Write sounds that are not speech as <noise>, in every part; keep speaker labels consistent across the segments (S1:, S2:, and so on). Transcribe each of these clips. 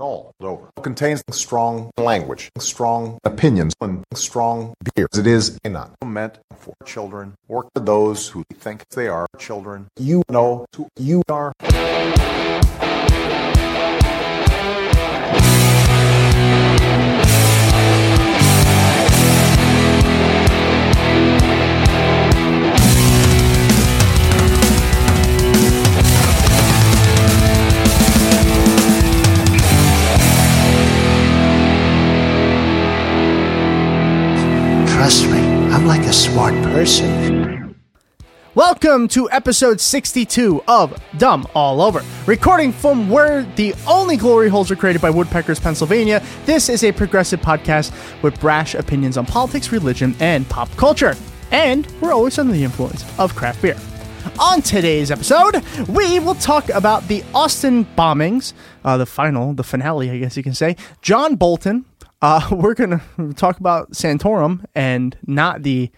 S1: all over contains strong language, strong opinions, and strong beers. It is not meant for children or for those who think they are children. You know who you are.
S2: Trust me, I'm like a smart person.
S3: Welcome to episode 62 of Dumb All Over. Recording from where the only glory holes are created by woodpeckers, Pennsylvania, this is a progressive podcast with brash opinions on politics, religion, and pop culture. And we're always under the influence of craft beer. On today's episode, we will talk about the Austin bombings, uh, the final, the finale, I guess you can say, John Bolton. Uh, <laughs> we're going to talk about Santorum and not the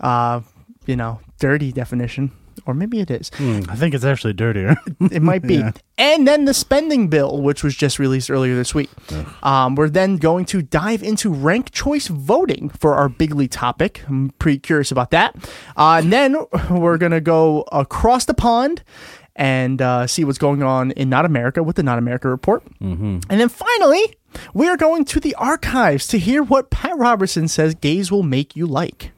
S3: uh, you know, dirty definition, or maybe it is.
S4: I think it's actually dirtier. <laughs>
S3: It might be. And then the spending bill, which was just released earlier this week. Um, we're then going to dive into rank choice voting for our bigly topic. I'm pretty curious about that. Uh, and then we're going to go across the pond and uh, see what's going on in Not America with the Not America report. Mm-hmm. And then finally, we are going to the archives to hear what Pat Robertson says gays will make you like.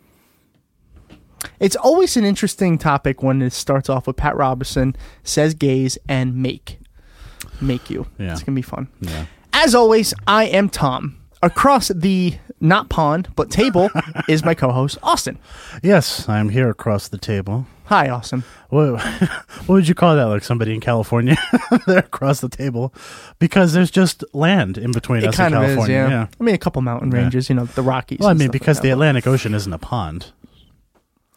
S3: It's always an interesting topic when it starts off with Pat Robertson says gays and make make you.
S4: Yeah.
S3: It's gonna be fun. As always, I am Tom. Across the not pond but
S4: <laughs>
S3: table is my co-host Austin.
S4: yes, I'm here across the table.
S3: Hi, Austin.
S4: What, <laughs> what would you call that? Like somebody in California? <laughs> They're across the table because there's just land in between us
S3: it kind
S4: and
S3: of is,
S4: California.
S3: yeah. I mean, a couple mountain ranges, you know, the Rockies.
S4: Well, I
S3: and
S4: mean,
S3: stuff like
S4: because the
S3: that.
S4: Atlantic Ocean isn't a pond,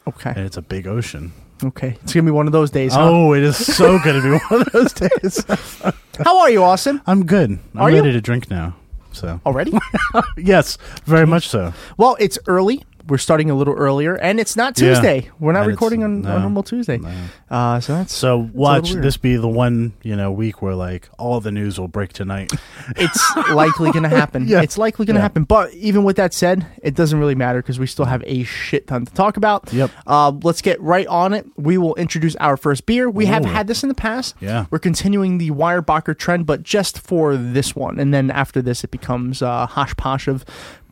S4: and
S3: okay,
S4: it's a big ocean.
S3: okay, it's gonna be one of those days. Huh?
S4: Oh, it is so going to be one
S3: <laughs>
S4: of those days.
S3: How are you, Austin?
S4: I'm good. I'm
S3: Are you? Oh.
S4: ready to drink now. So,
S3: Already?
S4: yes, very much so.
S3: <laughs> well, it's early. We're starting a little earlier, and it's not
S4: Yeah.
S3: Tuesday. We're not
S4: And it's-
S3: recording on,
S4: no.
S3: on normal Tuesday, uh, so that's
S4: So
S3: that's a
S4: watch
S3: little weird.
S4: this be the one you know week where like all the news will break tonight.
S3: <laughs> it's likely going to happen.
S4: <laughs> Yeah.
S3: It's likely going to
S4: Yeah.
S3: happen. But even with that said, it doesn't really matter because we still have a shit ton to talk about.
S4: Yep.
S3: Uh, let's get right on it. We will introduce our first beer. We have
S4: Ooh.
S3: had this in the past.
S4: Yeah.
S3: We're continuing the Weyerbacher trend, but just for this one. And then after this, it becomes uh, hosh posh of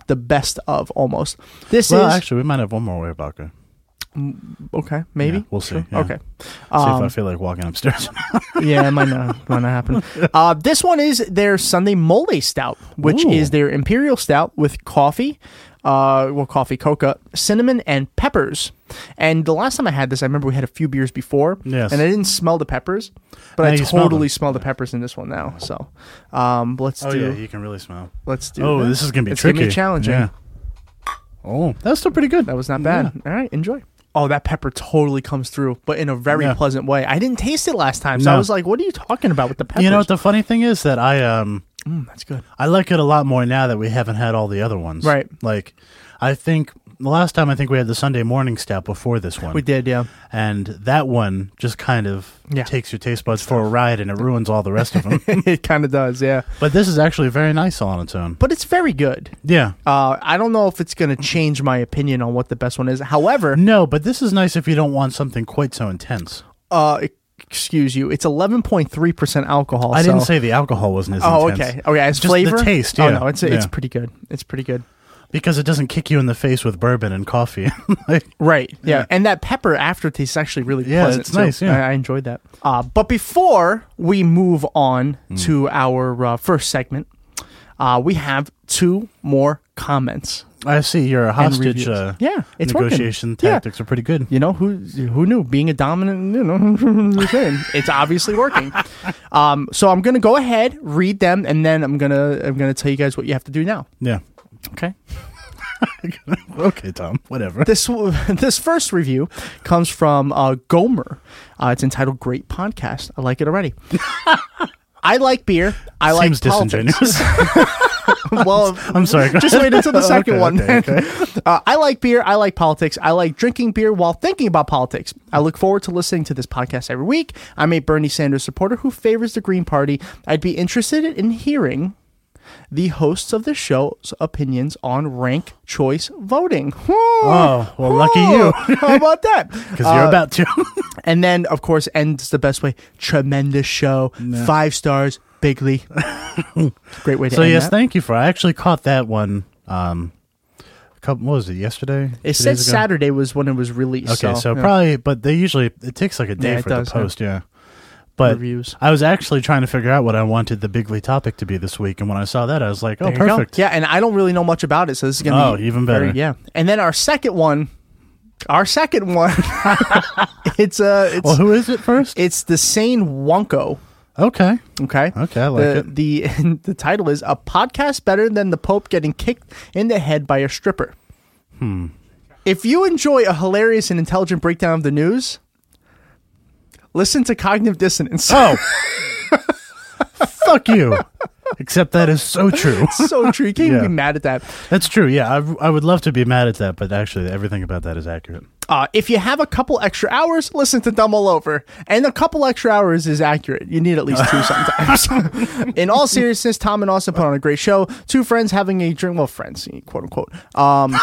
S3: the best of almost. This
S4: well,
S3: is
S4: actually, we might have one more way back. there.
S3: okay. Maybe
S4: Yeah, we'll see,
S3: Sure.
S4: yeah.
S3: Okay.
S4: See
S3: Um,
S4: if I feel like walking upstairs. <laughs>
S3: yeah, it might not, might not happen. Uh, this one is their Sunday Mole Stout, which
S4: Ooh.
S3: is their Imperial Stout with coffee, uh, well, coffee, coca, cinnamon, and peppers. And the last time I had this, I remember we had a few beers before,
S4: Yes.
S3: and I didn't smell the peppers, but
S4: Now
S3: I
S4: you smell
S3: totally
S4: them.
S3: smell, the peppers in this one now. So um, let's
S4: oh
S3: do
S4: yeah, you can really smell.
S3: let's do.
S4: Oh, this is gonna be
S3: it's
S4: tricky.
S3: Gonna be challenging.
S4: Yeah. Oh, that's still pretty good.
S3: That was not bad. All right, enjoy. Oh, that pepper totally comes through, but in a very
S4: Yeah.
S3: pleasant way. I didn't taste it last time, so I
S4: No.
S3: was like, "What are you talking about with the peppers?"
S4: You know what the funny thing is that I um
S3: Mm, that's good.
S4: I like it a lot more now that we haven't had all the other ones.
S3: Right.
S4: Like, I think the last time I think we had the Sunday morning stout before this one.
S3: We did, yeah. <laughs>
S4: and that one just kind of
S3: Yeah.
S4: takes your taste buds for a ride and it ruins all the rest
S3: <laughs>
S4: of them.
S3: it kind of does, yeah.
S4: but this is actually very nice all on its own.
S3: But it's very good.
S4: Yeah.
S3: Uh, I don't know if it's going to change my opinion on what the best one is. However,
S4: No, but this is nice if you don't want something quite so intense.
S3: uh, e- excuse you, it's 11.3% alcohol.
S4: I didn't
S3: so-
S4: say the alcohol wasn't as
S3: Oh,
S4: intense.
S3: okay. Okay, as
S4: Just the
S3: flavor?
S4: taste,
S3: Oh,
S4: yeah.
S3: no, it's, it's
S4: Yeah.
S3: pretty good. It's pretty good.
S4: Because it doesn't kick you in the face with bourbon and coffee. <laughs> Like,
S3: Right. Yeah.
S4: Yeah.
S3: And that pepper aftertaste is actually really
S4: Yeah,
S3: pleasant.
S4: it's
S3: too.
S4: nice, yeah.
S3: I, I enjoyed that. Uh, but before we move on
S4: Hmm.
S3: to our uh, first segment, uh, we have two more comments
S4: I see your hostage.
S3: reviews.
S4: Uh,
S3: Yeah, it's working.
S4: negotiation
S3: Yeah.
S4: tactics are pretty good.
S3: You know who who knew being a dominant you know <laughs> thing. It's obviously
S4: <laughs>
S3: working. Um, so I'm gonna go ahead read them, and then I'm gonna I'm gonna tell you guys what you have to do now. <laughs>
S4: Yeah.
S3: Okay.
S4: okay, Tom. Whatever.
S3: This <laughs> this first review comes from uh, Gomer. Uh, it's entitled "Great Podcast." I like it already.
S4: <laughs>
S3: I like beer. I
S4: Seems
S3: like politics. <laughs>
S4: disingenuous. <laughs>
S3: well,
S4: <laughs> I'm sorry. go
S3: just
S4: ahead.
S3: wait until
S4: <laughs>
S3: the second
S4: Okay,
S3: one.
S4: okay, okay.
S3: <laughs> uh, I like beer. I like politics. I like drinking beer while thinking about politics. I look forward to listening to this podcast every week. I'm a Bernie Sanders supporter who favors the Green Party. I'd be interested in hearing the hosts of the show's opinions on rank choice voting. <laughs>
S4: Oh, well, lucky you.
S3: How about
S4: <laughs>
S3: that?
S4: Because
S3: uh,
S4: you're about to.
S3: And then, of course, ends the best way. Tremendous show. Five stars.
S4: <laughs>
S3: Bigly. Great way to
S4: so
S3: end
S4: yes,
S3: that.
S4: thank you for. I actually caught that one. Um, a couple. What was it? Yesterday. Two
S3: It said
S4: days ago?
S3: Saturday was when it was released.
S4: Okay, so,
S3: yeah.
S4: probably, oh, but they usually it takes like a day
S3: Yeah, it
S4: for
S3: does,
S4: the
S3: yeah.
S4: post. Yeah. But
S3: Reviews.
S4: I was actually trying to figure out what I wanted the bigly topic to be this week, and when I saw that, I was like, "Oh,
S3: There you go.
S4: perfect."
S3: Yeah, and I don't really know much about it, so this is gonna
S4: Oh,
S3: be
S4: even
S3: very-
S4: better.
S3: yeah, and then our second one, our second one, <laughs> it's uh, it's
S4: Well, who is it first?
S3: it's the Sane Wonko.
S4: okay.
S3: Okay.
S4: Okay, I like
S3: the,
S4: it.
S3: The <laughs> the title is a podcast better than the Pope getting kicked in the head by a stripper. Hmm. If you enjoy a hilarious and intelligent breakdown of the news, listen to Cognitive Dissonance.
S4: Oh, fuck you. <laughs> Except that is so
S3: <laughs>
S4: true.
S3: <laughs> so true. You can't
S4: Yeah.
S3: even be mad at that.
S4: That's true. Yeah, I, I would love to be mad at that, but actually, everything about that is accurate.
S3: Uh, if you have a couple extra hours, listen to Dumb All Over. And a couple extra hours is accurate. You need at least two sometimes. <laughs> In all seriousness, Tom and Austin put on a great show. Two friends having a drink. Well, friends, quote unquote. Um,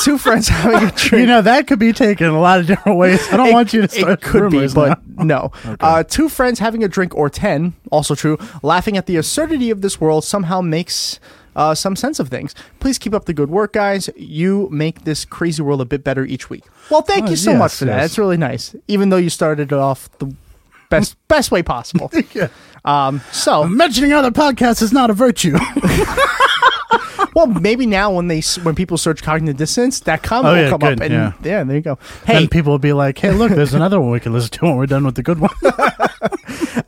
S3: two friends having a drink.
S4: You know, that could be taken a lot of different ways. I don't want you to start
S3: It could be,
S4: rumors
S3: but
S4: now.
S3: <laughs> no. Uh, two friends having a drink or ten, also true, laughing at the absurdity of this world somehow makes uh, some sense of things. Please keep up the good work, guys. You make this crazy world a bit better each week. Well, thank
S4: Oh,
S3: you so
S4: yes,
S3: much for that.
S4: yes.
S3: That's really nice. Even though you started it off the
S4: <laughs>
S3: best best way possible. Um. So,
S4: mentioning other podcasts is not a virtue.
S3: well, maybe now when they s- when people search cognitive dissonance, that comment
S4: Oh,
S3: will
S4: yeah,
S3: come
S4: good,
S3: up, and
S4: yeah.
S3: yeah. there you go. Hey,
S4: then people will be like, "Hey, look, there's another one we can listen to when we're done with the
S3: <laughs>
S4: good one."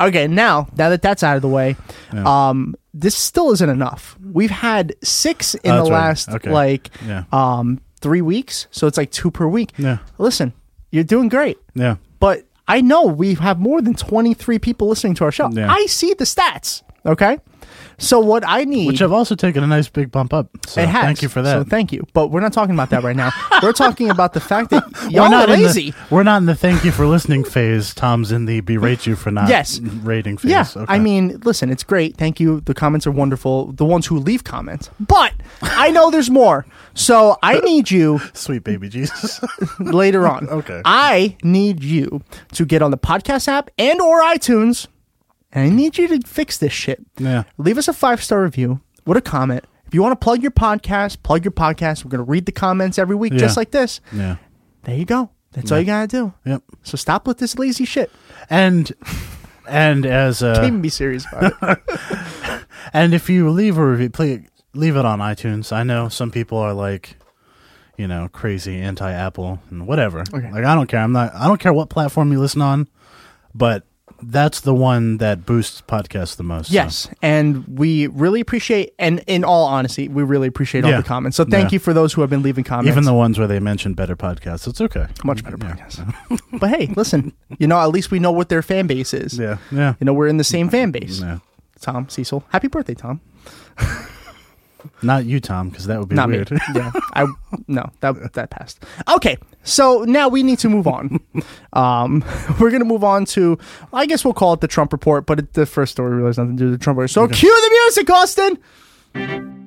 S3: Okay, now now that that's out of the way, um, this still isn't enough. We've had six in
S4: Oh,
S3: the
S4: that's right.
S3: last
S4: Okay.
S3: like
S4: Yeah.
S3: um three weeks, so it's like two per week.
S4: Yeah.
S3: Listen, you're doing great,
S4: yeah.
S3: but I know we have more than twenty three people listening to our show.
S4: Yeah.
S3: I see the stats. Okay, so what I need.
S4: Which I've also taken a nice big bump up. So
S3: it has.
S4: Thank you for that.
S3: So thank you, but we're not talking about that right now. we're talking about the fact
S4: <laughs>
S3: that y'all are
S4: in the-
S3: lazy.
S4: we're not in the thank you for listening phase. Tom's in the berate you for not
S3: Yes.
S4: rating phase.
S3: Yeah,
S4: Okay.
S3: I mean, listen, it's great. Thank you. The comments are wonderful. The ones who leave comments, but I know there's more. So I need
S4: <laughs>
S3: you
S4: sweet baby Jesus. <laughs>
S3: later on.
S4: Okay.
S3: I need you to get on the podcast app and or iTunes, and I need you to fix this shit.
S4: Yeah.
S3: Leave us a five star review with a comment. If you want to plug your podcast, plug your podcast. We're gonna read the comments every week, just
S4: Yeah.
S3: like this.
S4: yeah.
S3: There you go. That's all you gotta do.
S4: Yep.
S3: So stop with this lazy shit.
S4: And and as
S3: Can't
S4: uh,
S3: even be serious about it.
S4: and if you leave a review, please leave it on iTunes. I know some people are like, you know, crazy anti Apple and whatever. Like I don't care. I'm not. I don't care what platform you listen on, but that's the one that boosts podcasts the most. so.
S3: Yes, and we really appreciate, and in all honesty, we really appreciate all
S4: Yeah.
S3: the comments. So thank
S4: Yeah.
S3: you for those who have been leaving comments.
S4: Even the ones where they mention better podcasts, it's okay.
S3: much better podcasts. but hey, listen, you know, at least we know what their fan base is.
S4: Yeah, yeah.
S3: You know, we're in the same fan base.
S4: Yeah.
S3: Tom Cecil, happy birthday, Tom.
S4: Not you, Tom, because that would be
S3: Not
S4: weird.
S3: me. <laughs> yeah, I no that that passed. Okay, so now we need to move
S4: <laughs>
S3: on. um, <laughs> we're gonna move on to I guess we'll call it the Trump report, but it, the first story really has nothing to do with the Trump report. So cue the music, Austin.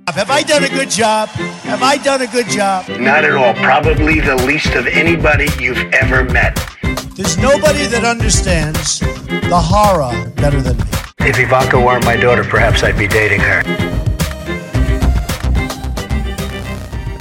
S5: Have I done a good job? Have I done a good job?
S6: Not at all. Probably the least of anybody you've ever met.
S5: There's nobody that understands the horror better than me.
S6: If Ivanka weren't my daughter, perhaps I'd be dating her.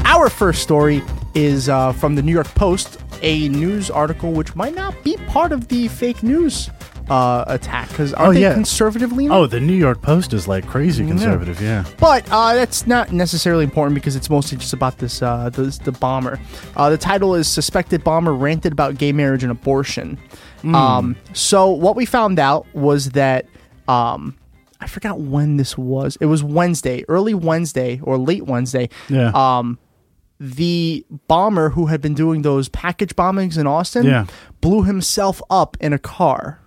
S3: Our first story is uh, from the New York Post, a news article which might not be part of the fake news uh, attack because aren't
S4: Oh,
S3: they
S4: yeah.
S3: conservative leaning?
S4: <laughs> Oh, the New York Post is like crazy conservative. Yeah.
S3: But uh, that's not necessarily important because it's mostly just about this, uh, this the bomber. Uh, the title is "Suspected Bomber Ranted About Gay Marriage and Abortion."
S4: Hmm.
S3: Um, so what we found out was that um, I forgot when this was. It was Wednesday, early Wednesday or late Wednesday.
S4: Yeah.
S3: Um, the bomber who had been doing those package bombings in Austin
S4: Yeah.
S3: blew himself up in a car.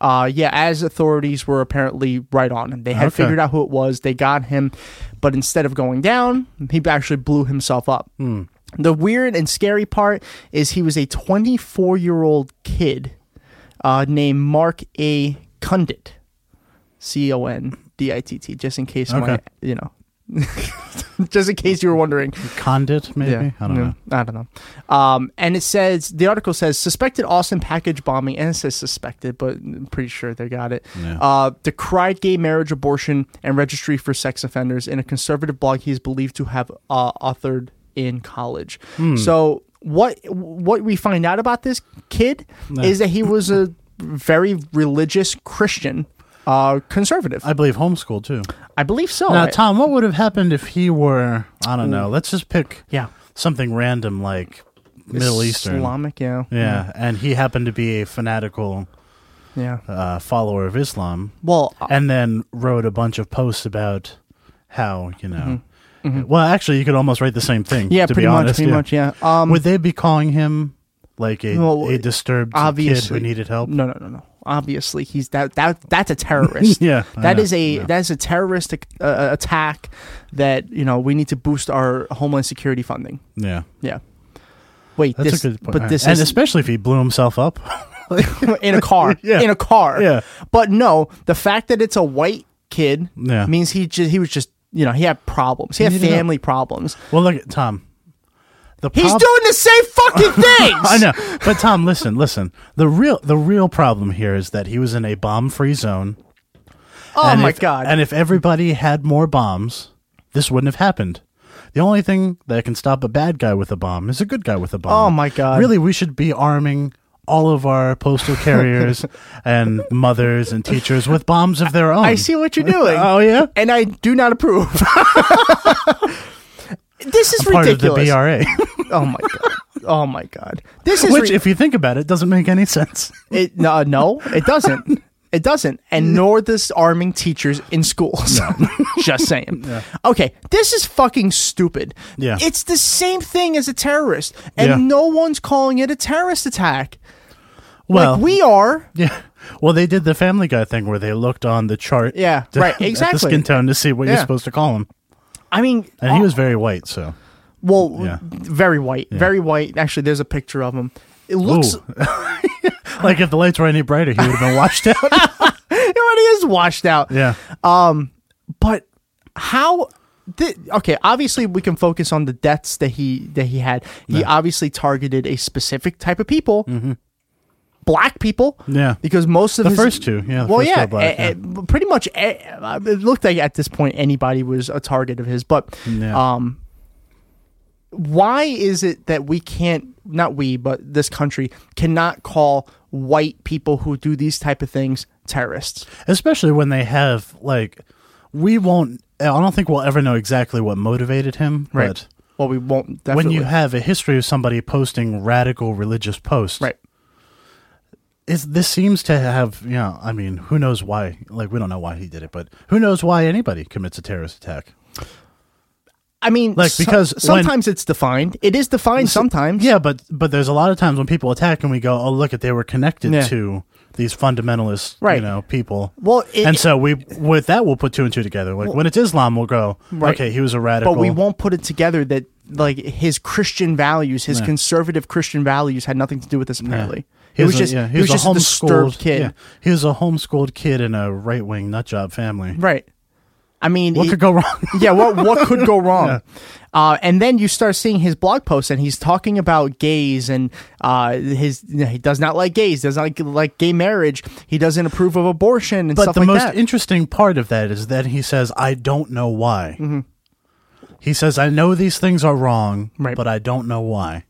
S3: Uh, yeah, as authorities were apparently right on him. They had
S4: Okay.
S3: figured out who it was, they got him, but instead of going down, he actually blew himself up.
S4: Hmm.
S3: The weird and scary part is he was a 24 year old kid uh, named Mark A. Condit. C O N D I T T, just in case, my,
S4: Okay.
S3: you know, <laughs> just in case you were wondering.
S4: Condit, maybe. I don't
S3: Yeah.
S4: know.
S3: I don't know. Um, and it says the article says suspected Austin package bombing, and it says suspected, but I'm pretty sure they got it. Uh, decried gay marriage, abortion, and registry for sex offenders in a conservative blog he is believed to have uh, authored in college.
S4: Hmm.
S3: So what what we find out about this kid is that he was a very religious Christian uh, conservative.
S4: I
S3: I,
S4: believe homeschool too.
S3: believe so.
S4: now,
S3: Oh, I-
S4: Tom, what would have happened if he were? I don't know. Let's just pick.
S3: Yeah.
S4: Something random like Middle Eastern.
S3: Islamic, yeah,
S4: Yeah, and he happened to be a fanatical
S3: yeah.
S4: uh, follower of Islam.
S3: Well, uh,
S4: and then wrote a bunch of posts about how you know. Well, actually, you could almost write the same thing.
S3: Mm-hmm. Yeah,
S4: to
S3: pretty
S4: be
S3: much,
S4: honest,
S3: pretty much, yeah. Um,
S4: Would they be calling him like a
S3: Well,
S4: a disturbed kid
S3: obviously
S4: who needed help?
S3: No, no, no, no. Obviously, he's that that that's a terrorist.
S4: <laughs> Yeah, I
S3: that
S4: know,
S3: is a that is a terroristic uh, attack that you know we need to boost our homeland security funding.
S4: Yeah,
S3: Yeah. Wait,
S4: that's
S3: this,
S4: a good point.
S3: but this
S4: and
S3: is
S4: especially if he blew himself up.
S3: <laughs>
S4: <laughs>
S3: in a car,
S4: Yeah.
S3: in a car.
S4: Yeah.
S3: But no, the fact that it's a white kid
S4: Yeah.
S3: means he just he was just you know he had problems. He had
S4: needed help.
S3: family problems.
S4: well, look, at Tom. The
S3: He's
S4: prob-
S3: doing the same fucking things.
S4: <laughs> I know, but Tom, listen, listen. The real the real problem here is that he was in a bomb free zone.
S3: Oh
S4: And
S3: my
S4: if-
S3: god.
S4: And if everybody had more bombs, this wouldn't have happened. The only thing that can stop a bad guy with a bomb is a good guy with a bomb.
S3: Oh, my God.
S4: Really, we should be arming all of our
S3: <laughs>
S4: postal carriers and mothers and teachers with bombs of their own.
S3: I see what you're doing.
S4: <laughs> Oh, yeah?
S3: and I do not
S4: <laughs>
S3: approve. this is
S4: Part of the
S3: ridiculous.
S4: BRA,
S3: oh my god. Oh my god. This is
S4: <laughs> which,
S3: ri-
S4: if you think about it, doesn't make any sense.
S3: it, no, no, it doesn't. It doesn't,
S4: <laughs>
S3: and nor this arming teachers in schools. <laughs> Just saying. Okay, this is fucking stupid.
S4: Yeah.
S3: it's the same thing as a terrorist, and
S4: Yeah.
S3: no one's calling it a terrorist attack.
S4: <laughs> Well,
S3: like we are.
S4: yeah. Well, they did the Family Guy thing where they looked on the chart, <laughs>
S3: Yeah,
S4: to-
S3: right,
S4: at the
S3: exactly.
S4: skin tone to see what
S3: Yeah.
S4: you're supposed to call him,
S3: I mean,
S4: and he was very white, so
S3: Well,
S4: Yeah.
S3: very white, very white. Actually, there's a picture of him. It looks.
S4: Ooh. <laughs> like if the lights were any brighter, he would have been washed out.
S3: <laughs> It already is washed out.
S4: yeah.
S3: But how? Th- okay, obviously we can focus on the deaths that he that he had. He obviously targeted a specific type of people. Black people,
S4: Mm-hmm. Yeah.
S3: because most of
S4: The
S3: his-
S4: first two, yeah, the
S3: well,
S4: first two
S3: yeah,
S4: are black,
S3: eh,
S4: yeah.
S3: eh, pretty much. eh, eh, It looked like at this point anybody was a target of his, but
S4: Yeah.
S3: um, why is it that we can't not we but this country cannot call white people who do these type of things terrorists
S4: <laughs> Especially when they have like we won't I don't think we'll ever know exactly what motivated him,
S3: well we won't
S4: but when
S3: definitely
S4: you have a history of somebody posting radical religious posts,
S3: right
S4: Is this seems to have you know? I mean, who knows why? Like we don't know why he did it, but who knows why anybody commits a terrorist attack?
S3: i mean
S4: Like,
S3: so-
S4: because when-
S3: sometimes it's defined it is defined sometimes
S4: Yeah, but but there's a lot of times when people attack and we go, oh look, at they were connected
S3: Yeah.
S4: to these fundamentalist,
S3: Right.
S4: you know, people.
S3: Well, it-
S4: and so we with that we'll put two and two together. Like when it's Islam, we'll go,
S3: Right.
S4: okay, he was a radical.
S3: but we won't put it together that like his christian values his conservative christian values had nothing to do with this apparently
S4: He
S3: it was,
S4: a-
S3: just
S4: yeah,
S3: he was, just a disturbed kid
S4: yeah, he was a homeschooled kid in a right wing nut job family.
S3: right i mean
S4: What
S3: it-
S4: could go wrong?
S3: <laughs> yeah, what what could go wrong? Uh, and then you start seeing his blog posts, and he's talking about gays, and uh, his you know, he does not like gays, does not like, like gay marriage, he doesn't approve of abortion, and
S4: but
S3: stuff
S4: the
S3: like
S4: most
S3: that.
S4: interesting part of that is that he says, "I don't know why."
S3: Mm-hmm.
S4: He says, "I know these things are wrong,
S3: Right.
S4: but I don't know why."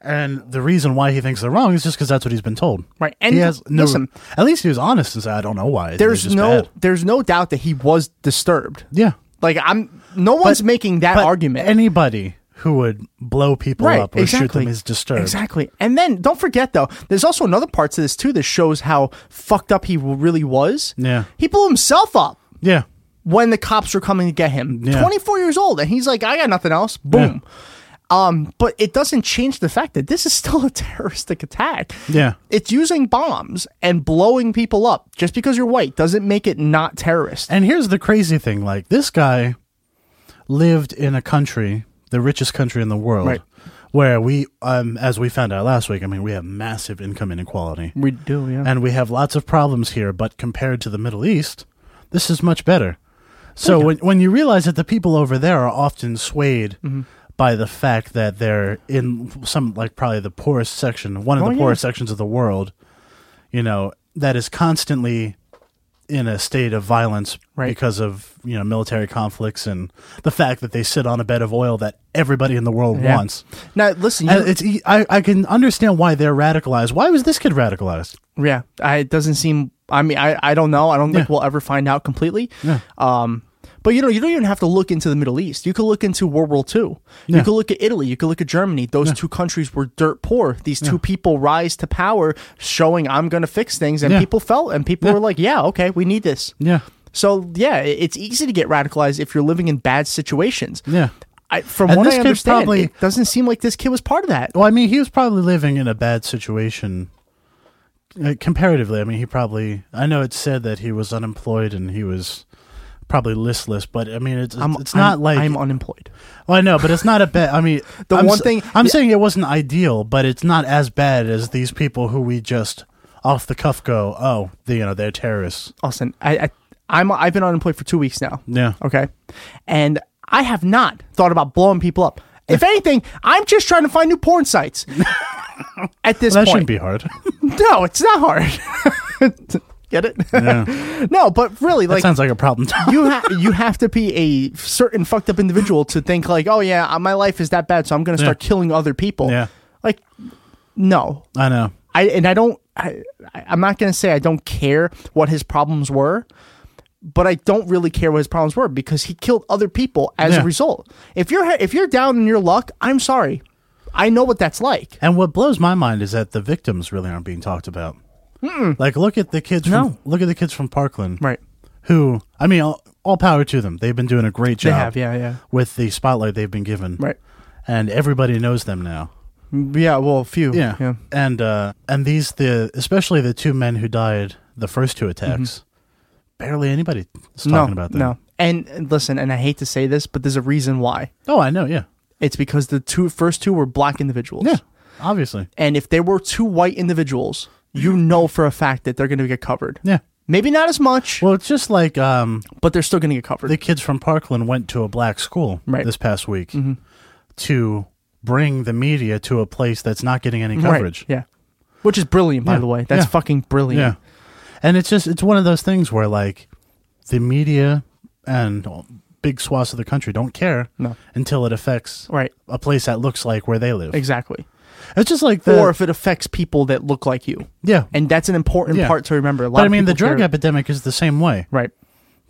S4: And the reason why he thinks they're wrong is just because that's what he's been told.
S3: Right, and
S4: he has no,
S3: listen-
S4: At least he was honest and said, "I don't know why." They're
S3: There's
S4: just
S3: no
S4: bad."
S3: there's no doubt that he was disturbed.
S4: Yeah.
S3: Like I'm no one's
S4: But-
S3: making that
S4: but
S3: argument.
S4: Anybody who would blow people up or shoot them is disturbed.
S3: Exactly. And then don't forget though, there's also another part to this too that shows how fucked up he really was.
S4: Yeah.
S3: He blew himself up
S4: Yeah.
S3: when the cops were coming to get him.
S4: Yeah.
S3: 24 years old and he's like I got nothing else. Boom. Um but it doesn't change the fact that this is <laughs> still a terroristic attack.
S4: Yeah.
S3: It's using bombs and blowing people up just because you're white doesn't make it not terrorist.
S4: And here's the crazy thing: like this guy lived in a country, the richest country in the world,
S3: Right.
S4: where we, um, as we found out last week, I mean, we have massive income inequality,
S3: We do, yeah.
S4: and we have lots of problems here. But compared to the Middle East, this is much better. So when when you realize that the people over there are often swayed.
S3: Mm-hmm.
S4: By the fact that they're in some, like probably the poorest section, one of
S3: Oh,
S4: the
S3: yeah.
S4: poorest sections of the world, you know, that is constantly in a state of violence
S3: Right.
S4: because of you know military conflicts and the fact that they sit on a bed of oil that everybody in the world
S3: Yeah.
S4: wants.
S3: Now listen, you,
S4: And it's e- I, I can understand why they're radicalized. Why was this kid radicalized?
S3: Yeah, I, it doesn't seem. I mean, I, I don't know. I don't think
S4: Yeah.
S3: we'll ever find out completely. Um, but you know, you don't even have to look into the Middle East. You could look into World War II. You
S4: Yeah.
S3: could look at Italy. You could look at Germany. Those two countries were dirt poor. These two people rise to power, showing I'm going to fix things, and
S4: Yeah.
S3: people felt, and people
S4: Yeah.
S3: were like, "Yeah, okay, we need this."
S4: Yeah,
S3: So yeah, i- it's easy to get radicalized if you're living in bad situations.
S4: yeah.
S3: I, from
S4: And
S3: what
S4: this
S3: I
S4: kid
S3: understand,
S4: probably-
S3: it doesn't seem like this kid was part of that.
S4: Well, I mean, he was probably living in a bad situation. Uh, comparatively, I mean, he probably. I know it said that he was unemployed and he was probably listless, but I mean, it's
S3: I'm-
S4: it's not
S3: I'm-
S4: like
S3: I'm unemployed.
S4: Well, I know, but it's not a bad. I mean,
S3: <laughs> The
S4: I'm
S3: one
S4: s-
S3: thing-
S4: I'm saying it wasn't ideal, but it's not as bad as these people who we just off the cuff go, oh, they, you know, they're terrorists.
S3: Austin, I, I I'm I've been unemployed for two weeks now.
S4: Yeah.
S3: Okay. And I have not thought about blowing people up.
S4: <laughs>
S3: If anything, I'm just trying to find new porn sites. At this
S4: That
S3: point,
S4: shouldn't be hard.
S3: <laughs> no, it's not hard. <laughs> Get it? <laughs> no, but really,
S4: that
S3: like
S4: sounds like a problem.
S3: <laughs>
S4: Tom.
S3: you ha- you have to be a certain fucked up individual to think like, oh yeah, uh, my life is that bad, so I'm going to start
S4: Yeah.
S3: killing other people.
S4: Yeah.
S3: Like, no,
S4: <laughs> I know.
S3: I and I don't. I, I- I'm not gonna say I don't care what his problems were, but I don't really care what his problems were because he killed other people as
S4: Yeah.
S3: a result. If you're if you're down in your luck, I'm sorry. I know what that's like.
S4: And what blows my mind is that the victims really aren't being talked about. Like, look at the kids. From,
S3: Hmm. No.
S4: Look at the kids from Parkland.
S3: Right.
S4: Who? I mean, all, all power to them. They've been doing a great
S3: They
S4: job.
S3: have, yeah, yeah.
S4: With the spotlight they've been given.
S3: Right.
S4: And everybody knows them now.
S3: Yeah. Well, a few.
S4: Yeah. And uh and these the especially the two men who died the first two attacks. Barely anybody is talking
S3: Mm-hmm. No.
S4: about them.
S3: no. And and listen, and I hate to say this, but there's a reason why.
S4: Oh, I know, yeah.
S3: It's because the two first two were black individuals.
S4: Yeah. Obviously.
S3: And if they were two white individuals, you know for a fact that they're going to get covered.
S4: Yeah.
S3: Maybe not as much,
S4: Well, it's just like um
S3: but they're still going to get covered.
S4: the kids from Parkland went to a black school
S3: Right. Mm-hmm.
S4: this past week to bring the media to a place that's not getting any
S3: Right,
S4: coverage.
S3: Yeah. Which is brilliant, by
S4: Yeah,
S3: the way. That's
S4: yeah.
S3: fucking brilliant.
S4: Yeah. And it's just it's one of those things where like the media and big swaths of the country don't care
S3: No.
S4: until it affects
S3: Right.
S4: a place that looks like where they live.
S3: Exactly.
S4: It's just like the
S3: or if it affects people that look like you.
S4: yeah.
S3: And that's an important
S4: Yeah.
S3: part to remember. A lot
S4: but I
S3: of
S4: mean, the
S3: people
S4: drug
S3: care-
S4: epidemic is the same way.
S3: Right.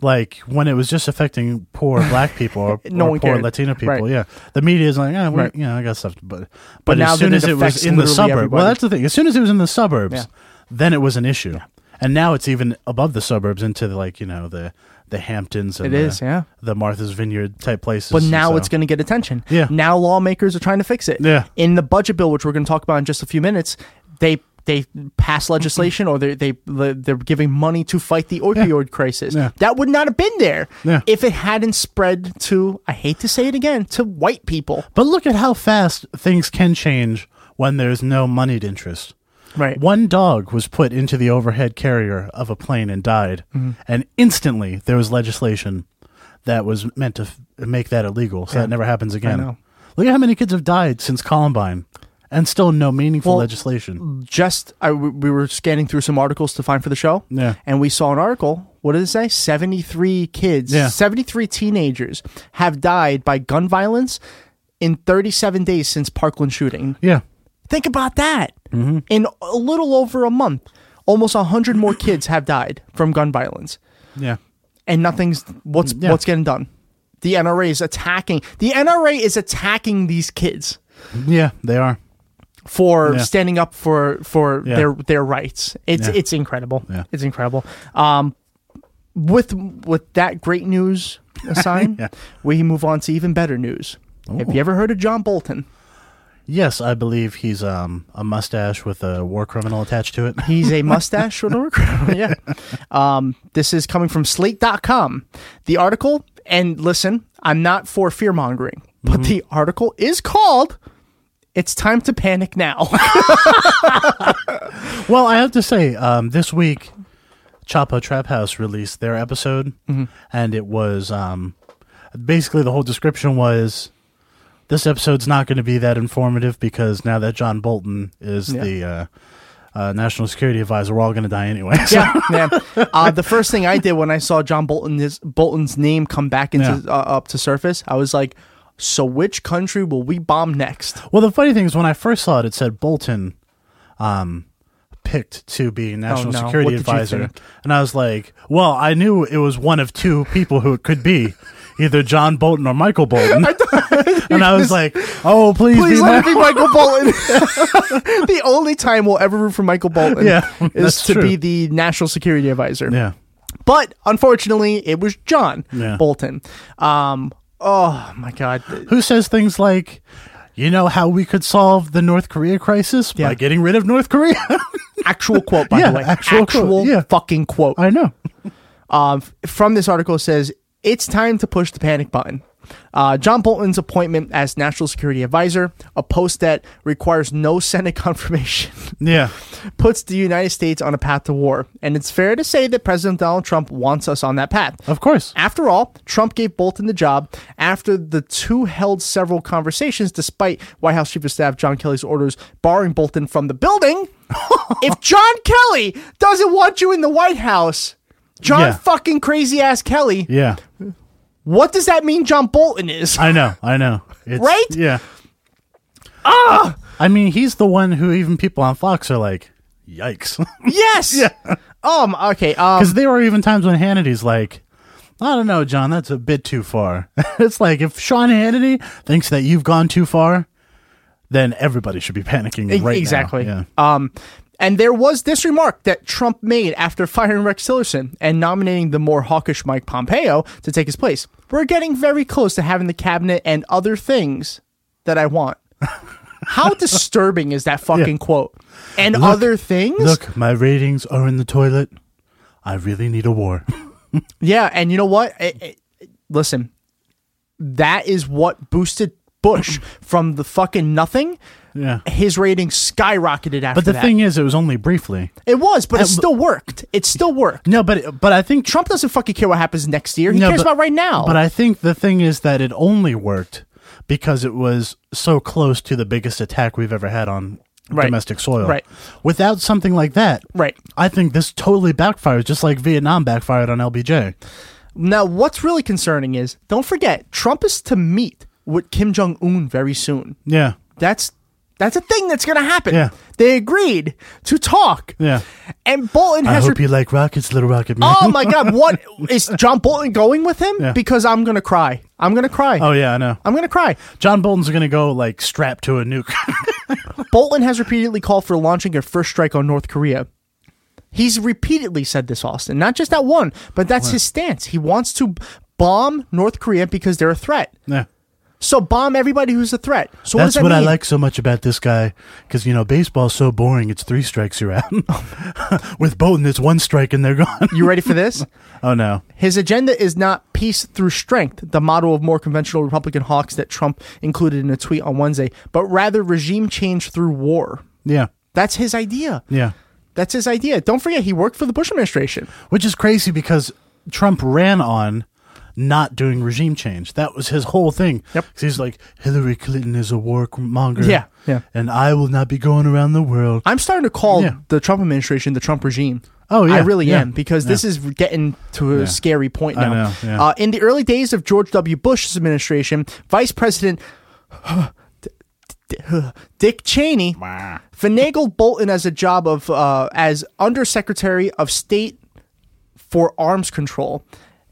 S4: Like when it was just affecting poor
S3: <laughs>
S4: black people or,
S3: No
S4: or
S3: one
S4: poor
S3: cared.
S4: Latino people.
S3: Right.
S4: Yeah, the media is like, yeah, we,
S3: Right.
S4: you know, I got stuff, to- but but,
S3: now
S4: as soon
S3: that
S4: as
S3: it
S4: it, was
S3: affects
S4: in the
S3: literally
S4: suburbs,
S3: everybody.
S4: well, that's the thing. As soon as it was in the suburbs,
S3: Yeah.
S4: then it was an issue, and now it's even above the suburbs into the, like you know the the Hamptons. And
S3: It
S4: the,
S3: is, yeah.
S4: the Martha's Vineyard type places.
S3: But
S4: and
S3: now
S4: so-
S3: it's going to get attention.
S4: Yeah.
S3: Now lawmakers are trying to fix it.
S4: Yeah.
S3: In the budget bill, which we're going to talk about in just a few minutes, they they pass legislation or they they they're giving money to fight the opioid crisis.
S4: Yeah.
S3: That would not have been there
S4: Yeah.
S3: if it hadn't spread to I hate to say it again to white people.
S4: But look at how fast things can change when there's no moneyed interest.
S3: Right.
S4: One dog was put into the overhead carrier of a plane and died,
S3: Mm-hmm.
S4: and instantly there was legislation that was meant to f- make that illegal, so that never happens again.
S3: know.
S4: Look at how many kids have died since Columbine, and still no meaningful
S3: Well, mm.
S4: legislation.
S3: just I, we we were scanning through some articles to find for the show.
S4: Yeah.
S3: And we saw an article. What did it say? 73 kids,
S4: Yeah.
S3: 73 teenagers have died by gun violence in 37 days since Parkland shooting.
S4: Yeah,
S3: Think about that.
S4: Mm-hmm.
S3: In a little over a month, almost 100 more kids have died from gun violence
S4: Yeah.
S3: and nothing's what's
S4: Yeah.
S3: what's getting done. The NRA is attacking. The NRA is attacking these kids
S4: Yeah, they are.
S3: for
S4: Yeah.
S3: standing up for for
S4: Yeah.
S3: their their rights. It's
S4: Yeah.
S3: it's incredible.
S4: Yeah.
S3: It's incredible. Um, with with that great news aside,
S4: <laughs> Yeah.
S3: we move on to even better news. Have you ever heard of John Bolton?
S4: Yes, I believe he's um a mustache with a war criminal attached
S3: <laughs>
S4: to it.
S3: He's
S4: <laughs>
S3: a mustache with a recruiter. <laughs> Yeah. Um, this is coming from slate.com. The article, and listen, I'm not for fear mongering,
S4: Mm-hmm.
S3: but the article is called It's Time to Panic Now.
S4: well, I have to say, um, this week, Chapa Trap House released their episode, and it was um, basically the whole description was this episode's not going to be that informative because now that John Bolton is
S3: Yeah.
S4: the uh, uh, national security advisor, we're all going to die anyway. <laughs> So-
S3: yeah, <laughs> man. Uh, the first thing I did when I saw John Bolton, his, Bolton's name come back into
S4: Yeah.
S3: uh, up to surface, I was like, so which country will we bomb next?
S4: Well, the funny thing is, when I first saw it, it said Bolton um, picked to be national
S3: Oh, no. What
S4: security
S3: did you
S4: advisor,
S3: think?
S4: and I was like, "Well, I knew it was one of two people who it could be, either John Bolton
S3: <laughs>
S4: or Michael Bolton." <laughs> and I was like, "Oh, please,
S3: Please
S4: be
S3: let it
S4: Michael."
S3: be Michael
S4: <laughs>
S3: Bolton. <laughs> the only time we'll ever root for Michael Bolton
S4: Yeah,
S3: <laughs> is
S4: that's
S3: to
S4: true.
S3: be the national security advisor.
S4: Yeah,
S3: But unfortunately, it was John
S4: Yeah.
S3: Bolton. Um, oh my God.
S4: who says things like? You know how we could solve the North Korea crisis
S3: Yeah.
S4: by getting rid of North Korea? <laughs>
S3: Actual quote, by
S4: Yeah,
S3: the way.
S4: actual quote, yeah.
S3: fucking quote.
S4: I know.
S3: Um, from this article says it's time to push the panic button. Uh, John Bolton's appointment as national security advisor, a post that requires no <laughs> Senate confirmation.
S4: Yeah.
S3: puts the United States on a path to war, and it's fair to say that President Donald Trump wants us on that path.
S4: Of course.
S3: After all, Trump gave Bolton the job after the two held several conversations despite White House Chief of Staff John Kelly's orders barring Bolton from the
S4: <laughs>
S3: building. if John Kelly doesn't want you in the White House, John
S4: Yeah.
S3: fucking crazy ass Kelly,
S4: Yeah.
S3: what does that mean John Bolton is?
S4: I know, I know. It's,
S3: Right?
S4: Yeah. Ah! I mean, he's the one who even people on Fox are like, yikes. <laughs>
S3: yes. Um okay, um
S4: Because there were even times when Hannity's like, I don't know, John, that's a bit too far. <laughs> it's like, if Sean Hannity thinks that you've gone too far, then everybody should be panicking
S3: E-
S4: right now.
S3: exactly.
S4: Yeah.
S3: Um, and there was this remark that Trump made after firing Rex Tillerson and nominating the more hawkish Mike Pompeo to take his place. We're getting very close to having the cabinet and other things that I
S4: <laughs>
S3: want. How disturbing is that fucking quote? And other things?
S4: Look, my ratings are in the toilet. I really need a war. <laughs>
S3: Yeah, and you know what? I- I- listen, that is what boosted Bush
S4: <clears throat>
S3: from the fucking nothing.
S4: yeah.
S3: His ratings skyrocketed after
S4: But the
S3: that.
S4: thing is, it was only briefly.
S3: it was, but it
S4: Uh,
S3: still worked. It still worked.
S4: No, but but I think
S3: Trump doesn't fucking care what happens next year. He
S4: No,
S3: cares
S4: but-
S3: about right now.
S4: But I think the thing is that it only worked because it was so close to the biggest attack we've ever had on
S3: Right.
S4: domestic soil.
S3: Right.
S4: Without something like that,
S3: Right.
S4: I think this totally backfires, just like Vietnam backfired on LBJ.
S3: now, what's really concerning is don't forget Trump is to meet with Kim Jong Un very soon.
S4: Yeah.
S3: That's that's a thing that's going to happen.
S4: Yeah.
S3: They agreed to talk.
S4: Yeah.
S3: And Bolton
S4: I
S3: has.
S4: hope
S3: re-
S4: you like rockets, little rocket man.
S3: oh
S4: <laughs>
S3: my God! What is John Bolton going with him?
S4: Yeah.
S3: Because I'm going to cry. I'm going to cry.
S4: Oh yeah, I know.
S3: I'm going to cry.
S4: John Bolton's gonna go like strapped to a nuke. <laughs>
S3: Bolton has repeatedly called for launching a first strike on North Korea. He's repeatedly said this, Austin. Not just that one, but that's his stance. He wants to bomb North Korea because they're a threat.
S4: yeah.
S3: So bomb everybody who's a threat. So what does
S4: That's
S3: that
S4: what I
S3: mean?
S4: like so much about this guy, because you know baseball's so boring. It's three strikes you're out. <laughs> With Bolton, it's one strike and they're gone.
S3: You ready for this?
S4: <laughs> oh no.
S3: His agenda is not peace through strength, the motto of more conventional Republican hawks that Trump included in a tweet on Wednesday, but rather regime change through war.
S4: Yeah.
S3: That's his idea.
S4: Yeah.
S3: That's his idea. Don't forget, he worked for the Bush administration.
S4: Which is crazy because Trump ran on not doing regime change. That was his whole thing.
S3: Yep.
S4: 'Cause He's like, Hillary Clinton is a warmonger.
S3: Yeah, yeah.
S4: And I will not be going around the world.
S3: I'm starting to call
S4: Yeah.
S3: the Trump administration the Trump regime.
S4: Oh, yeah,
S3: I really
S4: yeah,
S3: am because this is getting to a
S4: Yeah.
S3: scary point
S4: I
S3: now.
S4: know, yeah.
S3: uh, in the early days of George W. Bush's administration, Vice President Dick Cheney finagled Bolton as a job of uh, as Undersecretary of State for Arms Control.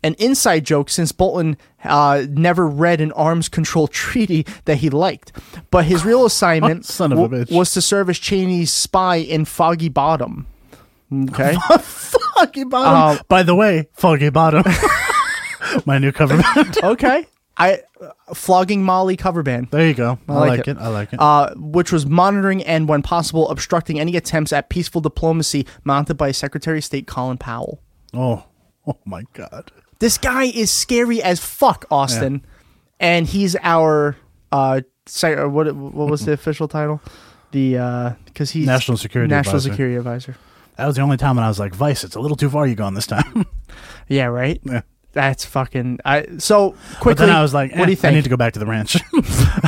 S3: An inside joke since Bolton uh, never read an arms control <laughs> treaty that he liked. But his
S4: <laughs>
S3: real assignment
S4: Son of a bitch.
S3: was to serve as Cheney's spy in Foggy Bottom. Okay.
S4: Foggy Bottom.
S3: Uh,
S4: Um, By the way, Foggy Bottom. <laughs> My new cover band.
S3: <laughs>
S4: <laughs>
S3: okay. I flogging Molly cover band.
S4: There you go. I,
S3: like
S4: like,
S3: it.
S4: it. I like it.
S3: uh, which was monitoring and, when possible, obstructing any attempts at peaceful diplomacy mounted by Secretary of State Colin Powell.
S4: oh, oh my God.
S3: This guy is scary as fuck, Austin, and he's our uh, sec- uh, what what was the official title? The because he's
S4: National Security
S3: national
S4: Advisor.
S3: security advisor.
S4: That was the only time when I was like, Vice, it's a little too far you gone this time. <laughs>
S3: Yeah, right.
S4: Yeah.
S3: That's fucking. I so quickly.
S4: but then I was like, "Eh,
S3: what do you think?
S4: I need to go back to the ranch. <laughs>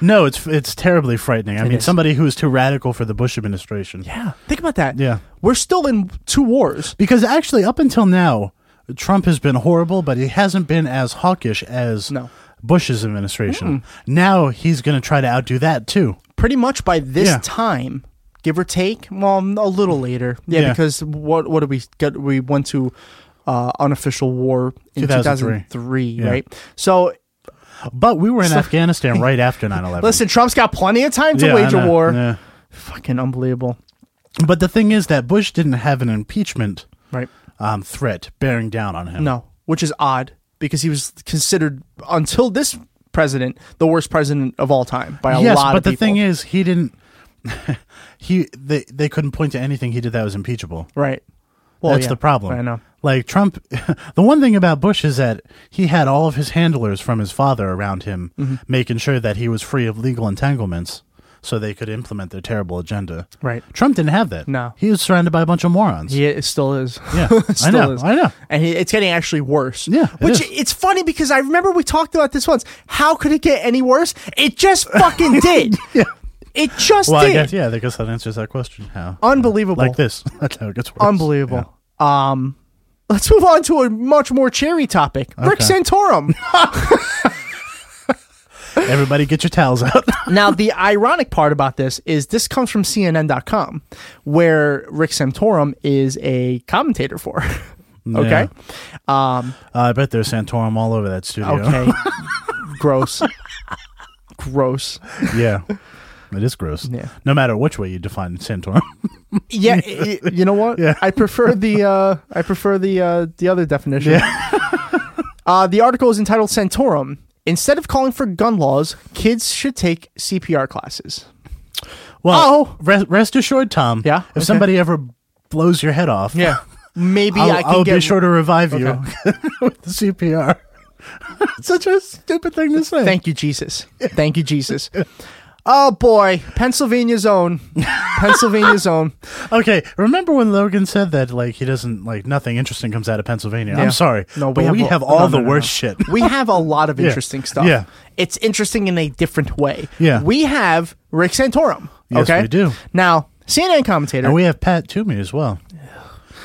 S4: no, it's it's terribly frightening. I mean,
S3: is.
S4: somebody who is too radical for the Bush administration.
S3: yeah, think about that.
S4: Yeah.
S3: we're still in two wars.
S4: Because actually, up until now, Trump has been horrible, but he hasn't been as hawkish as
S3: No.
S4: Bush's administration. Now he's going to try to outdo that too.
S3: pretty much by this
S4: Yeah.
S3: time, give or take. Well, a little later, yeah,
S4: Yeah.
S3: because what what did we get? We went to uh, unofficial war in two
S4: 2003.
S3: thousand three, right? So
S4: But we were in Afghanistan right
S3: <laughs>
S4: after 9 11.
S3: listen, Trump's got plenty of time to wage a war. Fucking unbelievable,
S4: But the thing is that Bush didn't have an impeachment
S3: right?
S4: um, threat bearing down on him.
S3: No, which is odd because he was considered until this president the worst president of all time by a
S4: yes,
S3: lot
S4: but
S3: of
S4: the
S3: people.
S4: thing is, he didn't. <laughs> he they they couldn't point to anything he did that was impeachable.
S3: right? Well,
S4: That's
S3: yeah,
S4: the problem.
S3: I know.
S4: Like Trump, <laughs> the one thing about Bush is that he had all of his handlers from his father around him,
S3: Mm-hmm.
S4: making sure that he was free of legal entanglements, so they could implement their terrible agenda.
S3: Right.
S4: Trump didn't have that.
S3: No.
S4: he was surrounded by a bunch of morons.
S3: Yeah, it still is. <laughs>
S4: Yeah,
S3: It
S4: I know, I know.
S3: And it- it's getting actually worse.
S4: Yeah, it
S3: which
S4: is.
S3: it's funny because I remember we talked about this once. How could it get any worse? It just fucking
S4: <laughs>
S3: did. yeah, it just
S4: Well,
S3: did.
S4: I guess yeah. I guess that answers that question. How
S3: Unbelievable.
S4: Like this. <laughs> That's how it gets worse.
S3: Unbelievable. Um, let's move on to a much more cheery topic. Rick
S4: Okay. <laughs>
S3: Santorum.
S4: Yeah. Everybody, get your towels out.
S3: now, the ironic part about this is this comes from CNN.com, where Rick Santorum is a commentator for. <laughs> <laughs> okay. Um.
S4: Uh, I bet there's Santorum all over that studio.
S3: Okay. Gross. Gross.
S4: yeah. <laughs> It is gross.
S3: Yeah.
S4: No matter which way you define Santorum. <laughs>
S3: Yeah, y- y- you know what?
S4: Yeah.
S3: I prefer the uh, I prefer the uh, the other definition. <laughs> uh, the article is entitled "Santorum." Instead of calling for gun laws, kids should take CPR classes.
S4: Well, rest, rest assured, Tom.
S3: Oh. Yeah?
S4: If
S3: Okay.
S4: somebody ever blows your head off,
S3: maybe
S4: I'll,
S3: i can
S4: I'll
S3: get
S4: be sure to revive you <laughs> with the CPR. Such a stupid thing to say.
S3: Thank you, Jesus. Thank you, Jesus. Oh boy, Pennsylvania's own,
S4: <laughs>
S3: Pennsylvania's own.
S4: okay, remember when Logan said that like he doesn't like nothing interesting comes out of Pennsylvania?
S3: Yeah.
S4: I'm sorry,
S3: No, we
S4: but
S3: have
S4: we
S3: a-
S4: have, all
S3: no,
S4: the
S3: no, no,
S4: worst
S3: no. <laughs>
S4: shit.
S3: We have a lot of
S4: <laughs> Yeah.
S3: interesting stuff.
S4: Yeah.
S3: It's interesting in a different way.
S4: Yeah.
S3: We have Rick Santorum.
S4: Yes,
S3: okay.
S4: we do.
S3: Now, CNN commentator.
S4: And we have Pat Toomey as well.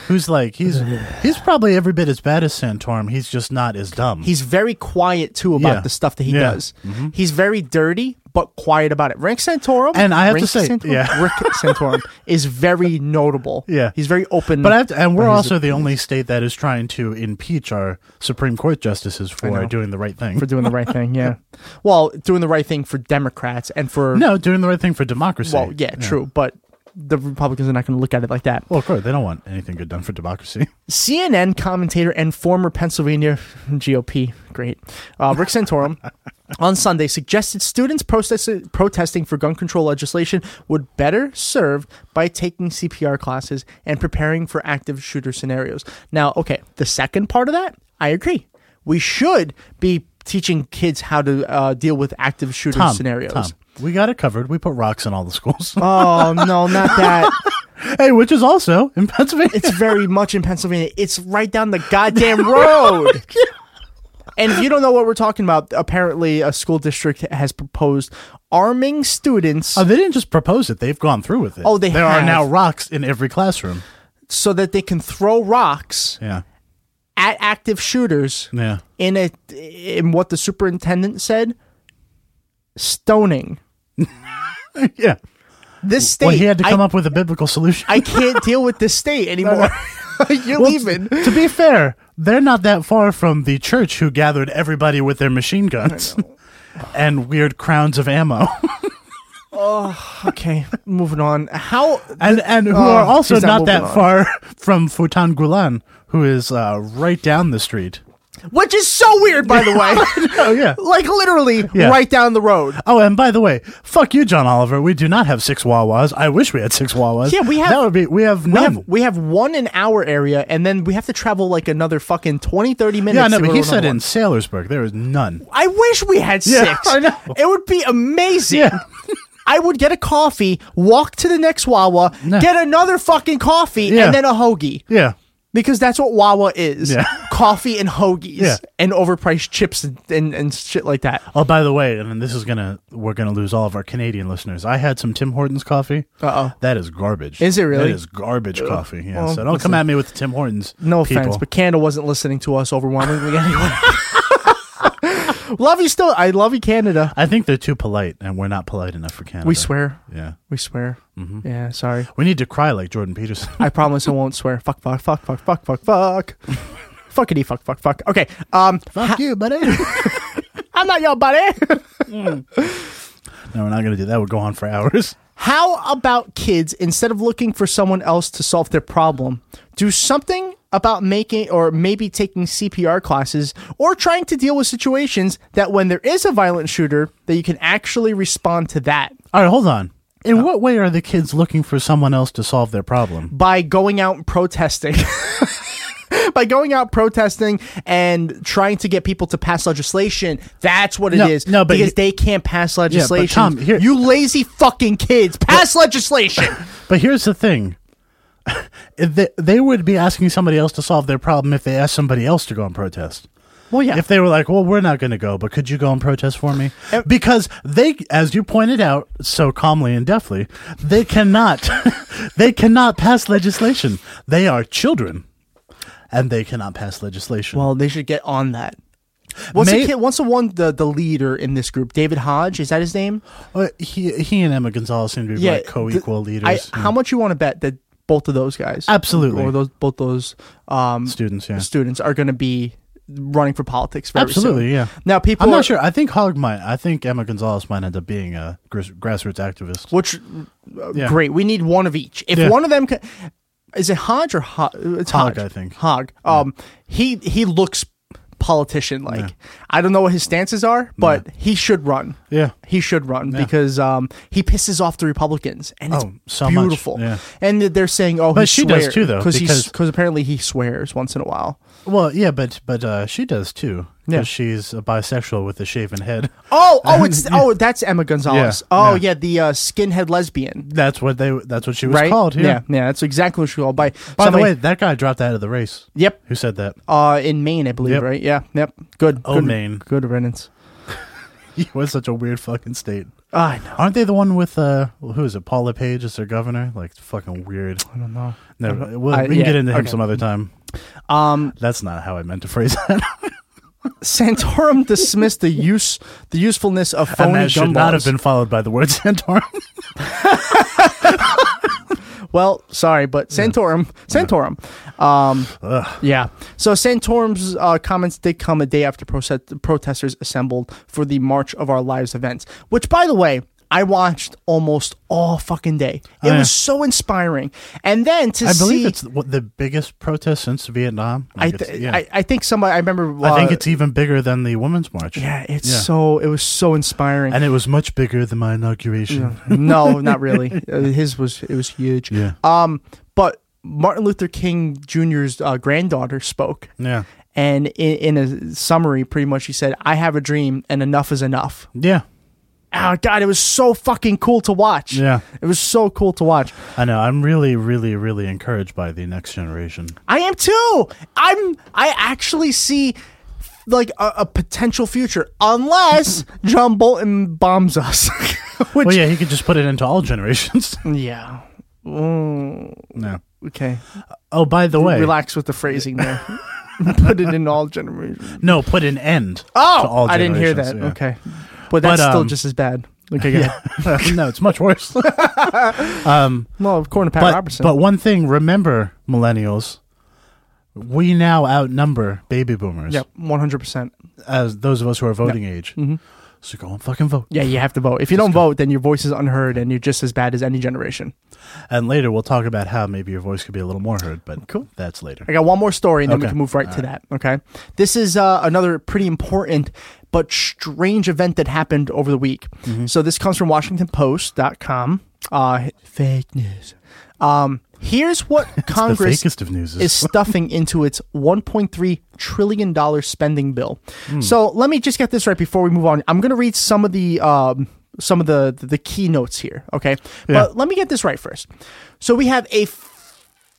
S4: Who's like he's he's probably every bit as bad as Santorum. He's just not as dumb.
S3: He's very quiet too about
S4: Yeah.
S3: the stuff that he
S4: Yeah. Mm-hmm.
S3: does. He's very dirty but quiet about it. Rick Santorum,
S4: And I have to
S3: Rick
S4: say-
S3: Santorum,
S4: yeah.
S3: Rick Santorum is very notable.
S4: <laughs> Yeah.
S3: he's very open.
S4: But I have to, and we're
S3: about his
S4: also the only state that is trying to impeach our Supreme Court justices for doing the right thing.
S3: for <laughs> doing the right thing. Yeah, well, doing the right thing for Democrats and for
S4: no, doing the right thing for democracy.
S3: Well, yeah, true, but the Republicans are not going to look at it like that.
S4: Well, of course, they don't want anything good done for democracy.
S3: CNN commentator and former Pennsylvania GOP, great, uh, Rick
S4: <laughs>
S3: Santorum, on Sunday suggested students protest- protesting for gun control legislation would better served by taking CPR classes and preparing for active shooter scenarios. Now, okay, the second part of that, I agree. We should be teaching kids how to uh, deal with active shooter
S4: <laughs> Tom,
S3: scenarios.
S4: Tom, we got it covered. We put rocks in all the schools.
S3: Oh no, not that.
S4: <laughs> hey, which is also in Pennsylvania. <laughs>
S3: It's very much in Pennsylvania. It's right down the goddamn
S4: <laughs>
S3: road. and if you don't know what we're talking about, apparently a school district has proposed arming students
S4: Oh, they didn't just propose it; they've gone through with it.
S3: Oh, they
S4: there
S3: have.
S4: are now rocks in every classroom.
S3: so that they can throw rocks
S4: Yeah, <laughs>
S3: at active shooters
S4: yeah.
S3: in a in what the superintendent said, stoning.
S4: yeah.
S3: This state.
S4: Well, he had to come
S3: I,
S4: up with a biblical solution.
S3: I can't deal with this
S4: <laughs>
S3: state anymore. You're
S4: Well,
S3: leaving.
S4: t- to
S3: <laughs>
S4: be fair, they're not that far from the church who gathered everybody with their machine guns <laughs> and weird crowns of ammo, <laughs>
S3: Okay, moving on. How?
S4: and and who
S3: Oh,
S4: are also
S3: he's not
S4: not, that
S3: moving on.
S4: far <laughs> from Futan Gulen, who is uh, right down the street.
S3: Which is so weird, by the
S4: <laughs>
S3: way.
S4: Oh yeah.
S3: like literally
S4: Yeah.
S3: right down the road.
S4: Oh, and by the way, fuck you, John Oliver. We do not have six Wawas. I wish we had six Wawas.
S3: Yeah, we have-
S4: That would be. We have
S3: We
S4: none.
S3: have we have one in our area, and then we have to travel like another fucking 20, 30 minutes.
S4: yeah, no,
S3: to
S4: but
S3: go
S4: he
S3: to
S4: said
S3: another
S4: in
S3: one.
S4: Sailorsburg there is none.
S3: I wish we had
S4: Yeah,
S3: six.
S4: I know.
S3: It would be amazing.
S4: Yeah.
S3: I would get a coffee, walk to the next Wawa,
S4: No.
S3: get another fucking coffee,
S4: Yeah.
S3: and then a hoagie.
S4: Yeah.
S3: Because that's what Wawa is.
S4: Yeah.
S3: Coffee and hoagies
S4: Yeah.
S3: and overpriced chips and, and, and shit like that.
S4: Oh, by the way, and this is gonna we're gonna lose all of our Canadian listeners. I had some Tim Hortons coffee.
S3: Uh-oh.
S4: that is garbage.
S3: Is it really?
S4: That is garbage coffee. Yeah.
S3: Well,
S4: so don't
S3: listen.
S4: come at me with the Tim Hortons.
S3: No
S4: people.
S3: offense, but Canada wasn't listening to us overwhelmingly anyway. <laughs> love you still. I love you, Canada.
S4: I think they're too polite, and we're not polite enough for Canada.
S3: We swear.
S4: Yeah.
S3: We swear. Mm-hmm. Yeah, sorry.
S4: We need to cry like Jordan Peterson. <laughs>
S3: I promise I won't swear. Fuck, fuck, fuck, fuck, fuck, fuck, fuck. Fuckity, fuck, fuck, fuck. Okay. Um,
S4: Fuck you, buddy. no,
S3: <laughs> I'm not your
S4: <laughs>
S3: buddy.
S4: we're not gonna do that. We'll go on for hours. <laughs>
S3: How about kids, instead of looking for someone else to solve their problem, do something about making or maybe taking CPR classes or trying to deal with situations that when there is a violent shooter, that you can actually respond to that
S4: All right, hold on.
S3: Uh.
S4: In what way are the kids looking for someone else to solve their problem?
S3: by going out and protesting. <laughs> By going out protesting and trying to get people to pass legislation, that's what it is.
S4: No, no, but
S3: because
S4: he-
S3: they can't pass
S4: but
S3: legislation.
S4: Tom, here-
S3: you lazy fucking kids, pass
S4: <laughs>
S3: legislation.
S4: But here's the thing. <laughs> If they, they would be asking somebody else to solve their problem if they asked somebody else to go and protest.
S3: Well, yeah,
S4: If they were like, "Well, we're not going to go, but could you go and protest for me?" Because they, as you pointed out so calmly and deftly, they cannot, <laughs> they cannot pass legislation. They are children, and they cannot pass legislation.
S3: Well, they should get on that. What's
S4: May-
S3: the kid? What's the one? The, the leader in this group, David Hodge, is that his name?
S4: Uh, he he and Emma Gonzalez seem to be like
S3: the-
S4: co-equal
S3: I-
S4: leaders. hmm.
S3: How much you want to bet that both of those guys,
S4: Absolutely.
S3: or those both those um,
S4: Students, yeah.
S3: students are going to be running for politics? Very
S4: Absolutely,
S3: soon.
S4: yeah.
S3: Now people,
S4: I'm
S3: are-
S4: not sure. I think Hogg might. I think Emma Gonzalez might end up being a gras- grassroots activist.
S3: Which uh,
S4: Yeah.
S3: great, we need one of each. If
S4: Yeah.
S3: one of them, ca- is it Hodge or Ho- it's
S4: Hogg,
S3: Hodge?
S4: I think.
S3: Hogg. Um, he he looks politician like. I don't know what his stances are, but he should run.
S4: Yeah.
S3: he should run because um he pisses off the Republicans, and it's
S4: Oh, so much.
S3: beautiful.
S4: Yeah.
S3: And th- they're saying, oh,
S4: But
S3: he
S4: she does too, though,
S3: because
S4: because-
S3: because apparently he swears once in a
S4: <laughs>
S3: while.
S4: Well, yeah, but but uh, she does too.
S3: Yeah.
S4: Because she's a bisexual with a shaven head.
S3: Oh, oh, it's oh, that's Emma Gonzalez.
S4: Yeah,
S3: Oh,
S4: yeah.
S3: yeah, the uh, skinhead lesbian,
S4: That's what they. That's what she was
S3: right?
S4: called. Yeah.
S3: yeah, yeah, that's exactly what she called. By
S4: By
S3: somebody-
S4: the way, that guy dropped out of the race.
S3: Yep.
S4: Who said that? <laughs>
S3: uh, in Maine, I believe,
S4: Yep.
S3: right? Yeah, yep. Good.
S4: Oh,
S3: good,
S4: Maine.
S3: Good riddance.
S4: It was such a weird fucking state.
S3: I know.
S4: Aren't they the one with uh, who is it? Paul LePage is their governor. Like fucking weird. I don't know. Never. Well,
S3: I-
S4: we can
S3: yeah,
S4: get into him
S3: okay.
S4: some other time. Um, that's not how I meant to phrase that. <laughs>
S3: Santorum dismissed the use the usefulness of phony
S4: and that should
S3: gumballs.
S4: not have been followed by the word <laughs> Santorum.
S3: Well, sorry, but Santorum, Santorum, um, yeah. So Santorum's uh, comments did come a day after proce- protesters assembled for the March of Our Lives event, which, by the way, I watched almost all fucking day. It
S4: Oh, yeah.
S3: was so inspiring, and then to
S4: I believe
S3: see,
S4: it's what the biggest protest since Vietnam.
S3: I,
S4: Like,
S3: th-
S4: it's- yeah.
S3: I, I think somebody, I remember,
S4: I think
S3: uh,
S4: it's even bigger than the Women's March.
S3: yeah, it's so, it was so inspiring. <laughs>
S4: And it was much bigger than my inauguration.
S3: no, not really. Uh, His was it was huge.
S4: <laughs> Yeah.
S3: Um, but Martin Luther King Jr.'s uh, granddaughter spoke.
S4: Yeah.
S3: And in, in a summary, pretty much, she said, "I have a dream, and enough is enough."
S4: Yeah.
S3: Oh God, it was so fucking cool to watch.
S4: Yeah.
S3: it was so cool to watch.
S4: I know. I'm really, really, really encouraged by the next generation.
S3: I am too. I'm. I actually see like a, a potential future,
S4: <laughs>
S3: unless John Bolton bombs us. <laughs> Which,
S4: Well, yeah, he could just put it into all generations. <laughs>
S3: yeah. Mm,
S4: no.
S3: okay.
S4: Oh, by the way,
S3: Relax with the phrasing
S4: <laughs>
S3: there. Put it in all generations.
S4: no, put an end. to
S3: Oh,
S4: all
S3: I didn't hear that.
S4: generations, yeah.
S3: Okay, but that's
S4: But,
S3: still
S4: um,
S3: just as bad.
S4: <laughs>
S3: Okay, good.
S4: no, it's
S3: <laughs>
S4: much worse.
S3: Well, according to Pat
S4: but,
S3: Robertson.
S4: but one thing, remember, millennials, we now outnumber baby boomers
S3: yep, 100%.
S4: as those of us who are voting age. So go and fucking vote.
S3: Mm-hmm. Yeah, you have to vote. If you don't vote, then your voice is unheard and you're just as bad as any generation.
S4: And later we'll talk about how maybe your voice could be a little more heard, but cool. that's later.
S3: I got one more story, and then we
S4: Okay.
S3: can move right to that. Okay, this is uh, another pretty important but strange event that happened over the week.
S4: Mm-hmm.
S3: So this comes from WashingtonPost.com. Uh, fake news. Um, here's
S4: <laughs>
S3: what Congress
S4: fakest of newses.
S3: is stuffing into its 1.3 trillion dollar spending bill.
S4: Hmm.
S3: So let me just get this right before we move on. I'm going to read some of the um, some of the the keynotes here. Okay,
S4: Yeah.
S3: but let me get this right first. So we have a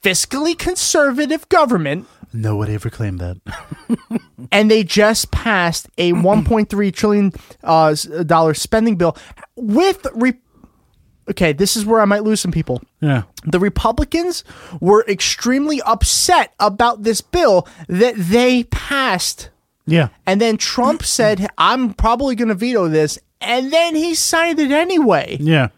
S3: fiscally conservative government
S4: No one ever
S3: <laughs>
S4: claimed that.
S3: and they just passed
S4: <clears throat>
S3: a 1.3 trillion uh, s- dollar spending bill with re- okay this is where i might lose some people
S4: yeah.
S3: the republicans were extremely upset about this bill that they passed
S4: Yeah.
S3: and then
S4: Mm.
S3: trump said i'm probably going to veto this and then he signed it anyway
S4: Yeah.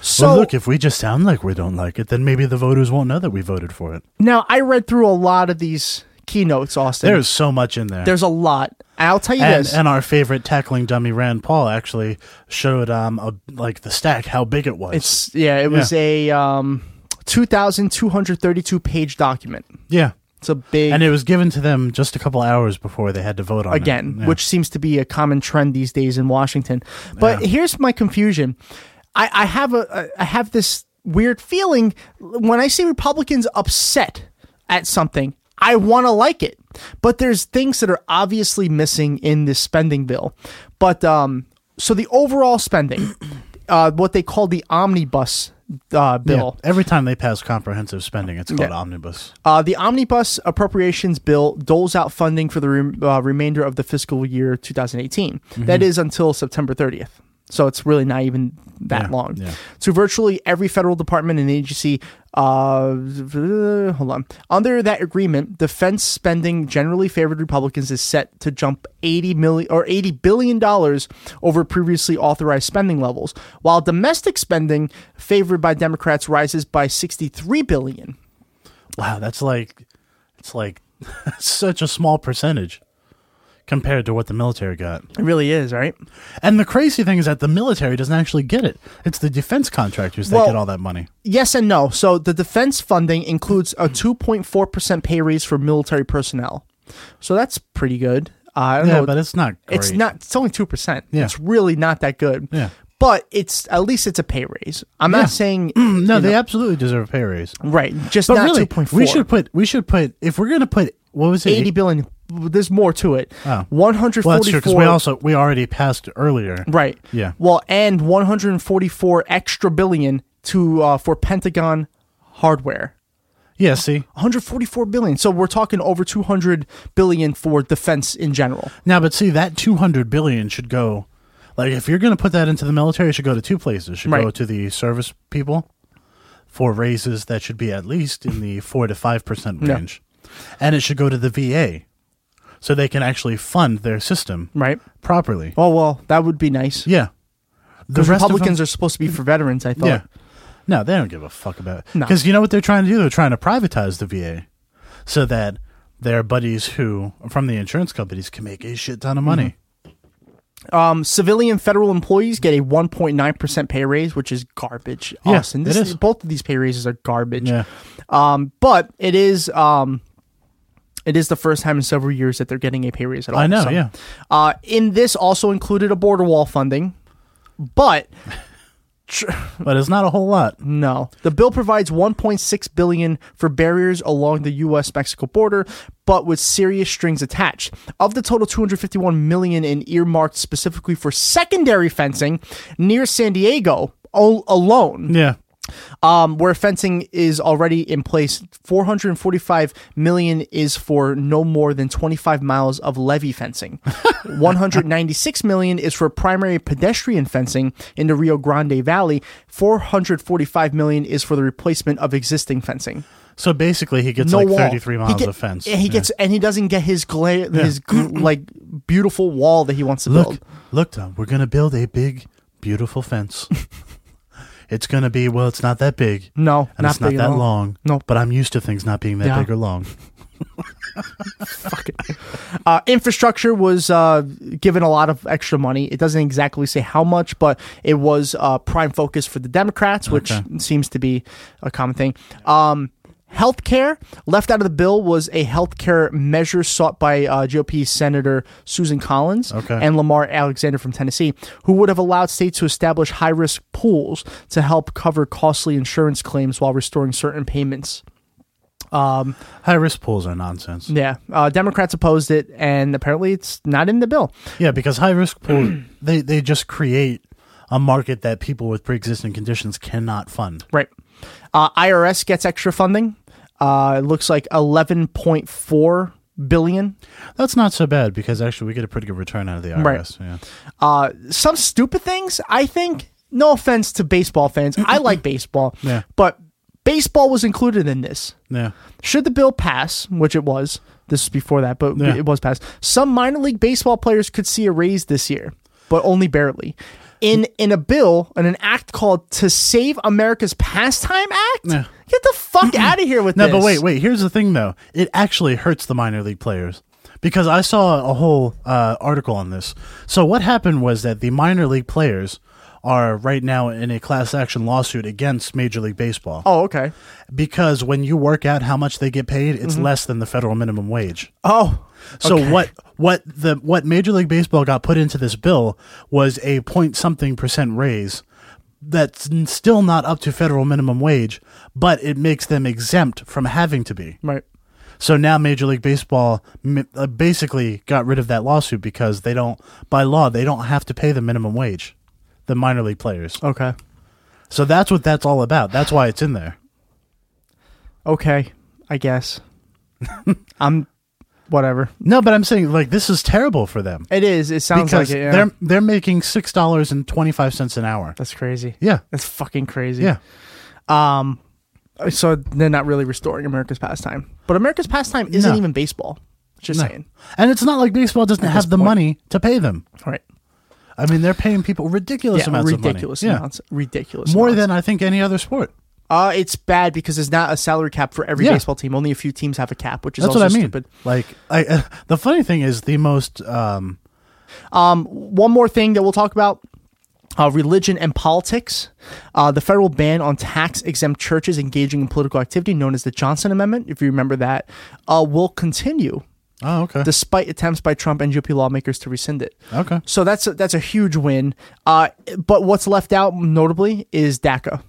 S3: so
S4: well, look, if we just sound like we don't like it, then maybe the voters won't know that we voted for it.
S3: now i read through a lot of these keynotes austin
S4: There's so much in there.
S3: there's a lot i'll tell you
S4: and,
S3: this
S4: and our favorite tackling dummy Rand Paul actually showed um a, like the stack how big it was.
S3: It's yeah, it was a um 2232 page document.
S4: yeah.
S3: It's a big
S4: And it was given to them just a couple hours before they had to vote on it.
S3: again,
S4: Yeah.
S3: which seems to be a common trend these days in Washington. But
S4: Yeah.
S3: here's my confusion. I, I have a I have this weird feeling when I see Republicans upset at something, I want to like it. But there's things that are obviously missing in this spending bill. But um so the overall spending, <clears throat> uh what they call the omnibus uh
S4: Yeah.
S3: bill.
S4: Every time they pass comprehensive spending, it's called
S3: Yeah.
S4: omnibus.
S3: Uh, the omnibus appropriations bill doles out funding for the rem uh, remainder of the fiscal year 2018.
S4: Mm-hmm.
S3: That is until September 30th. So it's really not even that
S4: Yeah,
S3: long.
S4: yeah.
S3: So virtually every federal department and agency, uh, v- hold on. Under that agreement, defense spending generally favored Republicans is set to jump 80 million or 80 billion dollars over previously authorized spending levels, while domestic spending favored by Democrats rises by 63 billion.
S4: Wow, that's like it's like <laughs> such a small percentage compared to what the military got.
S3: It really is, right?
S4: And the crazy thing is that the military doesn't actually get it. It's the defense contractors that
S3: Well-
S4: get all that money.
S3: Yes and no. So the defense funding includes a 2.4% pay raise for military personnel. So that's pretty good. Uh, I don't
S4: Yeah,
S3: know.
S4: but it's not great.
S3: it's not. It's only two percent.
S4: Yeah.
S3: It's really not that good.
S4: Yeah.
S3: But it's at least it's a pay raise. I'm
S4: Yeah.
S3: not saying
S4: <clears throat> <clears throat> No,
S3: you
S4: they
S3: know,
S4: absolutely deserve a pay raise.
S3: right. Just
S4: But
S3: not
S4: really,
S3: two point four.
S4: we should put we should put if we're gonna put what was it
S3: eighty billion. There's more to it.
S4: Oh.
S3: One hundred
S4: Well, that's
S3: forty
S4: true because
S3: four.
S4: we also we already passed earlier.
S3: right.
S4: Yeah.
S3: Well, and one hundred forty four extra billion to uh, for Pentagon hardware.
S4: Yeah. See
S3: 144 billion. So we're talking over 200 billion for defense in general.
S4: now, but see that two hundred billion should go. Like if you're gonna put that into the military, it should go to two places. It should go
S3: Right.
S4: to the service people for raises that should be at least in the four to five percent
S3: Yeah.
S4: range, and it should go to the VA so they can actually fund their system
S3: Right.
S4: properly.
S3: Oh well, that would be nice.
S4: Yeah. The
S3: Because
S4: rest of them-
S3: Republicans are supposed to be for veterans. I thought.
S4: Yeah. No, they don't give a fuck about it.
S3: No.
S4: Because you know what they're trying to do? They're trying to privatize the VA so that their buddies who from the insurance companies can make a shit ton of money.
S3: Um, civilian federal employees get a 1.9 percent pay raise, which is garbage.
S4: Yeah,
S3: Austin,
S4: it
S3: this
S4: is.
S3: both of these pay raises are garbage.
S4: Yeah.
S3: Um, but it is um, it is the first time in several years that they're getting a pay raise at all.
S4: I know,
S3: So,
S4: yeah.
S3: Uh, in this also included a border wall funding, but
S4: But it's not a whole lot.
S3: No. The bill provides 1.6 billion for barriers along the US Mexico border, but with serious strings attached. Of the total 251 million in earmarked specifically for secondary fencing near San Diego al- alone,
S4: Yeah.
S3: um, where fencing is already in place, 445 million is for no more than 25 miles of levee
S4: <laughs>
S3: fencing. 196 million is for primary pedestrian fencing in the Rio Grande Valley. 445 million is for the replacement of existing fencing.
S4: So basically, he gets
S3: no
S4: like
S3: wall.
S4: 33
S3: He
S4: miles
S3: get-
S4: of fence.
S3: And he
S4: Yeah.
S3: gets and he doesn't get his gla- his
S4: <clears throat>
S3: gl- like beautiful wall that he wants to
S4: Look,
S3: build.
S4: look, Tom. We're gonna build a big,
S3: <laughs>
S4: beautiful fence. it's gonna be well. It's not that big.
S3: No,
S4: and
S3: not
S4: it's not
S3: big at
S4: that
S3: all.
S4: long.
S3: Nope.
S4: But I'm used to things not being that
S3: Yeah.
S4: big or long.
S3: Uh, infrastructure was uh, given a lot of extra money. It doesn't exactly say how much, but it was uh, prime focus for the Democrats, which seems to be a common thing. Um, healthcare left out of the bill was a healthcare measure sought by uh, GOP Senator Susan Collins
S4: Okay.
S3: and Lamar Alexander from Tennessee, who would have allowed states to establish high risk pools to help cover costly insurance claims while restoring certain payments.
S4: High risk pools are nonsense.
S3: Yeah, uh, Democrats opposed it, and apparently it's not in the bill.
S4: Yeah, because high risk pools <clears throat> they they just create a market that people with pre existing conditions cannot fund.
S3: Right. Uh, IRS gets extra funding. Uh, it looks like 11.4 billion.
S4: That's not so bad because actually we get a pretty good return out of the IRS. Yeah.
S3: Uh, some stupid things, I think. No offense to baseball fans. I
S4: <laughs>
S3: like baseball.
S4: Yeah.
S3: But baseball was included in this.
S4: Yeah.
S3: Should the bill pass, which it was, this is before that, but
S4: Yeah.
S3: it was passed, some minor league baseball players could see a raise this year, but only barely. In in a bill, in an act called To Save America's Pastime Act?
S4: Yeah.
S3: Get the
S4: <clears throat>
S3: fuck out of here with
S4: No,
S3: this.
S4: but wait, wait. Here's the thing, though. It actually hurts the minor league players because I saw a whole uh, article on this. So what happened was that the minor league players are right now in a class action lawsuit against Major League Baseball
S3: Oh, okay.
S4: because when you work out how much they get paid, it's less than the federal minimum wage.
S3: Oh,
S4: So
S3: Mm-hmm. Okay.
S4: what what the what Major League Baseball got put into this bill was a point something percent raise that's n- still not up to federal minimum wage, but it makes them exempt from having to be.
S3: right.
S4: So now Major League Baseball mi- uh, basically got rid of that lawsuit because they don't by law they don't have to pay the minimum wage, the minor league players.
S3: Okay.
S4: So that's what that's all about. That's why it's in there.
S3: Okay. I
S4: <laughs>
S3: guess. I'm whatever.
S4: No, but I'm saying like this is terrible for them
S3: It is. It sounds
S4: because
S3: like it. Yeah.
S4: they're they're making six dollars and twenty five cents an hour.
S3: That's crazy.
S4: Yeah.
S3: That's fucking crazy. Uh,
S4: Yeah.
S3: So they're not really restoring America's pastime. But America's pastime isn't
S4: No.
S3: even baseball. Just saying.
S4: And it's not like baseball doesn't have the money to pay them.
S3: All right.
S4: I mean, they're paying people ridiculous
S3: Yeah,
S4: amounts
S3: ridiculous
S4: of money.
S3: amounts. Ridiculous.
S4: Yeah. More
S3: amounts.
S4: than I think any other sport.
S3: uh, it's bad because there's not a salary cap for every
S4: Yeah.
S3: baseball team. Only a few teams have a cap, which is
S4: That's
S3: also
S4: what I mean.
S3: stupid.
S4: Like, I, <laughs> uh, the funny thing is, the most um,
S3: one more thing that we'll talk about uh, religion and politics. Uh, the federal ban on tax exempt churches engaging in political activity, known as the Johnson Amendment, if you remember that, uh, will continue
S4: oh okay,
S3: despite attempts by Trump and GOP lawmakers to rescind it.
S4: Okay.
S3: So that's a, that's a huge win. Uh, but what's left out, notably, is DACA.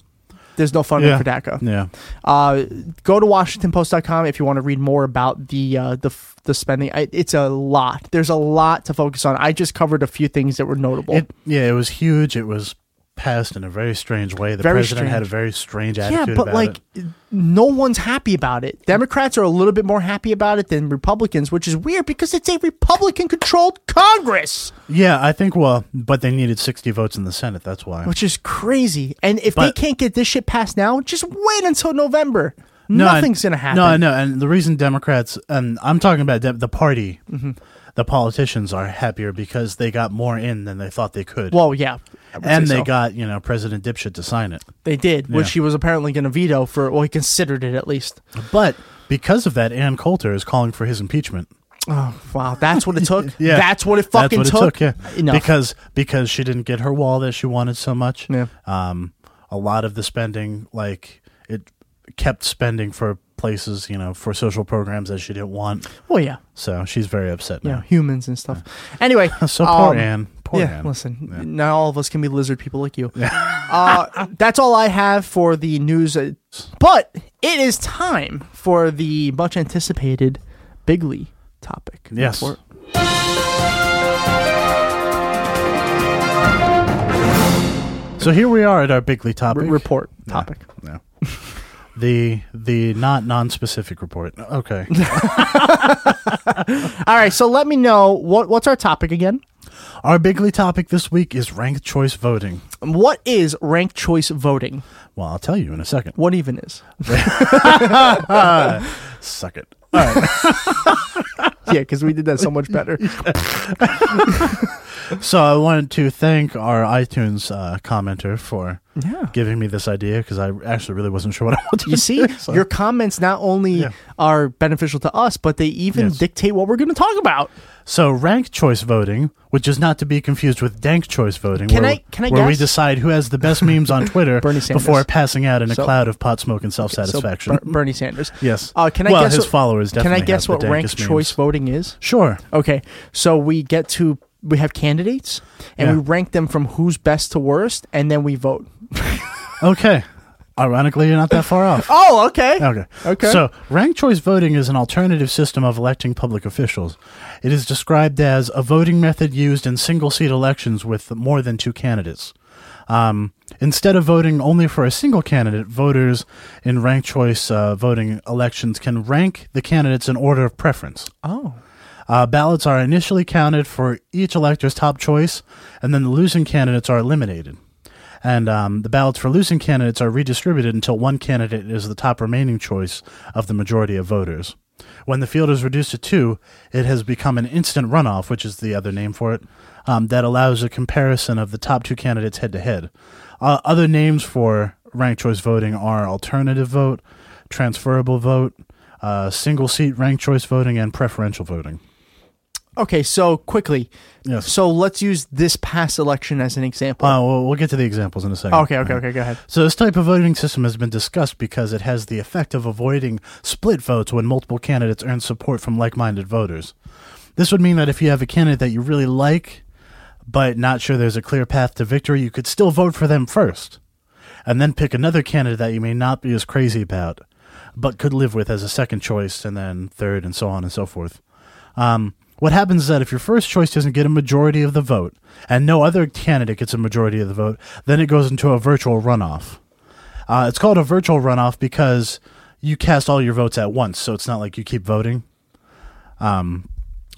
S3: There's no funding
S4: yeah,
S3: for DACA.
S4: yeah,
S3: Uh, go to WashingtonPost.com if you want to read more about the uh, the f- the spending. I, it's a lot. There's a lot to focus on. I just covered a few things that were notable.
S4: it yeah, it was huge. It was passed in a very strange way. The
S3: Very
S4: president had a
S3: strange.
S4: very strange
S3: yeah,
S4: attitude.
S3: but
S4: about
S3: like,
S4: it.
S3: no one's happy about it. Democrats are a little bit more happy about it than Republicans, which is weird because it's a Republican-controlled Congress,
S4: yeah, I think well, but they needed sixty votes in the Senate. That's why.
S3: which is crazy. And if
S4: But-
S3: they can't get this shit passed now, just wait until November.
S4: and-
S3: Nothing's gonna happen.
S4: No, I know, and the reason Democrats and I'm talking about de- the party,
S3: Mm-hmm.
S4: the politicians are happier because they got more in than they thought they could.
S3: Well, yeah, I would
S4: and
S3: say
S4: they
S3: so.
S4: got you know President Dipshit to sign it.
S3: They did,
S4: Yeah.
S3: which he was apparently going to veto for. Well, he considered it at least.
S4: But because of that, Ann Coulter is calling for his impeachment.
S3: Wow, that's what it took.
S4: <laughs> Yeah,
S3: that's what it
S4: That's
S3: fucking
S4: what
S3: took.
S4: yeah,
S3: Enough.
S4: because because she didn't get her wall that she wanted so much.
S3: Yeah.
S4: Um, a lot of the spending, like it, kept spending for places you know for social programs that she didn't want.
S3: well, Oh, yeah,
S4: So she's very upset
S3: yeah,
S4: now.
S3: humans and stuff. Anyway,
S4: <laughs> So poor
S3: um,
S4: Ann. Poor
S3: yeah,
S4: Ann.
S3: listen, not all of us can be lizard people like
S4: <laughs>
S3: you. uh, that's all I have for the news. uh, But it is time for the much anticipated Bigley topic.
S4: Yes.
S3: Report.
S4: So here we are at our bigly topic
S3: R- report
S4: Yeah.
S3: topic.
S4: No. the the not non-specific report.
S3: <laughs>
S4: Okay.
S3: All right, so let me know what what's our topic again.
S4: our bigly topic this week is ranked choice voting.
S3: What is ranked choice voting?
S4: Well, I'll tell you in a second.
S3: What even is?
S4: Suck it.
S3: yeah, because we did that so much
S4: <laughs>
S3: better.
S4: So I wanted to thank our iTunes uh, commenter for
S3: Yeah.
S4: giving me this idea because I actually really wasn't sure what <laughs> I wanted
S3: You
S4: to
S3: see,
S4: do, so-
S3: your comments not only
S4: Yeah.
S3: are beneficial to us, but they even
S4: Yes.
S3: dictate what we're going to talk about.
S4: So rank choice voting, which is not to be confused with dank choice voting,
S3: Can
S4: where,
S3: I- can I
S4: where we
S3: guess?
S4: decide who has the
S3: <laughs>
S4: best memes on Twitter
S3: Bernie Sanders.
S4: before passing out in a
S3: So-
S4: cloud of pot smoke and
S3: So,
S4: self-satisfaction.
S3: Ber- Bernie Sanders.
S4: Yes.
S3: Uh, can I
S4: Well,
S3: guess
S4: his
S3: what-
S4: followers
S3: Can I
S4: definitely
S3: guess
S4: have
S3: what
S4: the
S3: ranked
S4: dankest memes.
S3: choice voting is?
S4: sure.
S3: Okay, so we get to we have candidates and
S4: Yeah.
S3: we rank them from who's best to worst, and then we vote.
S4: Okay. Ironically, you're not that
S3: <laughs>
S4: far off.
S3: Oh, okay.
S4: Okay.
S3: Okay.
S4: So, ranked choice voting is an alternative system of electing public officials. It is described as a voting method used in single seat elections with more than two candidates. Um, instead of voting only for a single candidate, voters in ranked choice uh, voting elections can rank the candidates in order of preference.
S3: Oh,
S4: Uh, ballots are initially counted for each elector's top choice, and then the losing candidates are eliminated. And um, the ballots for losing candidates are redistributed until one candidate is the top remaining choice of the majority of voters. When the field is reduced to two, it has become an instant runoff, which is the other name for it, um, that allows a comparison of the top two candidates head to head. Uh, Other names for ranked choice voting are alternative vote, transferable vote, uh, single seat ranked choice voting, and preferential voting.
S3: okay. So quickly,
S4: Yes.
S3: So let's use this past election as an example.
S4: Uh, we'll, we'll get to the examples in a second.
S3: okay, okay, okay. Go ahead.
S4: So this type of voting system has been discussed because it has the effect of avoiding split votes when multiple candidates earn support from like-minded voters. This would mean that if you have a candidate that you really like, but not sure there's a clear path to victory, you could still vote for them first, and then pick another candidate that you may not be as crazy about, but could live with as a second choice, and then third, and so on and so forth. Um, what happens is that if your first choice doesn't get a majority of the vote, and no other candidate gets a majority of the vote, then it goes into a virtual runoff. Uh, it's called a virtual runoff because you cast all your votes at once, so it's not like you keep voting. Um,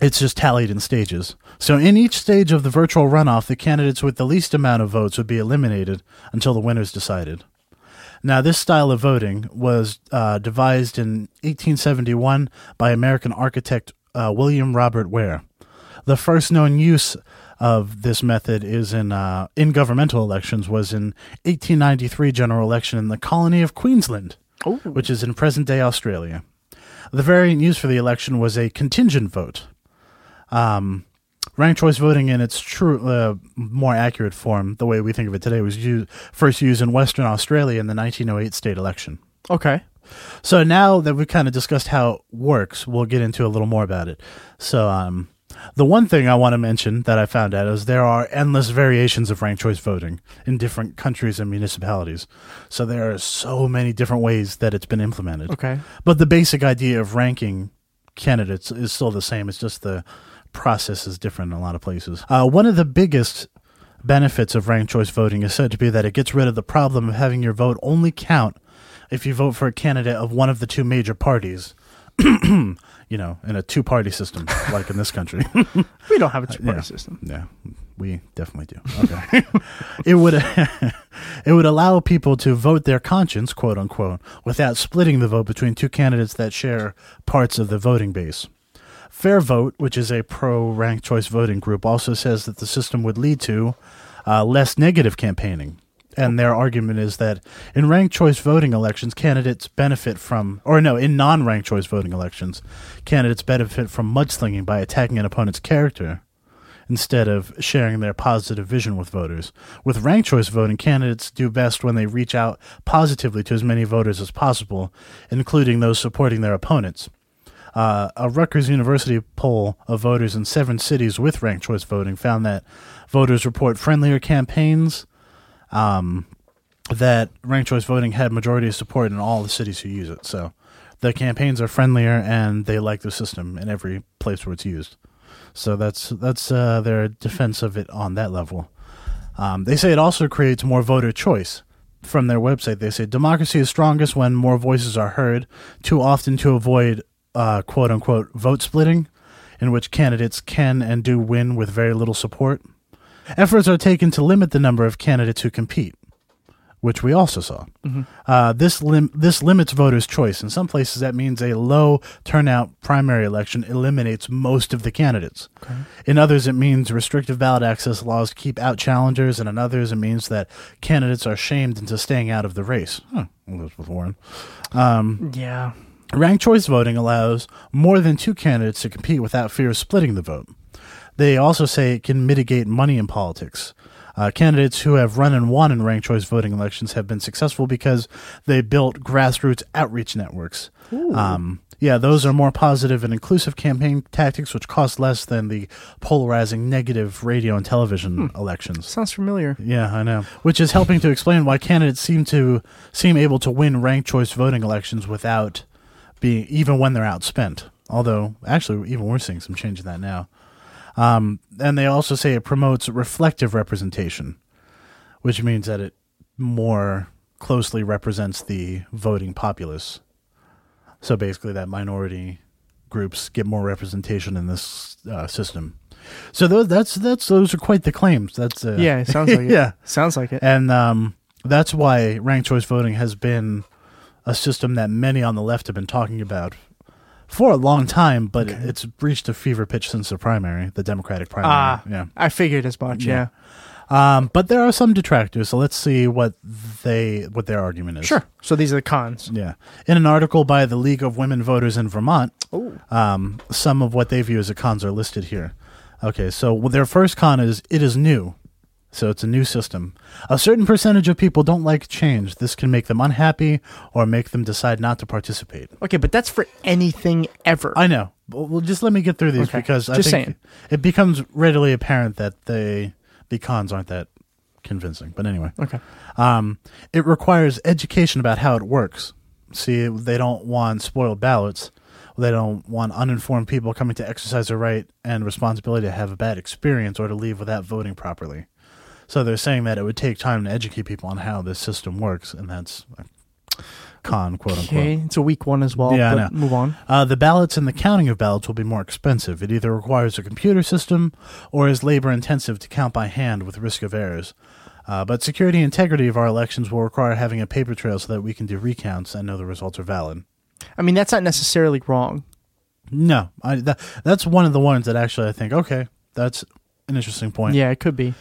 S4: it's just tallied in stages. So in each stage of the virtual runoff, the candidates with the least amount of votes would be eliminated until the winner's decided. Now, this style of voting was uh, devised in 1871 by American architect uh, William Robert Ware. The first known use of this method is in uh, in governmental elections was in 1893 general election in the colony of Queensland, which is in present day Australia. The variant used for the election was a contingent vote. Ranked choice voting in its true, uh, more accurate form, the way we think of it today, was used, first used in Western Australia in the 1908 state election.
S3: Okay.
S4: So now that we've kind of discussed how it works, we'll get into a little more about it. So, um, the one thing I want to mention that I found out is there are endless variations of ranked choice voting in different countries and municipalities. So there are so many different ways that it's been implemented.
S3: Okay.
S4: But the basic idea of ranking candidates is still the same. It's just the process is different in a lot of places. Uh, one of the biggest benefits of ranked choice voting is said to be that it gets rid of the problem of having your vote only count if you vote for a candidate of one of the two major parties. <clears throat> you know, in a two-party system like in this country. <laughs>
S3: We don't have a two-party
S4: yeah.
S3: system.
S4: Yeah, we definitely do. Okay, <laughs> it would it would allow people to vote their conscience, quote unquote, without splitting the vote between two candidates that share parts of the voting base. Fair Vote, which is a pro ranked choice voting group, also says that the system would lead to uh, less negative campaigning. And their argument is that in ranked choice voting elections, candidates benefit from, or no, in non ranked choice voting elections, candidates benefit from mudslinging by attacking an opponent's character instead of sharing their positive vision with voters. With ranked choice voting, candidates do best when they reach out positively to as many voters as possible, including those supporting their opponents. Uh, a Rutgers University poll of voters in seven cities with ranked choice voting found that voters report friendlier campaigns, um, that ranked choice voting had majority of support in all the cities who use it. So the campaigns are friendlier and they like the system in every place where it's used. So that's that's uh, their defense of it on that level. Um, they say it also creates more voter choice. From their website, they say democracy is strongest when more voices are heard. Too often to avoid uh, "quote unquote" vote splitting, in which candidates can and do win with very little support. Efforts are taken to limit the number of candidates who compete, which we also saw. Uh, this lim- this limits voters' choice. In some places, that means a low turnout primary election eliminates most of the candidates. In others, it means restrictive ballot access laws keep out challengers, and in others, it means that candidates are shamed into staying out of the race. Huh. Well, that's with Warren.
S3: Yeah.
S4: Ranked choice voting allows more than two candidates to compete without fear of splitting the vote. They also say it can mitigate money in politics. Uh, candidates who have run and won in ranked choice voting elections have been successful because they built grassroots outreach networks. Um, yeah, those are more positive and inclusive campaign tactics, which cost less than the polarizing negative radio and television elections.
S3: Sounds familiar.
S4: Yeah, I know. Which is helping to explain why candidates seem to seem able to win ranked choice voting elections without being even when they're outspent. Although, actually, even we're seeing some change in that now. Um, and they also say it promotes reflective representation, which means that it more closely represents the voting populace. So basically, that minority groups get more representation in this uh, system. So those that's that's those are quite the claims. That's uh,
S3: Yeah, it sounds
S4: <laughs>
S3: like it.
S4: yeah,
S3: Sounds like it.
S4: and um, that's why ranked choice voting has been a system that many on the left have been talking about for a long time, but it's reached a fever pitch since the primary, the Democratic primary.
S3: Ah,
S4: yeah.
S3: I figured as much. Yeah.
S4: Um, but there are some detractors, so let's see what they what their argument is.
S3: Sure. So these are the cons.
S4: Yeah. In an article by the League of Women Voters in Vermont, um, some of what they view as the cons are listed here. Okay, so well, their first con is it is new. So it's a new system. A certain percentage of people don't like change. This can make them unhappy or make them decide not to participate.
S3: Okay, but that's for anything ever.
S4: I know. But- Well, just let me get through these
S3: Okay.
S4: because I
S3: Just
S4: think
S3: saying.
S4: it becomes readily apparent that they the cons aren't that convincing. But anyway,
S3: okay.
S4: um, it requires education about how it works. See, they don't want spoiled ballots. They don't want uninformed people coming to exercise their right and responsibility to have a bad experience or to leave without voting properly. So they're saying that it would take time to educate people on how this system works, and that's a con, quote unquote.
S3: Okay, it's a weak one as well.
S4: Yeah, I
S3: but
S4: know.
S3: move on.
S4: Uh, the ballots and the counting of ballots will be more expensive. It either requires a computer system or is labor intensive to count by hand with risk of errors. Uh, but security and integrity of our elections will require having a paper trail so that we can do recounts and know the results are valid.
S3: I mean, that's not necessarily wrong.
S4: No, I, that, that's one of the ones that actually I think, okay, that's an interesting point. Um,
S3: Yeah, it could be.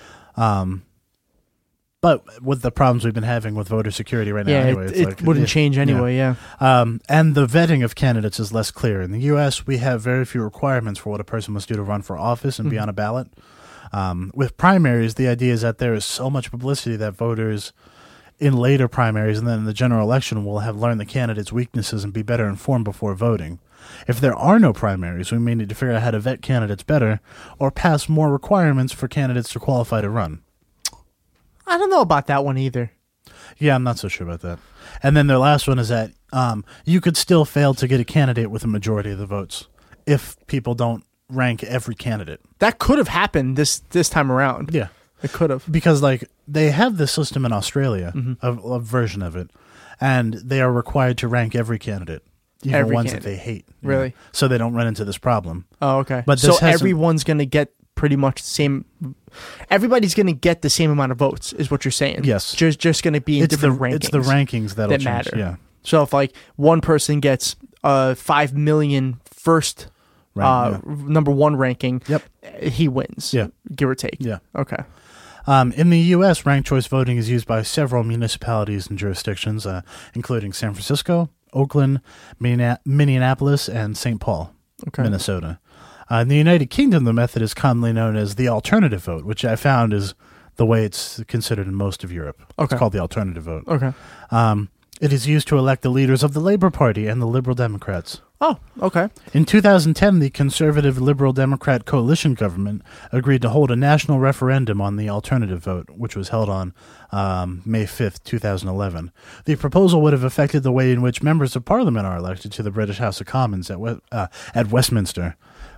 S4: But with the problems we've been having with voter security right now,
S3: yeah,
S4: anyway,
S3: it,
S4: it's
S3: it
S4: like,
S3: wouldn't
S4: yeah,
S3: change
S4: yeah.
S3: anyway. Yeah.
S4: Um, and the vetting of candidates is less clear. In the U.S., we have very few requirements for what a person must do to run for office and be on a ballot. Um, with primaries, the idea is that there is so much publicity that voters in later primaries and then in the general election will have learned the candidate's weaknesses and be better informed before voting. If there are no primaries, we may need to figure out how to vet candidates better or pass more requirements for candidates to qualify to run.
S3: I don't know about that one either.
S4: Yeah, I'm not so sure about that. And then their last one is that um, you could still fail to get a candidate with a majority of the votes if people don't rank every candidate.
S3: That could have happened this this time around.
S4: Yeah.
S3: It could have.
S4: Because, like, they have this system in Australia,
S3: Mm-hmm.
S4: a, a version of it, and they are required to rank every candidate, even
S3: Every
S4: ones that
S3: candidate.
S4: they hate. you
S3: Really?
S4: know, so they don't run into this problem.
S3: Oh, okay.
S4: But
S3: so
S4: this hasn't-
S3: everyone's going to get pretty much the same. Everybody's going to get the same amount of votes, is what you're saying.
S4: Yes.
S3: Just just going to be in
S4: it's, the,
S3: different rankings.
S4: it's the rankings that'll
S3: that
S4: change.
S3: matter.
S4: Yeah.
S3: So if like one person gets uh five million first
S4: Right,
S3: uh
S4: yeah.
S3: r- number one ranking,
S4: Yep.
S3: he wins.
S4: Yeah.
S3: give or take.
S4: Yeah.
S3: Okay.
S4: Um, in the U.S., ranked choice voting is used by several municipalities and jurisdictions, uh, including San Francisco, Oakland, Minna- Minneapolis, and St. Paul, Minnesota. Uh, in the United Kingdom, the method is commonly known as the alternative vote, which I found is the way it's considered in most of Europe.
S3: Okay.
S4: It's called the alternative vote.
S3: Okay.
S4: Um, it is used to elect the leaders of the Labour Party and the Liberal Democrats.
S3: Oh, okay.
S4: In 2010, the conservative Liberal Democrat coalition government agreed to hold a national referendum on the alternative vote, which was held on um, May 5th, 2011. The proposal would have affected the way in which members of parliament are elected to the British House of Commons at, Wes- uh, at Westminster.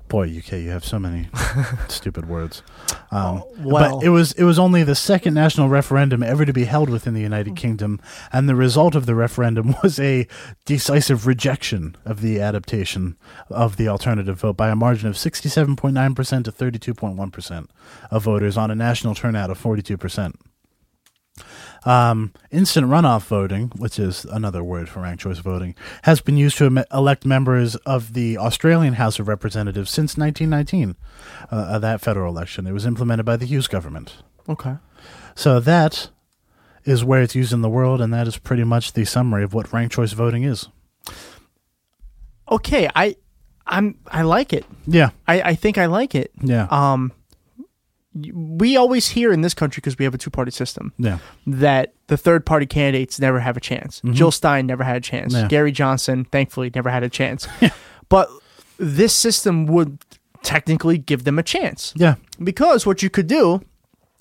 S4: Boy, UK, you have so many stupid words. Um,
S3: well-
S4: but it was it was only the second national referendum ever to be held within the United Kingdom, and the result of the referendum <laughs> was a decisive rejection of the adaptation of the alternative vote by a margin of sixty seven point nine percent to thirty two point one percent of voters on a national turnout of forty two percent. Um, instant runoff voting, which is another word for ranked choice voting, has been used to em- elect members of the Australian House of Representatives since 1919, uh, uh, that federal election. It was implemented by the Hughes government.
S3: Okay.
S4: So that is where it's used in the world, and that is pretty much the summary of what ranked choice voting is.
S3: Okay. I, I'm. I like it.
S4: Yeah.
S3: I, I think I like it.
S4: Yeah.
S3: Um, we always hear in this country because we have a two-party system.
S4: Yeah.
S3: that the third party candidates never have a chance. Jill Stein never had a chance.
S4: Yeah.
S3: Gary Johnson, thankfully, never had a chance. but this system would technically give them a chance.
S4: Yeah.
S3: Because what you could do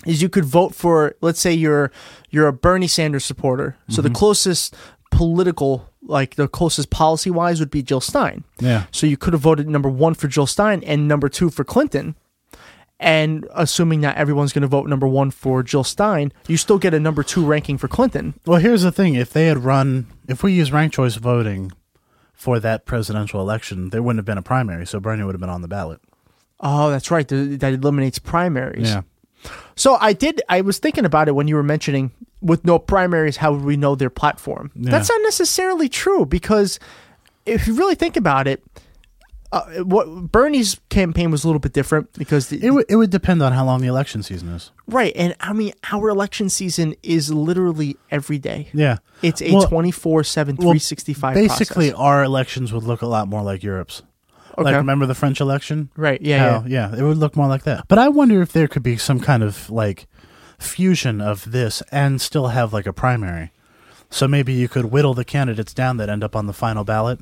S3: is you could vote for let's say you're you're a Bernie Sanders supporter. So
S4: Mm-hmm.
S3: the closest political like the closest policy wise would be Jill Stein.
S4: Yeah.
S3: So you could have voted number 1 for Jill Stein and number 2 for Clinton. And assuming not everyone's going to vote number 1 for Jill Stein, you still get a number 2 ranking for Clinton.
S4: Well, here's the thing: if they had run, if we use ranked choice voting for that presidential election, there wouldn't have been a primary, so Bernie would have been on the ballot.
S3: Oh, that's right. th- That eliminates primaries.
S4: Yeah.
S3: So I did. I was thinking about it when you were mentioning with no primaries, how would we know their platform? That's not necessarily true because if you really think about it, uh, what Bernie's campaign was a little bit different because the,
S4: It, w- it would depend on how long the election season is.
S3: right, and I mean our election season is literally every day.
S4: Yeah.
S3: It's a
S4: Well-
S3: 24/7
S4: Well,
S3: 365
S4: Basically,
S3: process.
S4: our elections would look a lot more like Europe's. Like,
S3: Okay.
S4: remember the French election?
S3: Right, yeah,
S4: How- yeah. It would look more like that. But I wonder if there could be some kind of like fusion of this and still have like a primary. So maybe you could whittle the candidates down that end up on the final ballot.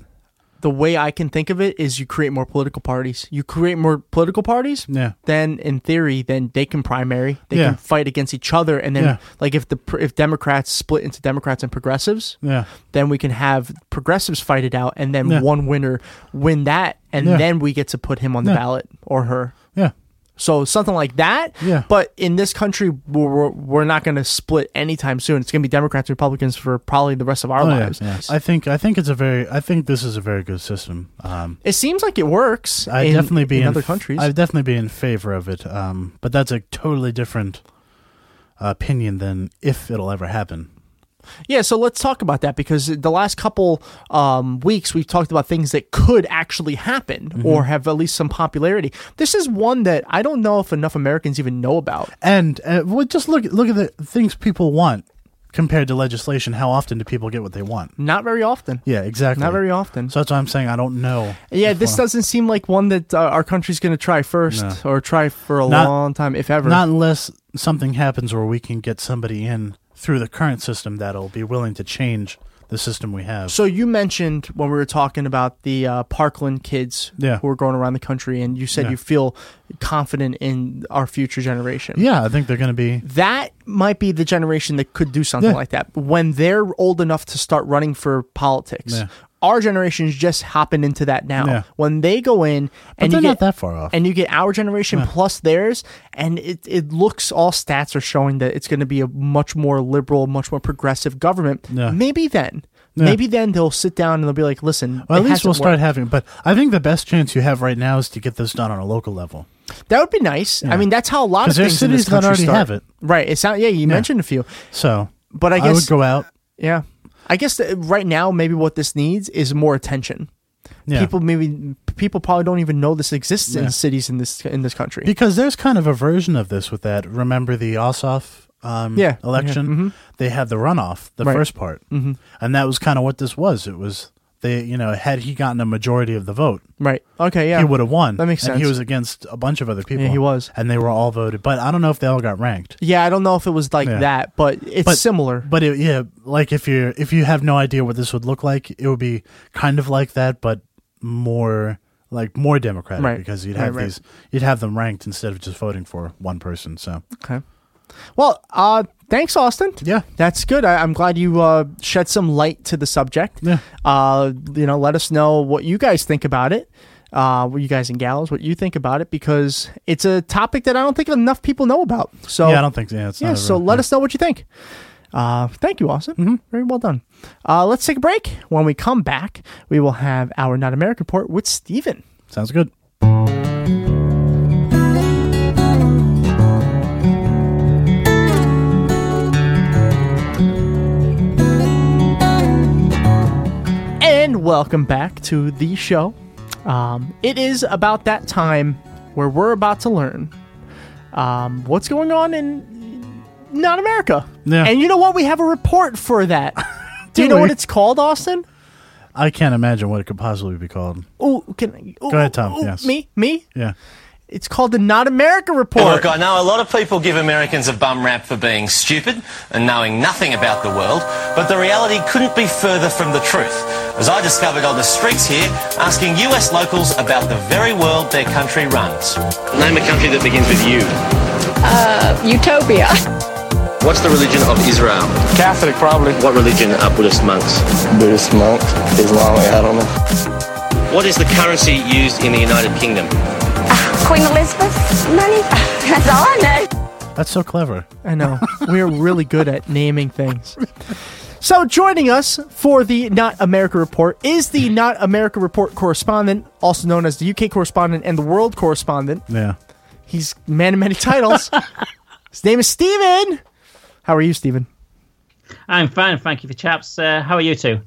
S3: the way I can think of it is you create more political parties. You create more political parties.
S4: Yeah.
S3: Then in theory, then they can primary. They
S4: Yeah.
S3: can fight against each other, and then
S4: Yeah.
S3: like if the pr- if Democrats split into Democrats and progressives,
S4: Yeah.
S3: then we can have progressives fight it out, and then
S4: Yeah.
S3: one winner win that, and
S4: Yeah.
S3: then we get to put him on the
S4: Yeah.
S3: ballot or her.
S4: Yeah.
S3: So something like that.
S4: Yeah.
S3: But in this country, we're, we're- we're not going to split anytime soon. It's going to be Democrats, Republicans for probably the rest of our
S4: Oh, yeah,
S3: lives.
S4: yeah. I think I think it's a very I think this is a very good system. Um,
S3: It seems like it works.
S4: I'd
S3: in-
S4: definitely be
S3: in other
S4: f-
S3: countries.
S4: I'd definitely be in favor of it. Um, but that's a totally different uh, opinion than if it'll ever happen.
S3: Yeah, so let's talk about that because the last couple um, weeks we've talked about things that could actually happen
S4: Mm-hmm.
S3: or have at least some popularity. This is one that I don't know if enough Americans even know about.
S4: And uh, well, just look look at the things people want compared to legislation. How often do people get what they want?
S3: Not very often.
S4: Yeah, exactly.
S3: Not very often.
S4: So that's why I'm saying I don't know.
S3: yeah, this doesn't seem like one that uh, our country's going to try first or try for a
S4: Not-
S3: long time, if ever.
S4: Not unless something happens where we can get somebody in through the current system that'll be willing to change the system we have.
S3: So you mentioned when we were talking about the uh, Parkland kids
S4: Yeah.
S3: who are going around the country, and you said
S4: Yeah.
S3: you feel confident in our future generation.
S4: yeah, I think they're going to be
S3: that might be the generation that could do something
S4: Yeah.
S3: like that when they're old enough to start running for politics.
S4: Yeah.
S3: Our generation's just hopping into that now.
S4: Yeah.
S3: When they go in, and
S4: they're
S3: you
S4: not
S3: get
S4: that far off.
S3: and you get our generation plus theirs, and it it looks all stats are showing that it's going to be a much more liberal, much more progressive government.
S4: Yeah.
S3: Maybe then,
S4: Yeah.
S3: maybe then they'll sit down and they'll be like, "Listen,
S4: Well, at
S3: it
S4: least
S3: hasn't
S4: we'll start
S3: worked.
S4: having. But I think the best chance you have right now is to get this done on a local level.
S3: That would be nice. I mean, that's how a lot of
S4: 'Cause there's
S3: things in this
S4: cities that
S3: country
S4: already
S3: start.
S4: have it.
S3: right? It's not. Yeah, you mentioned a few.
S4: So,
S3: But I guess-
S4: would go out.
S3: Yeah. I guess that right now, maybe what this needs is more attention.
S4: Yeah.
S3: People maybe people probably don't even know this exists
S4: Yeah.
S3: in cities in this in this country.
S4: because there's kind of a version of this with that. Remember the Ossoff um,
S3: Yeah.
S4: election?
S3: Yeah. Mhm.
S4: They had the runoff, the
S3: Right.
S4: first part, mm-hmm. and that was kind of what this was. It was they, you know, had he gotten a majority of the vote,
S3: right. Okay. Yeah.
S4: he would have won.
S3: That makes
S4: And he
S3: sense.
S4: was against a bunch of other people.
S3: Yeah, he was.
S4: and they were all voted. But I don't know if they all got ranked.
S3: Yeah. I don't know if it was like
S4: Yeah.
S3: that, but it's
S4: But-
S3: similar.
S4: But it, yeah, like if you if you have no idea what this would look like, it would be kind of like that, but more like more democratic
S3: Right.
S4: because you'd
S3: Right,
S4: have
S3: right.
S4: these you'd have them ranked instead of just voting for one person. So
S3: okay. Well, uh, thanks, Austin.
S4: Yeah.
S3: That's good. I, I'm glad you uh, shed some light to the subject.
S4: Yeah.
S3: Uh, you know, let us know what you guys think about it. uh, what you guys and gals, what you think about it, because it's a topic that I don't think enough people know about. So
S4: yeah, I don't think yeah, it's
S3: yeah,
S4: not a
S3: so
S4: real- Mm-hmm.
S3: let us know what you think. Uh, thank you, Austin. Very well done. Uh, let's take a break. When we come back, we will have our Not American report with Steven.
S4: sounds good.
S3: And welcome back to the show. Um, it is about that time where we're about to learn um, what's going on in not America.
S4: Yeah.
S3: And you know what? We have a report for
S4: <laughs>
S3: that. Do, you
S4: Do
S3: know what
S4: we?
S3: it's called, Austin?
S4: I can't imagine what it could possibly be called.
S3: Oh, can ooh,
S4: Go ahead, Tom.
S3: ooh,
S4: Yes.
S3: Me, me.
S4: Yeah.
S3: It's called the Not America Report.
S7: Look, I know a lot of people give Americans a bum rap for being stupid and knowing nothing about the world, but the reality couldn't be further from the truth, as I discovered on the streets here, asking US locals about the very world their country runs.
S8: Name a country that begins with U.
S9: Utopia.
S8: What's the religion of Israel? Catholic, probably. What religion are Buddhist monks? Buddhist monks, Islam, I don't know. What is the currency used in the United Kingdom?
S9: Queen Elizabeth money. That's all I know.
S4: That's so clever.
S3: I
S4: <laughs>
S3: know. We're really good at naming things. So, joining us for the Not America Report is the Not America Report correspondent, also known as the UK correspondent and the world correspondent.
S4: Yeah.
S3: He's a man in many
S4: <laughs>
S3: titles. His name is Steven. How are you, Steven?
S10: I'm fine, thank you for chaps. Uh, how are you two?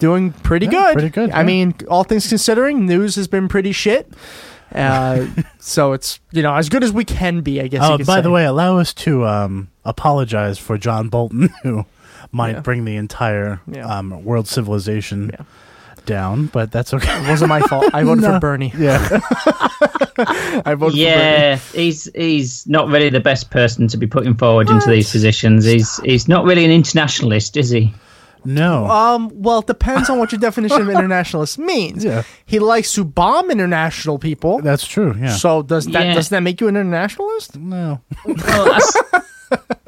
S3: Doing pretty
S4: Yeah,
S3: good.
S4: pretty good,
S3: I
S4: yeah.
S3: mean, all things considering, news has been pretty shit.
S4: <laughs>
S3: Uh, so it's you know as good as we can be, I guess. you
S4: Oh,
S3: could
S4: by the
S3: say.
S4: way, allow us to um, apologize for John Bolton, <laughs> who might bring the entire
S3: Yeah.
S4: um, world civilization down, but that's okay.
S3: it <laughs>
S4: <laughs>
S3: wasn't my fault. I voted for
S4: No.
S3: Bernie.
S4: yeah.
S3: I voted for Bernie.
S10: Yeah, he's he's not really the best person to be putting forward into these positions. He's he's not really an internationalist, is he?
S4: No.
S3: Um, well, it depends on what your
S4: <laughs>
S3: definition of internationalist means.
S4: Yeah.
S3: He likes to bomb international people.
S4: that's true. Yeah.
S3: So does that
S10: Yeah.
S3: does that make you an internationalist? <laughs>
S4: no.
S10: Well, I, s-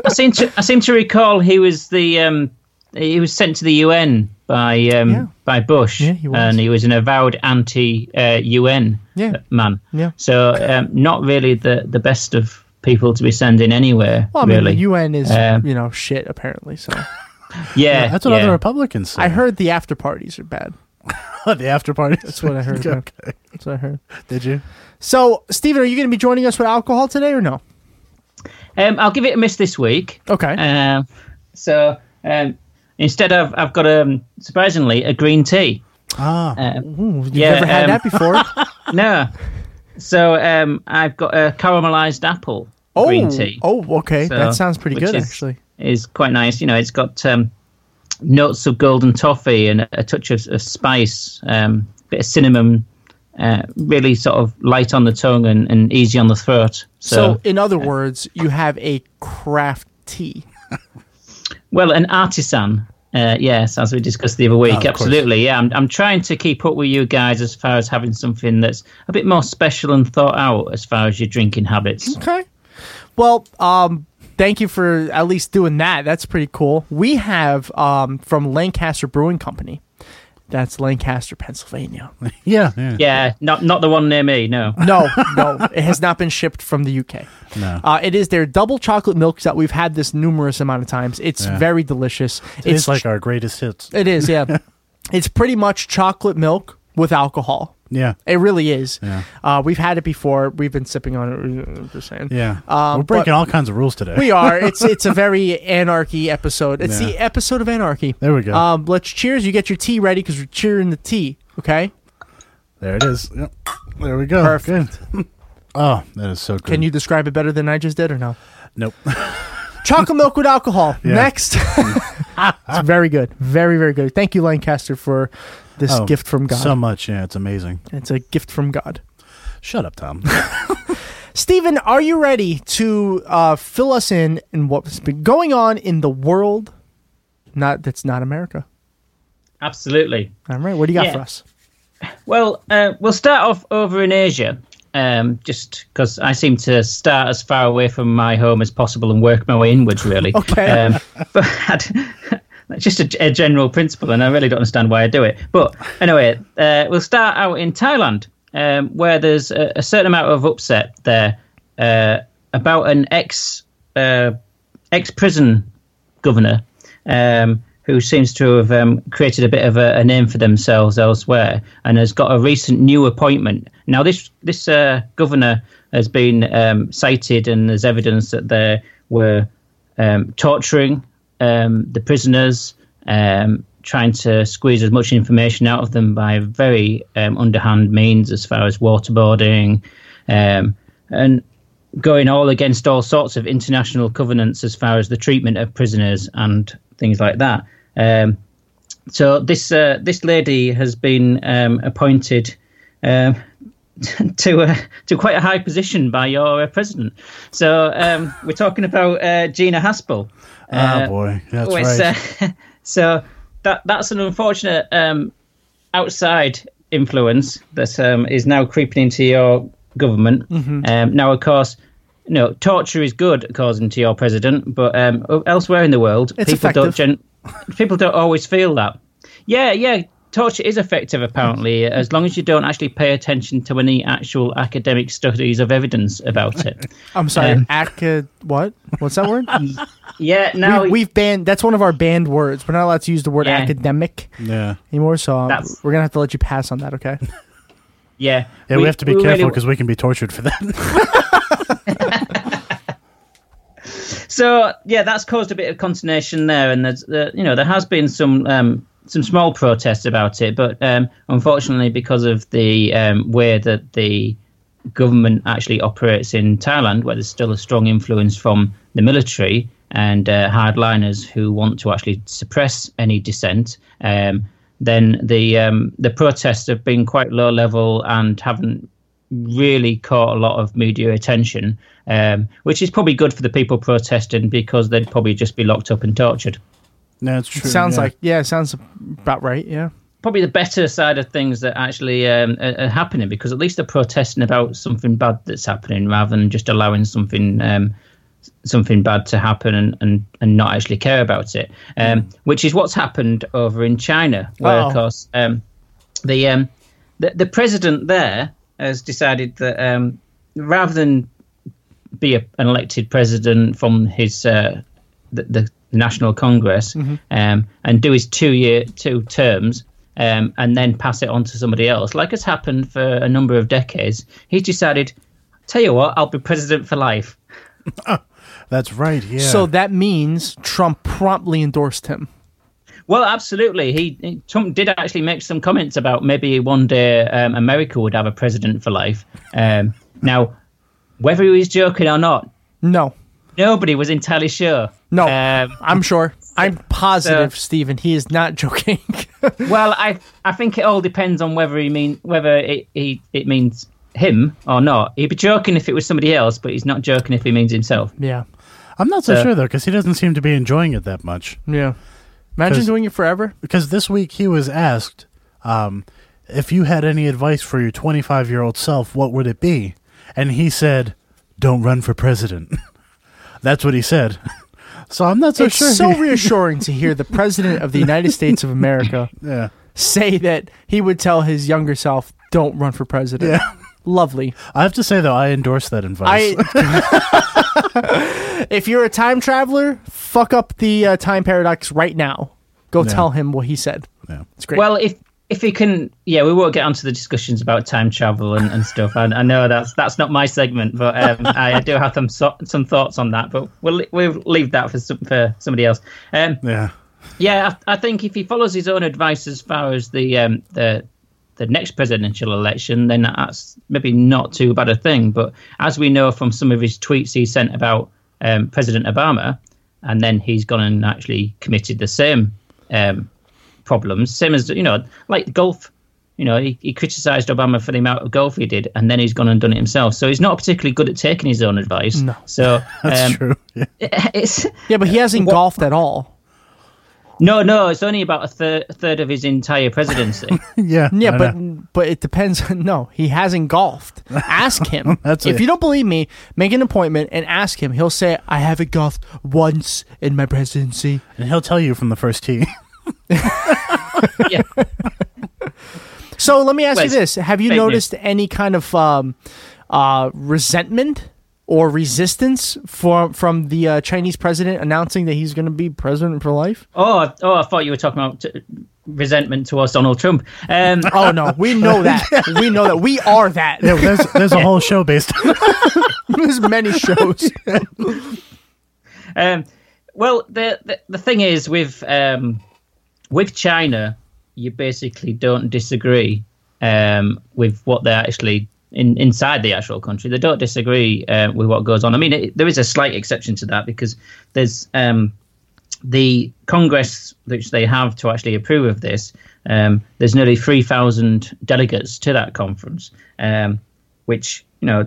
S10: I seem to I seem to recall he was the um, he was sent to the UN by um,
S3: Yeah.
S10: by Bush,
S3: Yeah, he was.
S10: and he was an avowed uh, anti-UN
S3: Yeah.
S10: man.
S3: Yeah.
S10: So um, not really the the best of people to be sending anywhere.
S3: Well, I mean,
S10: really,
S3: the UN is
S10: Um,
S3: you know shit apparently.
S10: <laughs>
S3: So
S10: yeah,
S4: Yeah, that's what
S10: yeah.
S4: other Republicans say.
S3: I heard the after parties are bad.
S4: the after party.
S3: <laughs> That's what I
S4: <laughs>
S3: heard. yeah. That's what I heard.
S4: Did you?
S3: So, Stephen, are you going to be joining us with alcohol today or no?
S10: Um, I'll give it a miss this week.
S3: Okay.
S10: Um, so um, instead, I've I've got um, surprisingly a green tea. Uh,
S4: Ah.
S3: You've
S10: yeah,
S3: never had
S10: um,
S3: that before.
S10: No, so um, I've got a caramelized apple <laughs> green
S3: oh,
S10: tea.
S3: oh, okay.
S10: So,
S3: that sounds pretty
S10: which
S3: good
S10: is-
S3: actually.
S10: is quite nice. You know, it's got um, notes of golden toffee and a touch of, of spice, um, bit of cinnamon. Uh, really sort of light on the tongue and, and easy on the throat.
S3: So,
S10: So, uh,
S3: in other words, you have a craft tea.
S10: well, an artisan. Uh, yes, as we discussed the other
S3: Ah,
S10: week,
S4: of course.
S10: absolutely. Yeah, I'm, I'm trying to keep up with you guys as far as having something that's a bit more special and thought out as far as your drinking habits.
S3: Okay. Well, um, thank you for at least doing that. That's pretty cool. We have um, from Lancaster Brewing Company. That's Lancaster, Pennsylvania.
S4: Yeah. Yeah.
S10: Yeah, not not the one near me. No.
S4: <laughs>
S3: No, no, it has not been shipped from the UK.
S4: No.
S3: Uh, it is their double chocolate milk that we've had this numerous amount of times. It's very delicious.
S4: it's, like our greatest hits.
S3: it is,
S4: <laughs>
S3: yeah. it's pretty much chocolate milk with alcohol.
S4: Yeah.
S3: It really is.
S4: Yeah.
S3: Uh, we've had it before. We've been sipping on it. I'm just saying.
S4: Yeah.
S3: Um,
S4: We're
S3: but-
S4: breaking all kinds of rules today.
S3: We are. It's it's a very anarchy episode. It's the episode of anarchy.
S4: There we go.
S3: Um, let's cheers. You get your tea ready because we're cheering the tea. Okay.
S4: There it is. Yep. There we go.
S3: Perfect. <laughs>
S4: Good. Oh, that is so good.
S3: Can you describe it better than I just did or no?
S4: Nope.
S3: Chocolate milk with alcohol.
S4: Yeah.
S3: Next. <laughs> it's very good. Very very good. Thank you, Lancaster, for <laughs> this
S4: Oh,
S3: gift from God.
S4: So much. Yeah, it's amazing.
S3: it's a gift from God.
S4: Shut
S3: <laughs>
S4: up, Tom. Oh,
S3: Stephen, are you ready to uh, fill us in in what's been going on in the world? Not that's not America.
S10: Absolutely.
S3: All right. What do you got
S10: Yeah.
S3: for us?
S10: Well, uh, we'll start off over in Asia, um, just because I seem to start as far away from my home as possible and work my way inwards, really.
S3: Okay.
S10: Um, <laughs> but I'd- that's just a, a general principle, and I really don't understand why I do it. But anyway, uh, we'll start out in Thailand. um, where there's a, a certain amount of upset there uh, about an ex uh, ex prison governor um, who seems to have um, created a bit of a, a name for themselves elsewhere and has got a recent new appointment. Now this this uh, governor has been um, cited and there's evidence that there were um, torturing um, the prisoners, um, trying to squeeze as much information out of them by very um, underhand means, as far as waterboarding, um, and going all against all sorts of international covenants as far as the treatment of prisoners and things like that. Um, so this uh, this lady has been um, appointed um, to a, to quite a high position by your uh, president. So um, we're talking about uh, Gina Haspel.
S3: Uh,
S4: Ah, boy. That's
S10: which,
S4: right.
S10: uh, so that that's an unfortunate um, outside influence that um, is now creeping into your government.
S4: Mm-hmm.
S3: Mhm.
S10: <laughs> Um, now, of course. No, torture is good, according to your president, but um, o- elsewhere in the world,
S3: It's
S10: people don't
S3: effective.
S10: gen- people don't always feel that. Yeah, yeah, torture is effective apparently, as long as you don't actually pay attention to any actual academic studies of evidence about it.
S3: I'm sorry.
S10: Um,
S3: acad. What? What's that word?
S10: <laughs> yeah. Now
S3: we, we've banned. That's one of our banned words. We're not allowed to use the word
S10: Yeah.
S3: academic
S4: Yeah.
S3: anymore. So um,
S10: That's-
S3: we're gonna have to let you pass on that. Okay.
S10: Yeah.
S4: Yeah, we, have to be
S10: really
S4: careful
S10: w-
S4: because we can be tortured for that. <laughs>
S10: So Uh, yeah, that's caused a bit of consternation there, and there's uh, you know there has been some um, some small protests about it, but um, unfortunately because of the um, way that the government actually operates in Thailand, where there's still a strong influence from the military and uh, hardliners who want to actually suppress any dissent. Um, then the um, the protests have been quite low level and haven't really caught a lot of media attention, um, which is probably good for the people protesting because they'd probably just be locked up and tortured.
S4: no, it's
S3: <laughs>
S4: true.
S3: sounds
S4: yeah.
S3: like yeah. it Sounds about right. Yeah.
S10: Probably the better side of things that actually um, are, are happening because at least they're protesting about something bad that's happening rather than just allowing something um, something bad to happen and, and, and not actually care about it, um, which is what's happened over in China, where
S3: Oh.
S10: of course um, the, um, the the president there has decided that um, rather than be a, an elected president from his uh, the, the National Congress um, and do his two year two terms um, and then pass it on to somebody else, like has happened for a number of decades. He's decided, tell you what, I'll be president for life.
S4: That's right. Yeah.
S3: So that means Trump promptly endorsed him.
S10: Well, absolutely. He, he- Trump did actually make some comments about maybe one day um, America would have a president for life. Um, now, whether he was joking or not,
S3: No.
S10: nobody was entirely sure.
S3: No.
S10: Um,
S3: I'm sure. I'm positive, Stephen. He is not joking. <laughs>
S10: well, I I think it all depends on whether he mean whether it he, it means him or not. He'd be joking if it was somebody else, but he's not joking if he means himself.
S3: yeah.
S4: I'm not so
S10: Uh,
S4: sure though, because he doesn't seem to be enjoying it that much.
S3: Yeah. Imagine
S4: 'Cause-
S3: doing it forever.
S4: Because this week he was asked um, if you had any advice for your 25 year old self, what would it be? And he said, "Don't run for president." <laughs> That's what he said. <laughs> so I'm not so
S3: it's
S4: sure.
S3: so
S4: he-
S3: reassuring to hear the president of the United States of America
S4: <laughs> yeah.
S3: say that he would tell his younger self, "Don't run for president."
S4: Yeah.
S3: Lovely.
S4: I have to say though, I endorse that advice.
S3: I. <laughs> if you're a time traveler, fuck up the uh, time paradox right now. Go
S4: Yeah.
S3: tell him what he said.
S4: Yeah.
S3: It's great.
S10: Well, if if he can, yeah, we won't get onto the discussions about time travel and, and stuff. I, I know that's that's not my segment, but um, I, I do have some so, some thoughts on that. But we'll we'll leave that for some, for somebody else. Um,
S4: <laughs> yeah.
S10: Yeah, I, I think if he follows his own advice as far as the um, the the next presidential election, then that's maybe not too bad a thing. But as we know from some of his tweets he sent about um, President Obama, and then he's gone and actually committed the same um, problems, same as you know, like golf. You know, he, he criticised Obama for the amount of golf he did, and then he's gone and done it himself. So he's not particularly good at taking his own advice.
S3: No.
S10: So
S4: <laughs> That's
S10: um,
S4: true. Yeah.
S10: It's
S3: yeah, but he hasn't golfed at all.
S10: no, no, it's only about a, thir- a third of his entire presidency.
S4: Yeah.
S3: Yeah,
S4: I
S3: but
S4: know.
S3: but it depends. <laughs> No, he hasn't golfed. Ask him.
S4: <laughs> That's
S3: if
S4: it.
S3: you don't believe me, make an appointment and ask him. He'll say, "I haven't golfed once in my presidency." <laughs>
S4: and he'll tell you from the first tee.
S10: yeah.
S3: So let me ask
S10: Well,
S3: you this:
S10: it's
S3: Have you
S10: fake news.
S3: noticed any kind of um, uh, resentment or resistance from from the uh, Chinese president announcing that he's going to be president for
S10: <laughs>
S3: life?
S10: Oh, I- oh, I thought you were talking about t- resentment towards Donald Trump. Um,
S3: oh no, we know
S10: <laughs>
S3: that. We know that. We are that.
S4: Yeah, <laughs> there's there's a whole show based on <laughs>
S3: there's many shows.
S10: um, well, the, the the thing is with um, with China, you basically don't disagree um, with what they're actually in, inside the actual country. They don't disagree uh, with what goes on. I mean, it, there is a slight exception to that because there's um, the Congress which they have to actually approve of this. Um, there's nearly three thousand delegates to that conference, um, which you know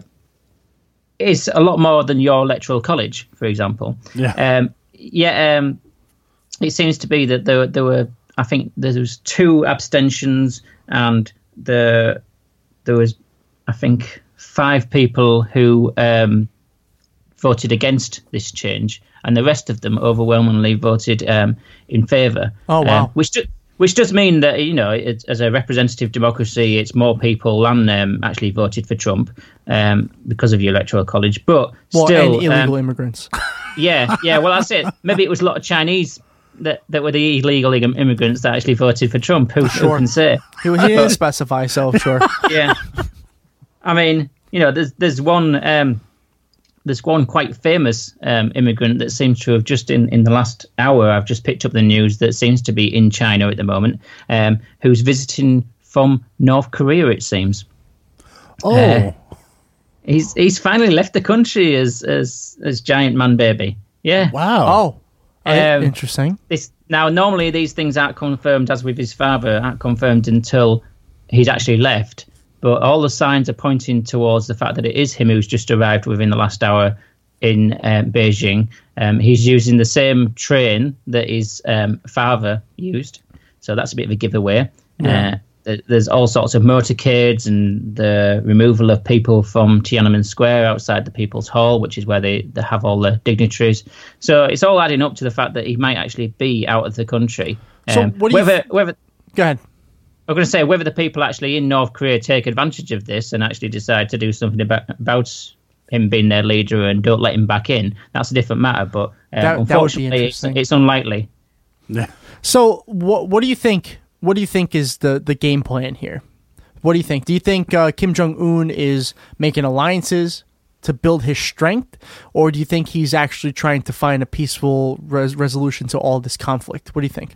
S10: is a lot more than your electoral college, for example.
S4: Yeah.
S10: Um, yeah. Um, it seems to be that there were- there were I think there was two abstentions and the there was I think five people who um, voted against this change, and the rest of them overwhelmingly voted um, in favour.
S3: Oh, wow.
S10: Um, which do, which does mean that you know, it's, as a representative democracy, it's more people than um, actually voted for Trump um, because of the electoral college. But
S3: Well,
S10: still,
S3: and illegal
S10: um,
S3: immigrants.
S10: yeah, yeah. Well,
S3: <laughs>
S10: that's it. Maybe it was a lot of Chinese that, that were the illegal im- immigrants that actually voted for Trump. Who, who
S3: Sure.
S10: can say?
S3: He, he
S10: <laughs>
S3: didn't specify, so sure.
S10: yeah. I mean, you know, there's there's one um, there's one quite famous um, immigrant that seems to have just in, in the last hour I've just picked up the news that seems to be in China at the moment, um, who's visiting from North Korea. It seems.
S4: Oh.
S10: Uh, he's he's finally left the country as as as giant man baby. Yeah.
S4: Wow.
S3: Oh,
S10: Um,
S3: interesting.
S10: This now normally these things aren't confirmed as with his father aren't confirmed until he's actually left. But all the signs are pointing towards the fact that it is him who's just arrived within the last hour in um, Beijing. Um, he's using the same train that his um, father used, so that's a bit of a giveaway.
S11: Yeah.
S10: Uh, th- there's all sorts of motorcades and the removal of people from Tiananmen Square outside the People's Hall, which is where they, they have all the dignitaries. So it's all adding up to the fact that he might actually be out of the country. Um,
S3: So what do you
S10: whether,
S3: th-
S10: whether
S3: Go ahead.
S10: I'm going to say whether the people actually in North Korea take advantage of this and actually decide to do something about, about him being their leader and don't let him back in, that's a different matter. But
S3: That-
S10: uh,
S3: that would be
S10: unfortunately, it's,
S3: interesting.
S10: it's unlikely.
S3: So what what do you think? What do you think is the the game plan here? What do you think? Do you think uh, Kim Jong Un is making alliances to build his strength, or do you think he's actually trying to find a peaceful res- resolution to all this conflict? What do you think?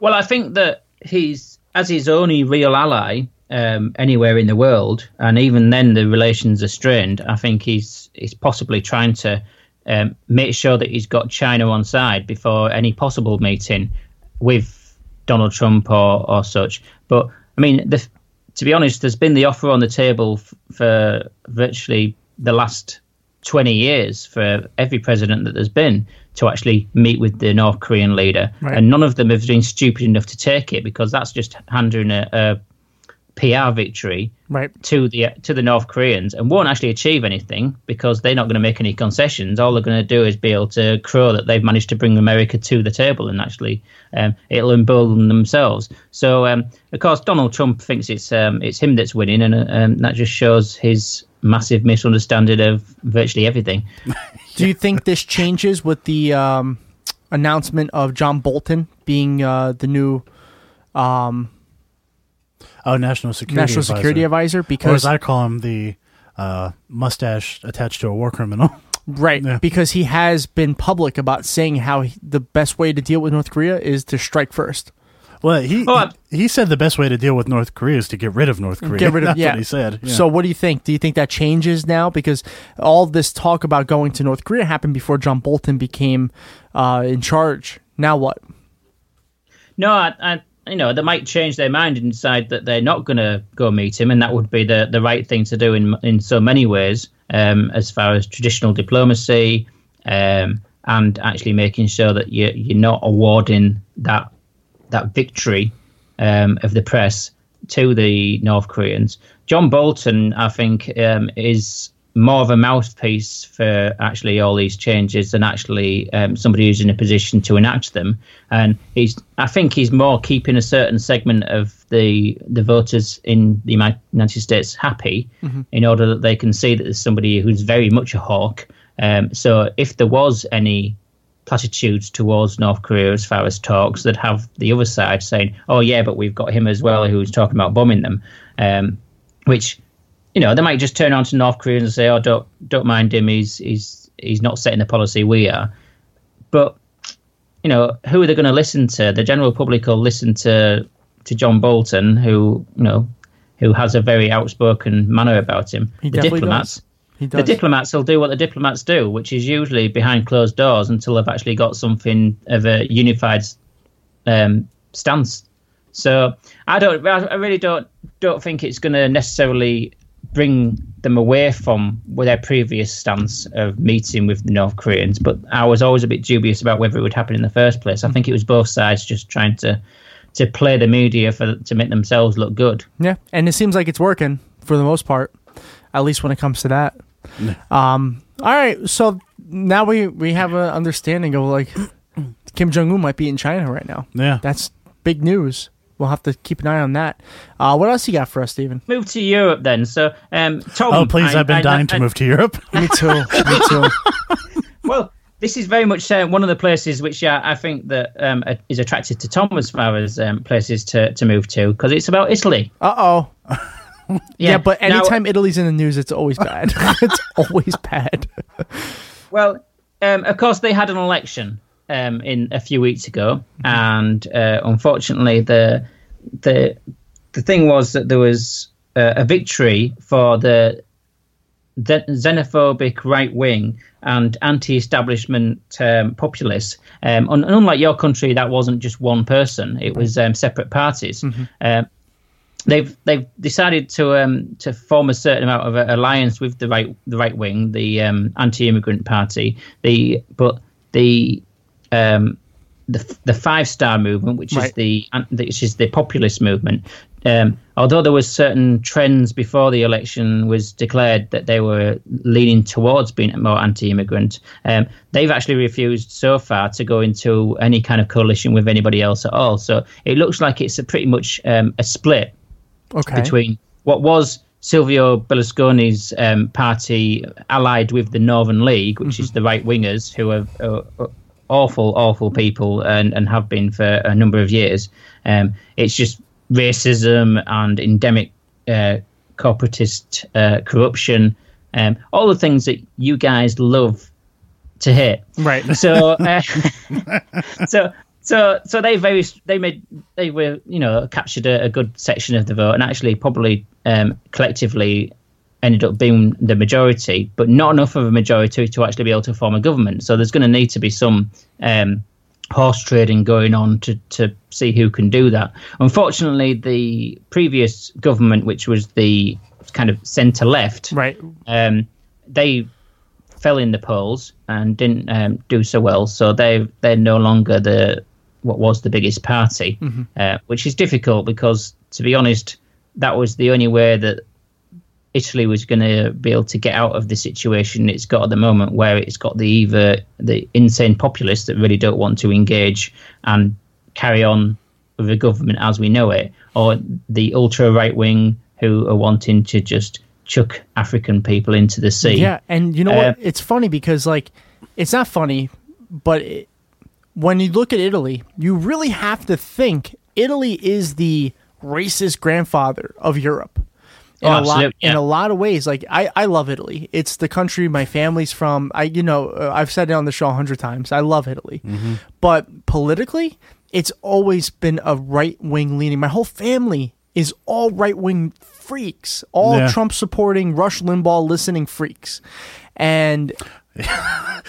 S10: Well, I think that he's as his only real ally um, anywhere in the world, and even then the relations are strained. I think he's he's possibly trying to um, make sure that he's got China on side before any possible meeting with Donald Trump or or such. But I mean, the, to be honest, there's been the offer on the table f- for virtually the last 20 years for every president that there's been to actually meet with the North Korean leader.
S11: Right.
S10: And none of them have been stupid enough to take it because that's just handing a, a PR victory
S3: Right.
S10: to the to the North Koreans and won't actually achieve anything because they're not going to make any concessions. All they're going to do is be able to crow that they've managed to bring America to the table and actually um, it'll embolden themselves. So um, of course Donald Trump thinks it's um, it's him that's winning and uh, um, that just shows his massive misunderstanding of virtually everything.
S3: Do you think this changes with the um, announcement of John Bolton being uh, the new um,
S4: Oh, national security
S3: National
S4: advisor.
S3: security advisor,
S4: or
S3: because-
S4: as I call him, the uh, mustache attached to a war criminal. <laughs>
S3: Right, because he has been public about saying how he, the best way to deal with North Korea is to strike first.
S4: Well, he, he he said the best way to deal with North Korea is to get rid of North Korea.
S3: Oh, Get
S4: <laughs>
S3: rid of
S4: That's
S3: yeah.
S4: what he said. Yeah.
S3: So, what do you think? Do you think that changes now because all this talk about going to North Korea happened before John Bolton became uh, in charge? Now what?
S10: No, I, I, you know, they might change their mind and decide that they're not going to go meet him, and that would be the, the right thing to do in in so many ways, um, as far as traditional diplomacy, um, and actually making sure that you you're not awarding that that victory um, of the press to the North Koreans. John Bolton, I think, um, is more of a mouthpiece for actually all these changes than actually um, somebody who's in a position to enact them. And he's, I think, he's more keeping a certain segment of the the voters in the Uni- United States happy,
S11: Mhm.
S10: in order that they can see that there's somebody who's very much a hawk. Um, so if there was any platitudes towards North Korea as far as talks, they'd have the other side saying, "Oh yeah, but we've got him as well who's talking about bombing them," um, which you know they might just turn on to North Koreans and say, "Oh, don't don't mind him. He's he's he's not setting the policy we are." But you know, who are they going to listen to? The general public will listen to to John Bolton, who you know, who has a very outspoken manner about him.
S3: He
S10: the
S3: definitely
S10: diplomats,
S3: does. He
S10: the
S3: does.
S10: diplomats will do what the diplomats do, which is usually behind closed doors until they've actually got something of a unified um, stance. So I don't, I I really don't, don't think it's going to necessarily bring them away from their previous stance of meeting with the North Koreans. But I was always a bit dubious about whether it would happen in the first place. I think it was both sides just trying to to play the media for to make themselves look good.
S3: Yeah, and it seems like it's working for the most part, at least when it comes to that. Um, all right, so now we we have an understanding of like Kim Jong Un might be in China right now.
S4: Yeah,
S3: that's big news. We'll have to keep an eye on that. Uh, what else you got for us, Steven?
S10: Move to Europe then. So, um, Tom.
S4: Oh, please,
S10: I-
S4: I've been
S10: I-
S4: dying
S10: I-
S4: to move to Europe.
S3: <laughs> Me too. Me
S4: <laughs>
S3: too.
S10: well, this is very much uh, one of the places which uh, I think that um, uh, is attracted to Tom as far as um, places to, to move to because it's about Italy.
S3: Uh oh. Yeah,
S10: Yeah,
S3: but
S10: now-
S3: anytime Italy's in the news, it's
S10: <laughs>
S3: always bad. <laughs> it's always bad.
S10: Well, um, of course, they had an election um, in a few weeks ago, and uh, unfortunately, the the the thing was that there was uh, a victory for the, the xenophobic right wing and anti-establishment um, populists. Um, un- and unlike your country, that wasn't just one person; it was um, separate parties. Um, they've they've decided to um to form a certain amount of a- alliance with the right the right wing, the um, anti-immigrant party, the but the um the the five star movement, which is
S3: Right.
S10: the an- which is the populist movement. Um, although there was certain trends before the election was declared that they were leaning towards being more anti-immigrant, um, they've actually refused so far to go into any kind of coalition with anybody else at all. So it looks like it's a pretty much um, a split
S3: Okay.
S10: between what was Silvio Berlusconi's um, party allied with the Northern League, which is the right wingers who are, are, are awful, awful people and, and have been for a number of years. Um, it's just racism and endemic uh, corporatist uh, corruption, um, all the things that you guys love to hate.
S3: Right.
S10: So, uh, <laughs> so, so, so they very they made they were you know captured a, a good section of the vote and actually probably um, collectively ended up being the majority, but not enough of a majority to actually be able to form a government. So there's going to need to be some um, horse trading going on to, to see who can do that. Unfortunately, the previous government, which was the kind of centre left,
S3: right,
S10: um, they fell in the polls and didn't um, do so well. So they they're no longer the what was the biggest party,
S3: Mhm.
S10: uh, which is difficult because to be honest, that was the only way that Italy was going to be able to get out of the situation it's got at the moment, where it's got the either the insane populists that really don't want to engage and carry on with the government as we know it, or the ultra right wing who are wanting to just chuck African people into the sea.
S3: Yeah, and you know
S10: Uh,
S3: what? It's funny because like it's not funny, but it, when you look at Italy, you really have to think Italy is the racist grandfather of Europe. In a
S10: Oh,
S3: lot,
S10: absolute-
S3: in
S10: yeah.
S3: a lot of ways, like I, I love Italy. It's the country my family's from. I, you know, uh, I've said it on the show a hundred times. I love Italy,
S10: Mm-hmm.
S3: but politically, it's always been a right wing leaning. My whole family is all right wing freaks, all
S4: Yeah.
S3: Trump supporting, Rush Limbaugh listening freaks, and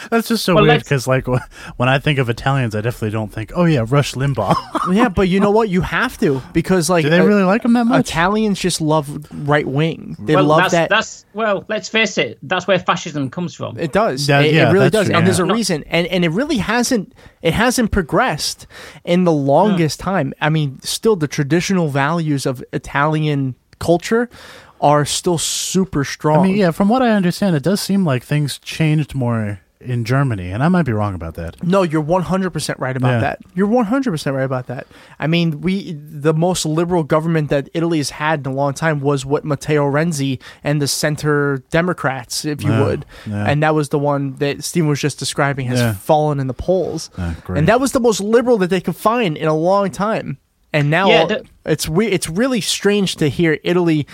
S4: That's just so
S3: Well,
S4: weird
S3: let's-
S4: because, like, wh- when I think of Italians, I definitely don't think, oh yeah, Rush Limbaugh. <laughs>
S3: yeah, but you know what? You have to because like
S4: Do they
S3: uh,
S4: really like him that much?
S3: Italians just love right wing. They
S10: well,
S3: love
S10: that's,
S3: that.
S10: That's well, let's face it. That's where fascism comes from.
S3: It does.
S10: Yeah,
S3: it, it
S10: yeah,
S3: really
S10: that's
S3: does.
S10: true,
S3: and there's a
S10: yeah.
S3: reason. And and it really hasn't it hasn't progressed in the longest time. I mean, still the traditional values of Italian culture are still super strong.
S4: I mean, yeah, from what I understand, it does seem like things changed more in Germany, and I might be wrong about that.
S3: No, you're 100% right about
S4: Yeah.
S3: that. You're 100% right about that. I mean, we the most liberal government that Italy has had in a long time was what Matteo Renzi and the center Democrats, if you
S4: Yeah,
S3: would.
S4: yeah.
S3: And that was the one that Steve was just describing has
S4: Yeah.
S3: fallen in the polls.
S4: Ah, great.
S3: And that was the most liberal that they could find in a long time. And now
S10: Yeah, that-
S3: it's we it's really strange to hear Italy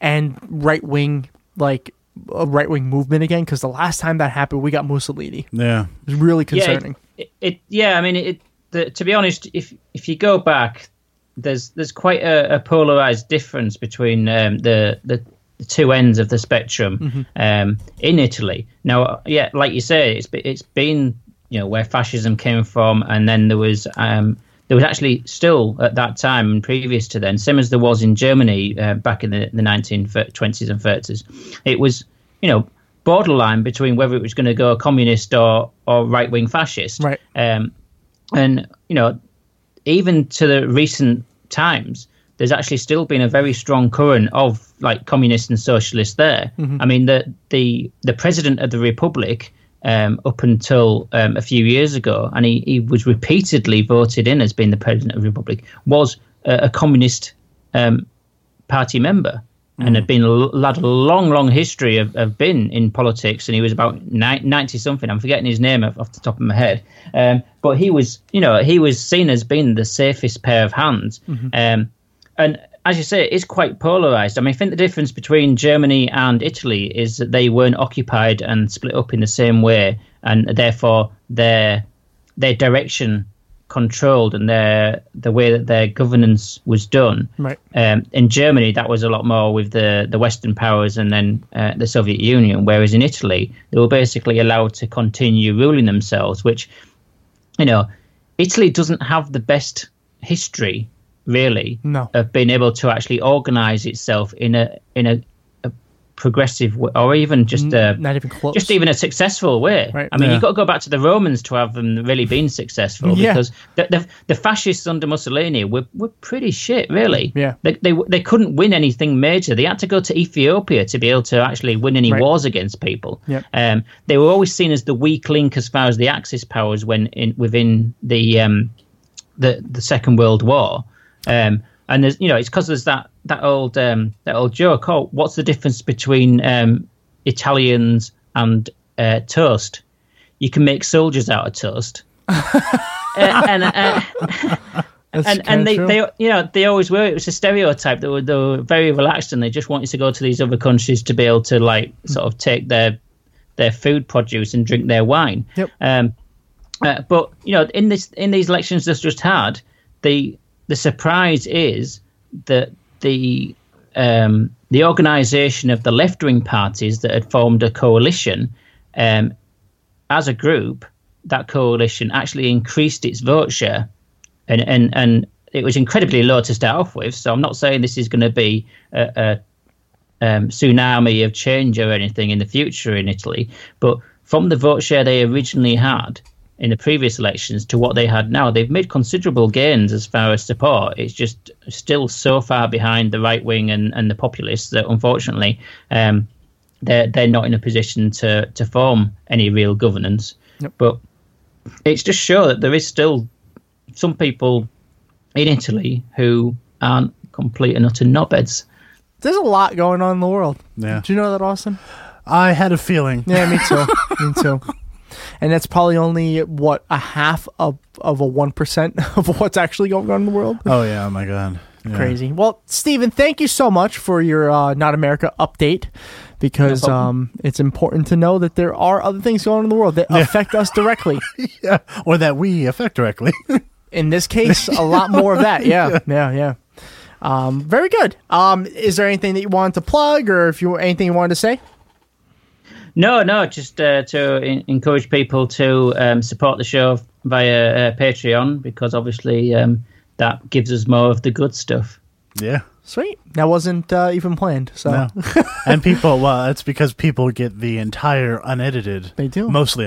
S3: and right wing like a right wing movement again because the last time that happened we got Mussolini.
S4: Yeah.
S3: It's really
S10: Yeah, it-
S3: concerning.
S10: it, it- yeah, I mean, it, the, to be honest, if if you go back, there's there's quite a, a polarized difference between um, the the the two ends of the spectrum um, in Italy. Now, yeah, like you say, it's be- it's been you know where fascism came from, and then there was um, there was actually still at that time and previous to then, same as there was in Germany uh, back in the the nineteen twenties and thirties, it was you know borderline between whether it was going to go communist or or right wing fascist.
S3: Right.
S10: Um, and you know even to the recent times, there's actually still been a very strong current of like communists and socialists there.
S11: Mhm.
S10: I mean, the the the president of the republic um, up until um, a few years ago, and he, he was repeatedly voted in as being the president of the republic, was a, a communist um, party member. And had been l- had a long, long history of, of been in politics, and he was about ni- ninety something. I'm forgetting his name off off the top of my head, um, but he was, you know, he was seen as being the safest pair of hands. Um, and as you say, it's quite polarized. I mean, I think the difference between Germany and Italy is that they weren't occupied and split up in the same way, and therefore their their direction controlled and their the way that their governance was done.
S3: Right.
S10: Um, in Germany, that was a lot more with the the Western powers and then uh, the Soviet Union. Whereas in Italy, they were basically allowed to continue ruling themselves, which you know, Italy doesn't have the best history, really,
S3: No.
S10: of being able to actually organise itself in a in a, a progressive w- or even just a
S3: Not even close.
S10: just even a successful way.
S3: Right.
S10: I mean,
S3: Yeah.
S10: you've got to go back to the Romans to have them really been successful
S3: <laughs> Yeah.
S10: because the, the, the fascists under Mussolini were, were pretty shit, really.
S3: Yeah.
S10: They, they, they couldn't win anything major. They had to go to Ethiopia to be able to actually win any
S3: Right.
S10: wars against people.
S3: Yep.
S10: Um, they were always seen as the weak link as far as the Axis powers when in, within the um, the the Second World War. Um, and there's you know it's because there's that that old um, that old joke. Oh, what's the difference between um, Italians and uh, toast? You can make soldiers out of
S3: <laughs>
S10: toast. Uh, and uh, and, and they, they you know they always were it was a stereotype they were, they were very relaxed and they just wanted to go to these other countries to be able to like sort of take their their food produce and drink their wine
S3: Yep.
S10: um, uh, but you know in this in these elections that's just had the the surprise is that the um, the organization of the left wing parties that had formed a coalition um, as a group that coalition actually increased its vote share and and and it was incredibly low to start off with. So I'm not saying this is going to be a, a um, tsunami of change or anything in the future in Italy, but from the vote share they originally had in the previous elections to what they had now, they've made considerable gains as far as support. It's just still so far behind the right wing and, and the populists that unfortunately um, they're they're not in a position to to form any real governance.
S3: Yep.
S10: But it's just sure that there is still some people in Italy who aren't complete and utter knobheads.
S3: There's a lot going on in the world.
S4: Yeah.
S3: Do you know that, Austin?
S4: I had a feeling.
S3: Yeah, me too. me too. And that's probably only what a half of of a one percent <laughs> of what's actually going on in the world.
S4: <laughs> Oh yeah, oh my god. Yeah.
S3: Crazy. Well, Steven, thank you so much for your uh, Not America update because
S4: No problem.
S3: um, it's important to know that there are other things going on in the world that affect us directly.
S4: yeah, or that we affect directly. <laughs>
S3: in this case, a lot more of that. Yeah, yeah, yeah. Um, very good. Um, is there anything that you wanted to plug, or if you anything you wanted to say?
S10: No, no, just uh, to in- encourage people to um, support the show via uh, Patreon because obviously um, that gives us more of the good stuff.
S4: yeah.
S3: Sweet. That wasn't uh, even planned. So
S4: No. <laughs> and people, well, it's because people get the entire unedited. They do. Mostly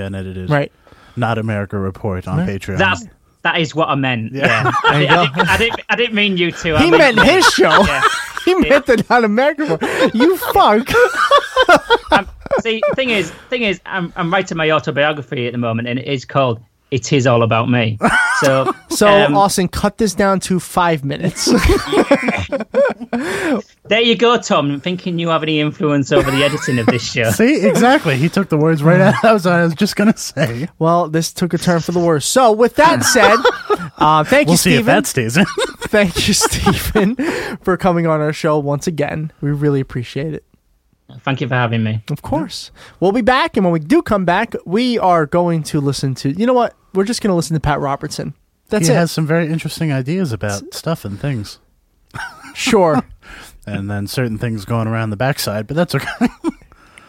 S3: <laughs>
S4: unedited.
S3: Right.
S4: Not America Report on Patreon.
S10: That's that is what I meant. Yeah,
S4: There
S10: I,
S4: you
S10: did, I, did, I, did, I didn't mean you two. I
S3: he meant his <laughs> show.
S10: Yeah.
S3: he meant the Not American one. You fuck.
S10: See, thing is, thing is, I'm, I'm writing my autobiography at the moment, and it is called "It Is All About Me." So,
S3: <laughs> So
S10: um,
S3: Austin, cut this down to five minutes. <laughs>
S10: there you go, Tom. I'm thinking you have any influence over the editing of this
S3: <laughs>
S10: show.
S4: <laughs> See, exactly. He took the words right out. <laughs> That was what I was just gonna say.
S3: well, this took a turn for the worse. So, with
S4: <laughs>
S3: that said, uh, thank
S4: We'll
S3: you,
S4: see if
S3: Stephen.
S4: that stays
S3: <laughs>
S4: in. <laughs>
S3: thank you, Stephen, <laughs> for coming on our show once again. We really appreciate it.
S10: Thank you for having me.
S3: Of course. We'll be back, and when we do come back, we are going to listen to. You know what? We're just going to listen to Pat Robertson. That's
S4: he
S3: it.
S4: has some very interesting ideas about stuff and things,
S3: sure. <laughs>
S4: and then certain things going around the backside. But that's <laughs> okay.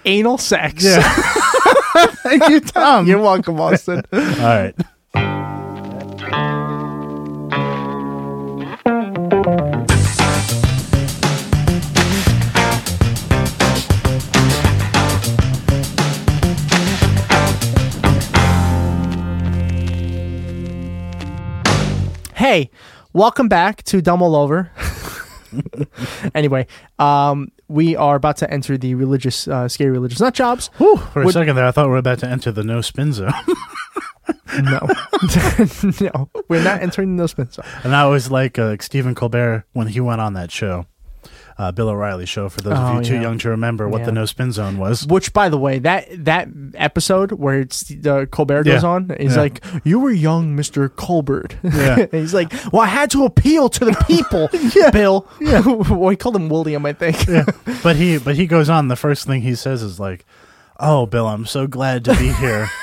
S3: Anal sex. <laughs>
S4: <laughs> Thank you, Tom. <laughs>
S3: You're welcome, Austin.
S4: All right.
S3: <laughs> Hey, welcome back to Dumb All Over. <laughs> anyway, um, we are about to enter the religious, uh, scary religious nut jobs.
S4: For a
S3: Would-
S4: second there, I thought we were about to enter the no spin zone, <laughs>
S3: <laughs> No, no, we're not entering the no spin zone.
S4: and I was like, uh, like Stephen Colbert when he went on that show, uh, Bill O'Reilly show. For those of
S3: Oh,
S4: you too
S3: yeah.
S4: young to remember what the
S3: Yeah.
S4: no spin zone was.
S3: Which, by the way, that that episode where it's the Colbert goes
S4: Yeah.
S3: on, he's
S4: Yeah.
S3: like, "You were young, Mister Colbert."
S4: Yeah.
S3: <laughs> he's like, "Well, I had to appeal to the people, Bill." <laughs> Yeah, <laughs> well, he called him William, I think.
S4: yeah. But he but he goes on. The first thing he says is like, "Oh, Bill, I'm so glad to be here."
S3: <laughs>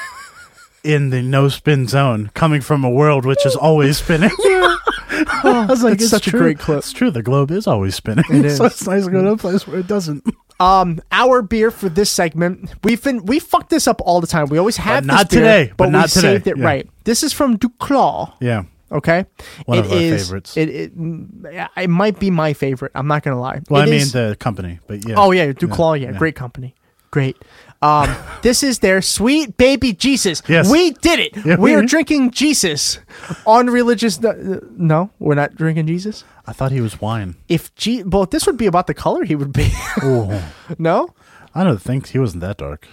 S4: In the no spin zone, coming from a world which is
S3: <laughs>
S4: always spinning. I was like,
S3: That's
S4: it's
S3: such a
S4: true.
S3: great clip.
S4: It's true. The globe is always spinning.
S3: It
S4: <laughs> so
S3: is.
S4: it's nice to go to a place where it doesn't.
S3: Um, our beer for this segment, we've been we fuck this up all the time. We always have this
S4: not
S3: beer,
S4: today, but
S3: we
S4: not today.
S3: saved it
S4: Yeah.
S3: right. This is from Duclaw.
S4: Yeah.
S3: Okay,
S4: One
S3: It
S4: of our
S3: is-
S4: favorites.
S3: It, it mm, it might be my favorite. I'm not gonna lie.
S4: <laughs> Well,
S3: It
S4: I mean
S3: is-
S4: the company, but yeah.
S3: Oh yeah, Duclaw. Yeah,
S4: yeah.
S3: great company. Great. Um, <laughs> this is their sweet baby Jesus.
S4: Yes.
S3: we did it.
S4: Yeah,
S3: we
S4: we
S3: are
S4: did.
S3: drinking Jesus on religious. No, no, we're not drinking Jesus.
S4: I thought he was wine.
S3: If G, well, this would be about the color he would be.
S4: Oh,
S3: <laughs> no,
S4: I don't think he wasn't that dark.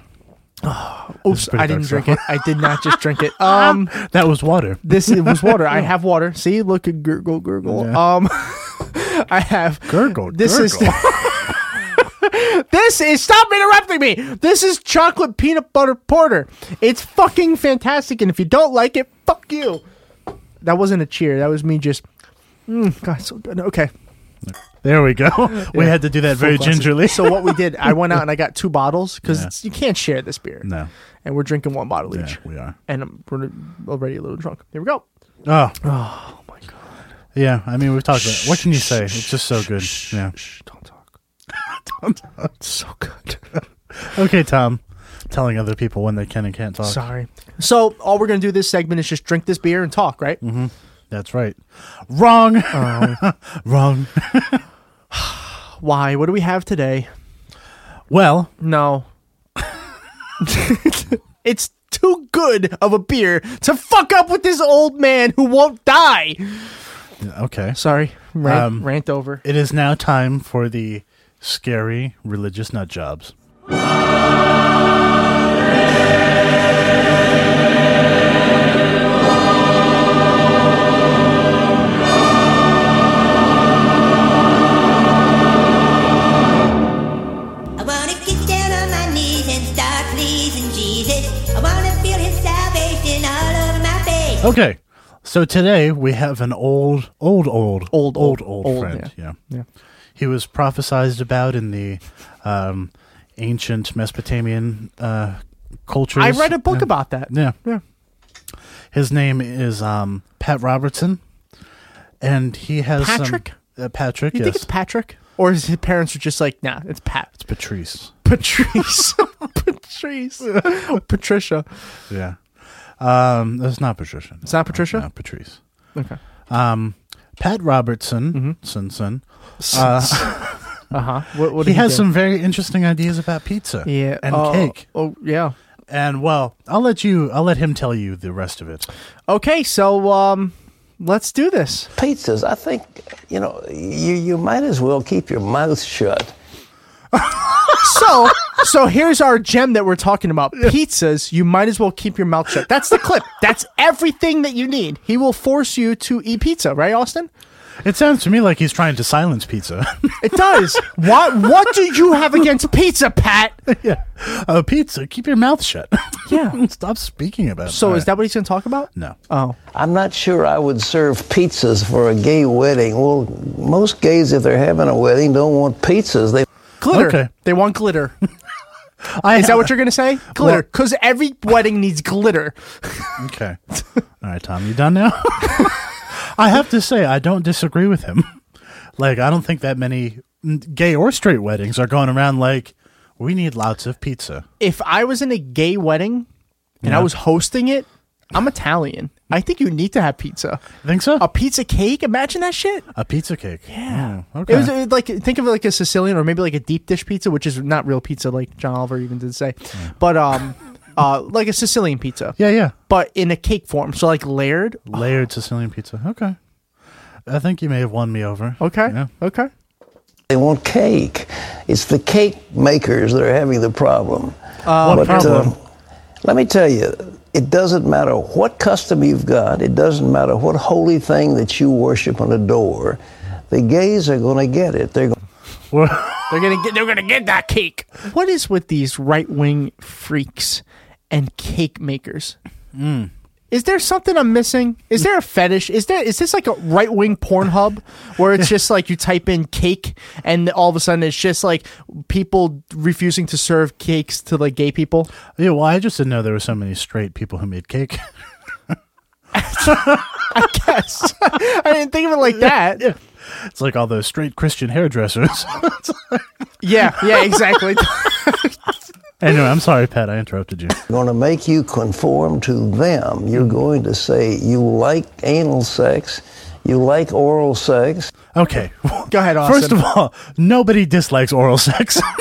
S3: oops,
S4: pretty
S3: I didn't drink
S4: dark stuff.
S3: it. I did not just drink
S4: <laughs>
S3: it. Um,
S4: That was water.
S3: this it was water.
S4: <laughs>
S3: I have water. See, look, it gurgle, gurgle. Um, <laughs> I have
S4: Gurgle.
S3: This is. <laughs>
S4: gurgle.
S3: This is stop interrupting me. This is chocolate peanut butter porter. It's fucking fantastic, and if you don't like it, fuck you. That wasn't a cheer. That was me just. Mm, God, so good. Okay,
S4: There we go. We had to do that very
S3: Full glasses.
S4: gingerly.
S3: So what we did, I went out and I got two bottles
S4: Yeah.
S3: because you can't share this beer.
S4: No.
S3: and we're drinking one bottle
S4: Yeah,
S3: each,
S4: we are.
S3: and I'm we're already a little drunk. Here we go.
S4: Oh. Oh my god. Yeah, I mean we've talked about it. What can you say? It's just so good. Yeah.
S3: Shh, don't <laughs> talk.
S4: Don't talk.
S3: It's so good.
S4: Okay, Tom. Telling other people when they can and can't talk.
S3: Sorry. So all we're gonna do this segment is just drink this beer and talk, right?
S4: That's right. Wrong.
S3: Oh.
S4: <laughs> Wrong.
S3: Why? What do we have today?
S4: Well,
S3: No. <laughs> it's too good of a beer to fuck up with this old man who won't die.
S4: okay.
S3: Sorry. Rant,
S4: Um,
S3: rant over.
S4: It is now time for the scary religious nut jobs.
S11: I wanna get down on my knees and start pleasing Jesus. I wanna feel his salvation all over my face.
S4: Okay. So today we have an old, old, old,
S3: Old,
S4: old,
S3: old,
S4: old,
S3: old,
S4: friend. Yeah.
S3: Yeah.
S4: He was prophesized about in the um, ancient Mesopotamian uh, cultures.
S3: I read a book
S4: Yeah.
S3: about that.
S4: Yeah.
S3: Yeah.
S4: His name is um, Pat Robertson, and he has some-
S3: Patrick?
S4: uh, Patrick,
S3: You
S4: yes.
S3: think it's Patrick? Or is his parents are just like, nah, it's Pat.
S4: Patrice.
S3: <laughs> Patrice. <laughs> Patrice. Patricia.
S4: Yeah. Um, that's not Patricia.
S3: It's not Patricia?
S4: No, Patrice.
S3: Okay. Mm-hmm.
S4: Um, Pat Robertson, Sinson, uh,
S3: Uh huh. What, what
S4: he
S3: did
S4: has
S3: do?
S4: some very interesting ideas about pizza.
S3: Yeah.
S4: And
S3: oh,
S4: cake.
S3: Oh, yeah.
S4: And well, I'll let you. I'll let him tell you the rest of it.
S3: Okay, so um, let's do this.
S12: pizzas, I think, you know, you, you might as well keep your mouth shut.
S3: So, so here's our gem that we're talking about. Pizzas, you might as well keep your mouth shut. That's the clip. That's everything that you need. He will force you to eat pizza, right, Austin?
S4: It sounds to me like he's trying to silence pizza. <laughs>
S3: It does. what what do you have against pizza, Pat?
S4: yeah. Uh, pizza, keep your mouth shut.
S3: yeah.
S4: <laughs> Stop speaking about it.
S3: So is that what he's going to talk about?
S4: No.
S3: Oh.
S12: I'm not sure I would serve pizzas for a gay wedding. Well, most gays, if they're having a wedding, don't want pizzas. They
S3: Glitter.
S4: Okay.
S3: They want glitter.
S4: I
S3: Is that what you're going to say? Glitter.
S4: Well-
S3: Because every wedding needs glitter.
S4: Okay. <laughs> All right, Tom, you done now? <laughs> I have to say, I don't disagree with him. Like, I don't think that many mm, gay or straight weddings are going around like, we need lots of pizza.
S3: If I was in a gay wedding and I
S4: Yeah.
S3: was hosting it, I'm Italian. I think you need to have pizza.
S4: think so? <laughs>
S3: A pizza cake? Imagine that shit.
S4: A pizza cake.
S3: Yeah.
S4: Mm, okay.
S3: It was uh, like think of it like a Sicilian or maybe like a deep dish pizza, which is not real pizza, like John Oliver even did say, but um, <laughs> uh, like a Sicilian pizza.
S4: yeah, yeah.
S3: But in a cake form, so like layered.
S4: Layered Sicilian pizza. Okay. I think you may have won me over.
S3: Okay.
S4: Yeah.
S3: Okay.
S12: they want cake. It's the cake makers that are having the problem.
S4: What
S3: Uh,
S4: problem?
S12: let me tell you, it doesn't matter what custom you've got, it doesn't matter what holy thing that you worship and adore. The gays are going to get it. They're going
S3: They're gonna get. They're gonna get that cake. What is with these right wing freaks and cake makers? Mm. Is there something I'm missing? Is there a fetish? Is there is this like a right wing porn hub where it's just like you type in cake and all of a sudden it's just like people refusing to serve cakes to like gay <laughs> people?
S4: Yeah, well, I just didn't know there were so many straight people who made cake. <laughs>
S3: I guess. <laughs> I didn't think of it like that. Yeah,
S4: it's like all those straight Christian hairdressers. <laughs>
S3: yeah, exactly.
S4: anyway, I'm sorry, Pat, I interrupted you.
S12: to make you conform to them. You're going to say you like anal sex, you like oral sex.
S4: Okay.
S3: <laughs>
S4: <laughs>
S3: Go ahead, Austin.
S4: First of all, nobody dislikes
S3: <laughs>
S4: oral sex. <laughs>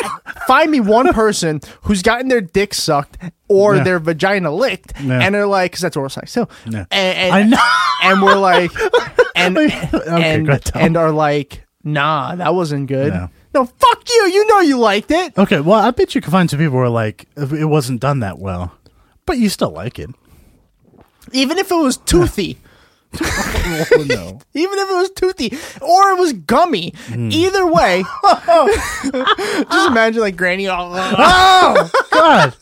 S3: find me one person who's gotten their dick sucked or
S4: Yeah.
S3: their vagina licked,
S4: Yeah.
S3: and they're like, because that's oral sex too.
S4: Yeah.
S3: And, and,
S4: I know.
S3: and we're
S4: <laughs>
S3: like, and and,
S4: go ahead, Tom.
S3: and are like, nah, that wasn't good.
S4: No.
S3: No, fuck you. You know you liked it.
S4: okay, well, I bet you can find some people who are like, "If it wasn't done that well, but you still
S3: <laughs>
S4: like it.
S3: Even if it was toothy.
S4: oh, no.
S3: Even if it was toothy or it was gummy,
S4: Hmm.
S3: either way,
S4: <laughs>
S3: <laughs> just imagine like Granny.
S4: Oh, God.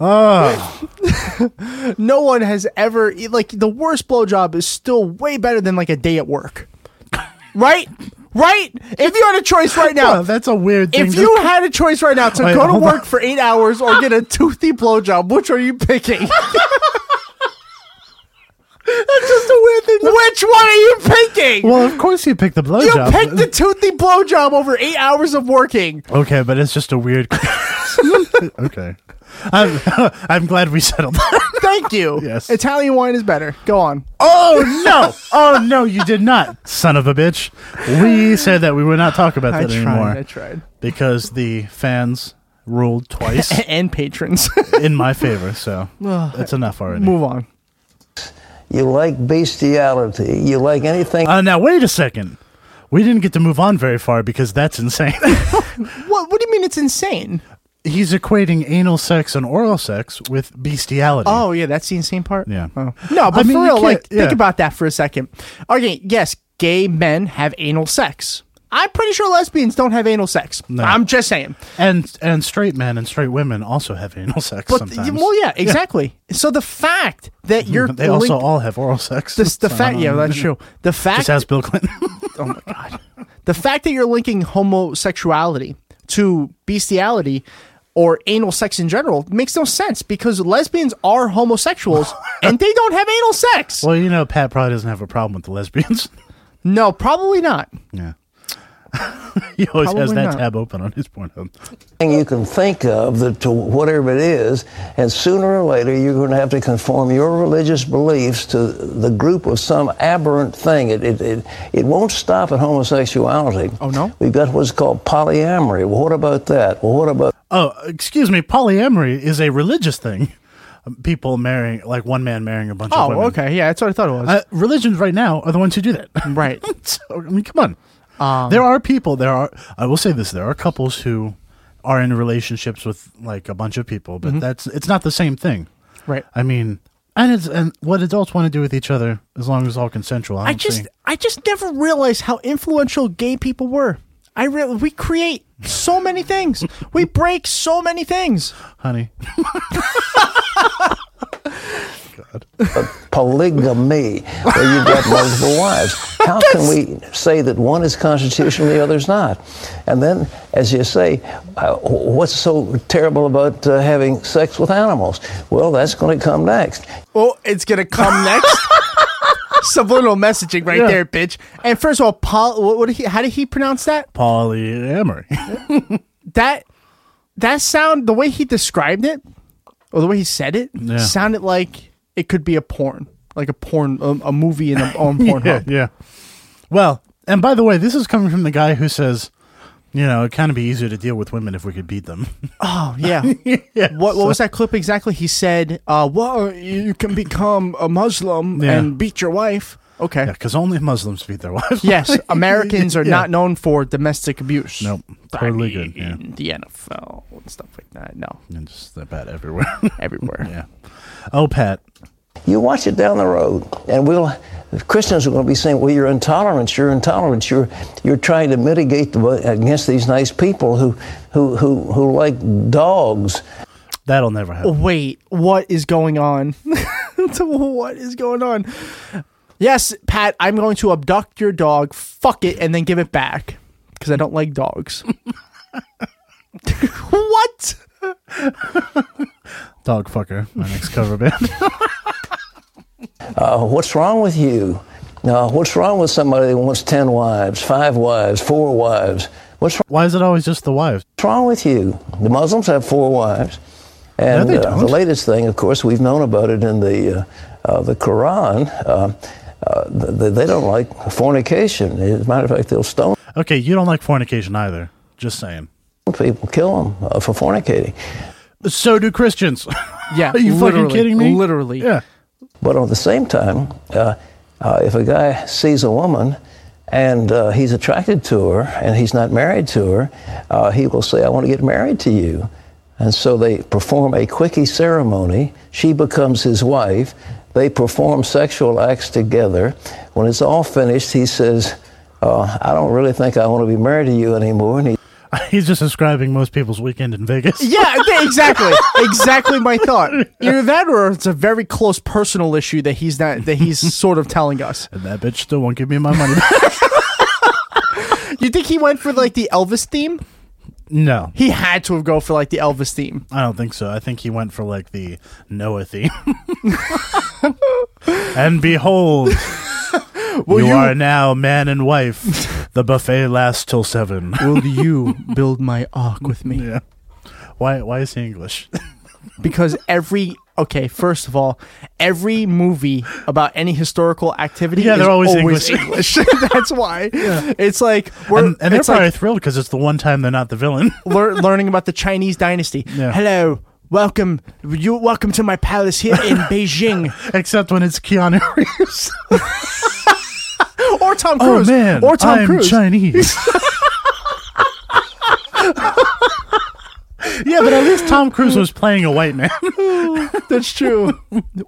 S4: Oh.
S3: no one has ever e, like the worst blowjob is still way better than like a day at work, right? Right? If you had a choice <laughs> right now,
S4: Well, that's a weird thing.
S3: if
S4: to-
S3: you had a choice right now to
S4: Wait,
S3: go to
S4: hold
S3: work
S4: on.
S3: for eight hours or get a toothy blowjob, which are you <laughs> picking? that's just a weird thing. Which one are you <laughs> picking?
S4: well, of course you pick the
S3: you
S4: blowjob.
S3: picked the toothy blowjob over eight hours of working.
S4: <laughs> okay, but it's just a weird. <laughs> okay. I'm, <laughs> I'm glad we
S3: <laughs>
S4: settled that.
S3: Thank you.
S4: Yes.
S3: Italian wine is better. Go on.
S4: Oh no! <laughs> Oh no! You did not, son of a bitch. We said that we would not talk about
S3: I
S4: that
S3: tried.
S4: anymore
S3: I tried.
S4: because the fans ruled twice
S3: <laughs> And patrons.
S4: in my favor. So that's enough
S3: <laughs>
S4: already.
S3: Move on.
S12: You like bestiality, you like anything
S4: Uh, now wait a second. We didn't get to move on very far because
S3: <laughs>
S4: that's insane.
S3: What What do you mean? It's insane.
S4: He's equating anal sex and oral sex with bestiality.
S3: Oh yeah, that's the insane part.
S4: Yeah.
S3: Oh. No, but
S4: I mean,
S3: for
S4: you
S3: real,
S4: can't-
S3: like
S4: yeah.
S3: think about that for a second. Okay, yes, gay men have anal sex. I'm pretty sure lesbians don't have anal sex. I'm just saying.
S4: and and straight men and straight women also have anal sex
S3: But
S4: sometimes. Mm-hmm.
S3: well, yeah, exactly. So the fact
S4: <laughs>
S3: that you're
S4: they also
S3: linked-
S4: all have oral
S3: <laughs>
S4: sex.
S3: this, the
S4: So I
S3: fact,
S4: don't
S3: yeah,
S4: know.
S3: that's true. The fact
S4: Just ask
S3: <laughs>
S4: Bill Clinton.
S3: oh my god the fact that you're linking homosexuality to bestiality or anal sex in general makes no sense because lesbians are
S4: <laughs>
S3: homosexuals and they don't have anal sex
S4: well, you know, Pat probably doesn't have a problem with the lesbians. <laughs>
S3: no probably not
S4: Yeah. he always has
S3: Probably
S4: that
S3: not.
S4: tab open on his Pornhub.
S12: you can think of that to whatever it is, and sooner or later you're going to have to conform your religious beliefs to the group of some aberrant thing. It, it, it, it won't stop at homosexuality.
S3: Oh, no?
S12: We've got what's called polyamory. Well, what about that? Well, what about
S4: Oh, excuse me. Polyamory is a religious thing. Um, People marrying, like one man marrying a bunch of
S3: oh
S4: women.
S3: okay yeah that's what i thought it was
S4: Uh, religions right now are the ones who do that. <laughs>
S3: right Um,
S4: so, I mean, come on. there are people. There are. I will say this: there are couples who are in relationships with like a bunch of people, but
S3: Mhm.
S4: that's it's not the same thing.
S3: Right.
S4: I mean, and it's and what adults want to do with each other as long as it's all consensual. I,
S3: I
S4: don't
S3: just
S4: see-
S3: I just never realized how influential gay people were. I re- we create so many things. We break so many things.
S4: honey. <laughs>
S12: polygamy, where you've got multiple wives. How can we say that one is constitutional, the other's not? And then, as you say, uh, what's so terrible about uh, having sex with animals? Well, that's going to come next.
S3: Oh, it's gonna <laughs> come next. Subliminal messaging right
S4: Yeah.
S3: there, bitch. And first of all, Paul, what, what did he, how did he pronounce that?
S4: polyamory.
S3: That that sound, the way he described it, or the way he said it,
S4: Yeah.
S3: sounded like it could be a porn, like a porn, um, a, a movie in a, on <laughs> Pornhub.
S4: <laughs> yeah, yeah. Well, and by the way, this is coming from the guy who says, you know, it'd kind of be easier to deal with women if we could beat them. <laughs>
S3: Oh yeah. <laughs> what what was that clip exactly? He said, uh, "Well, you can become a Muslim
S4: Yeah.
S3: and beat your wife." Okay.
S4: Because only Muslims beat their wives.
S3: <laughs>
S4: <laughs>
S3: yes, Americans are
S4: Yeah.
S3: not known for domestic abuse.
S4: Nope. Totally good. Yeah.
S3: The NFL and stuff like that. No.
S4: And just that bad everywhere.
S3: everywhere.
S4: <laughs> Yeah. Oh, Pat.
S12: You watch it down the road, and we'll Christians are going to be saying, "Well, you're intolerant. You're intolerant. You're you're trying to mitigate the, against these nice people who who who who like dogs."
S4: That'll never happen.
S3: Wait, what is going on? <laughs> what is going on? Yes, Pat, I'm going to abduct your dog. Fuck it, and then give it back because I don't like
S4: <laughs>
S3: dogs. <laughs> what? Oh.
S4: Dog fucker. My next cover band. <laughs>
S12: Uh, what's wrong with you? Uh, what's wrong with somebody that wants 10 wives, five wives, four wives? What's
S4: Why is it always just the wives?
S12: What's wrong with you? The Muslims have four wives. And
S4: they
S12: uh, the
S4: don't.
S12: latest thing, of course, we've known about it in the, uh, uh, the Quran. Uh, uh, they, they don't like fornication. As a matter of fact, they'll stone
S4: Okay, you don't like fornication either. Just saying.
S12: people, kill them uh, for fornicating.
S4: So do Christians. <laughs>
S3: Yeah.
S4: Are you fucking
S3: literally,
S4: kidding me?
S3: Literally.
S4: Yeah. <laughs>
S12: But at the same time, uh, uh, if a guy sees a woman and uh, he's attracted to her and he's not married to her, uh, he will say, I want to get married to you. And so they perform a quickie ceremony. She becomes his wife. They perform sexual acts together. When it's all finished, he says, uh, I don't really think I want to be married to you anymore. And he
S4: He's just describing most people's weekend in Vegas.
S3: Yeah, th- exactly. exactly my thought. Either that or it's a very close personal issue that he's not that <laughs> he's sort of telling us.
S4: And <laughs> that bitch still won't give me my money
S3: <laughs>
S4: back.
S3: You think he went for like the Elvis theme?
S4: no.
S3: He had to have go for like the Elvis theme.
S4: I don't think so. I think he went for like the
S3: <laughs>
S4: Noah theme. and behold, you,
S3: you-
S4: are now man and wife. The buffet lasts till seven.
S3: Will you build my ark with me?
S4: yeah. <laughs> Why? Why is he English?
S3: Because every okay, first of all, every movie about any historical activity
S4: Yeah,
S3: is
S4: they're always
S3: English. <laughs>
S4: English.
S3: That's why. It's like we're
S4: and, and they're
S3: it's like-
S4: probably thrilled 'cause thrilled because it's the one time they're not the villain. <laughs>
S3: <laughs> lear- learning about the Chinese dynasty.
S4: Yeah.
S3: Hello, welcome, you welcome to my palace here
S4: <laughs>
S3: in Beijing,
S4: Except when it's Keanu Reeves.
S3: or Tom
S4: oh
S3: Cruise,
S4: man,
S3: or Tom
S4: I'm
S3: Cruise.
S4: Chinese. yeah, but at least Tom Cruise was playing a white man. <laughs>
S3: That's true.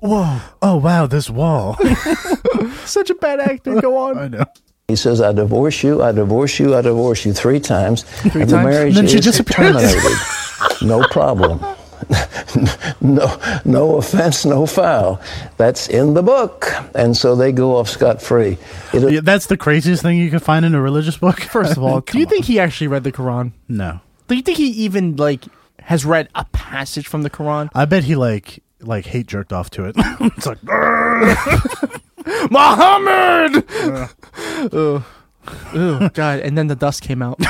S3: Whoa,
S4: oh wow, this wall.
S3: <laughs>
S4: <laughs>
S3: such a bad actor. Go on.
S4: I know.
S12: He says, I divorce you, I divorce you, I divorce you three times. Three and the
S3: times?
S12: marriage
S4: Then she
S12: is
S4: disappears.
S12: terminated. no problem. <laughs> no, no offense, no foul. That's in the book. And so they go off scot free. It is
S4: Yeah, that's the craziest thing you could find in a religious book. First
S3: <laughs> First of
S4: <laughs>
S3: all, do you think he actually read the Quran?
S4: no?
S3: Do you think he even like has read a passage from the Quran?
S4: I bet he like like hate jerked off to it. <laughs> it's like
S3: Muhammad.
S4: Uh.
S3: Ugh. Ugh, God! And then the dust came <laughs> out.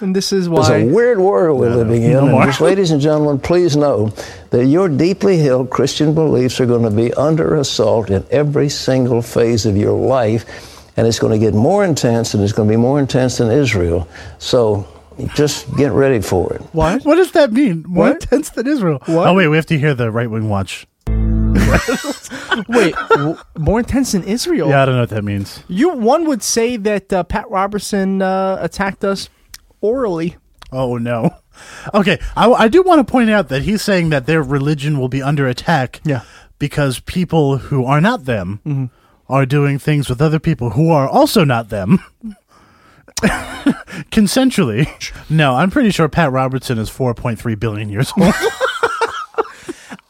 S3: and this is
S12: It's
S3: why.
S12: a weird world we're living in.
S4: no
S12: and
S4: more.
S12: just, ladies and gentlemen, please know that your deeply held Christian beliefs are going to be under assault in every single phase of your life. And it's going to get more intense, and it's going to be more intense in Israel. So just get ready for it.
S3: What?
S4: <laughs> what does that mean? More
S3: What? <laughs>
S4: intense than Israel.
S3: What?
S4: Oh wait, we have to hear the right wing watch.
S3: Wait, w- more intense than Israel?
S4: Yeah, I don't know what that means.
S3: You one would say that uh, Pat Robertson uh, attacked us orally.
S4: Oh no. <laughs> Okay, I, I do want to point out that he's saying that their religion will be under attack.
S3: Yeah.
S4: Because people who are not them
S3: Mm-hmm.
S4: are doing things with other people who are also not them. <laughs> Consensually. No, I'm pretty sure Pat Robertson is 4.3 billion years
S3: <laughs>
S4: old.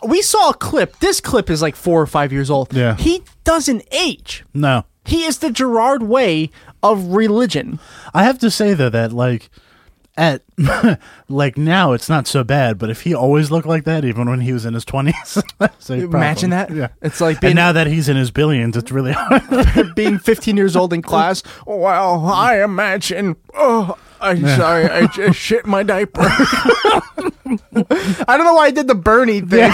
S3: We saw a clip. This clip is like four or five years old.
S4: Yeah.
S3: He doesn't age.
S4: no.
S3: He is the Gerard way of religion.
S4: I have to say though that like at <laughs> like now it's not so bad, but if he always looked like that, even when he was in his twenties, <laughs>
S3: Imagine that.
S4: Yeah,
S3: It's like
S4: and
S3: being-
S4: now that he's in his billions, it's really <laughs> hard.
S3: being 15 years
S4: <laughs>
S3: old in class. Well, I imagine. Oh, I'm
S4: Yeah.
S3: sorry.
S4: <laughs>
S3: I just shit my diaper. I don't know why I did the Bernie thing.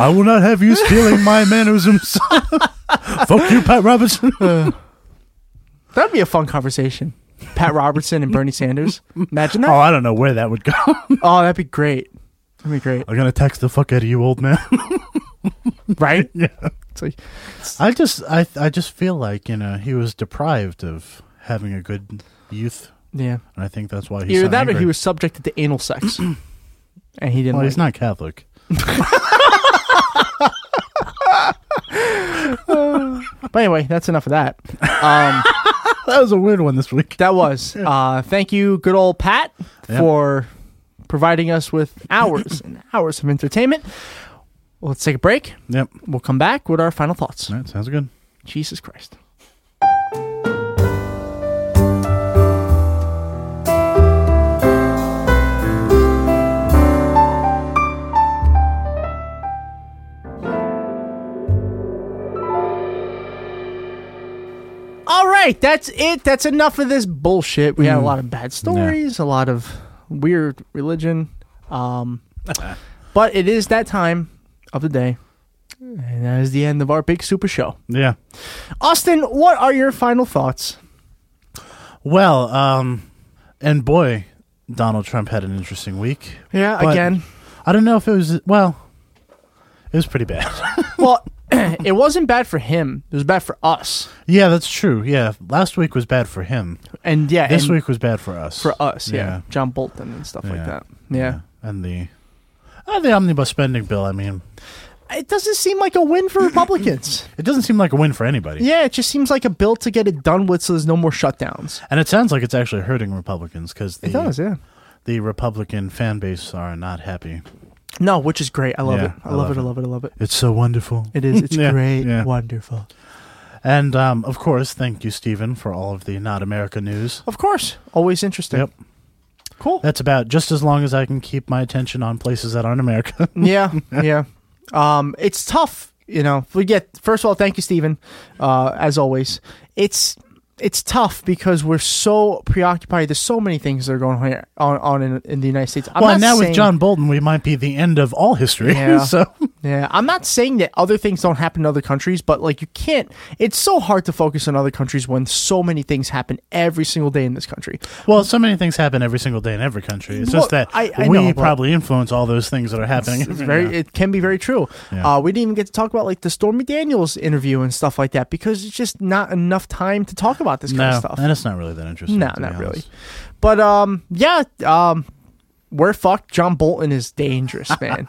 S4: I will not have you stealing my <laughs> mannerisms. Fuck you, Pat Robertson.
S3: <laughs> That'd be a fun conversation. Pat Robertson and Bernie Sanders. Imagine
S4: Oh,
S3: that.
S4: I don't know where that would go.
S3: Oh, that'd be great. That'd be great.
S4: I'm gonna text the fuck out of you, old man. <laughs>
S3: Right?
S4: yeah.
S3: It's like,
S4: I just, I, I just feel like you know he was deprived of having a good youth,
S3: yeah.
S4: and I think that's why he's
S3: Either
S4: so
S3: that or
S4: angry.
S3: he was subjected to anal
S4: <clears throat>
S3: sex. and he didn't.
S4: Well,
S3: like it.
S4: he's not Catholic.
S3: but anyway, that's enough of that. Um,
S4: that was a weird one this week.
S3: That was. Uh, thank you, good old Pat,
S4: Yeah.
S3: for providing us with hours and hours of entertainment. Well, let's take a break.
S4: Yep.
S3: We'll come back with our final thoughts.
S4: That sounds good.
S3: Jesus Christ. All right, that's it. That's enough of this bullshit. We had a lot of bad stories, a lot of weird religion. <laughs> Um, but it is that time of the day. And that is the end of our big super show.
S4: Yeah.
S3: Austin, what are your final thoughts?
S4: Well, um, and boy, Donald Trump had an interesting week.
S3: Yeah,
S4: But
S3: again.
S4: I don't know if it was well. It was pretty bad.
S3: <laughs> Well, <clears throat> it wasn't bad for him. It was bad for us.
S4: yeah, that's true. Yeah, last week was bad for him.
S3: And yeah,
S4: this
S3: and
S4: week was bad for us.
S3: for us, yeah. John Bolton and stuff like that. Yeah.
S4: and the uh, the omnibus spending bill. I mean,
S3: It doesn't seem like a win for <laughs> Republicans.
S4: it doesn't seem like a win for anybody.
S3: yeah, it just seems like a bill to get it done with so there's no more shutdowns.
S4: And it sounds like it's actually hurting Republicans because
S3: It does, yeah.
S4: the Republican fan base are not happy.
S3: No, which is great. I love
S4: Yeah,
S3: it. I, love, it. I love it. I love it.
S4: It's so wonderful.
S3: It <laughs> is. It's
S4: <laughs> Yeah,
S3: great.
S4: yeah.
S3: Wonderful.
S4: And um, of course, thank you, Stephen, for all of the not America news.
S3: Of course. Always interesting.
S4: Yep.
S3: Cool.
S4: That's about just as long as I can keep my attention on places that aren't America.
S3: yeah, yeah. Um, it's tough, you know. We get first of all, thank you, Stephen. Uh, as always, it's it's tough because we're so preoccupied. There's so many things that are going on here, on, on in, in the United States. I'm
S4: well,
S3: not
S4: now
S3: saying-
S4: with John Bolton, we might be the end of all history.
S3: Yeah.
S4: <laughs> so
S3: yeah, I'm not saying that other things don't happen in other countries, but like you can't. It's so hard to focus on other countries when so many things happen every single day in this country.
S4: well, so many things happen every single day in every country. It's just
S3: Well,
S4: that
S3: I- I
S4: we
S3: know, but-
S4: probably influence all those things that are happening. <laughs>
S3: It's very,
S4: Yeah.
S3: it can be very true.
S4: Yeah.
S3: Uh, we didn't even get to talk about like the Stormy Daniels interview and stuff like that because it's just not enough time to talk about this kind
S4: no,
S3: of stuff.
S4: and it's not really that interesting.
S3: No,
S4: to be
S3: not really.
S4: honest.
S3: But um, yeah, um, we're fucked. John Bolton is dangerous,
S4: <laughs>
S3: man.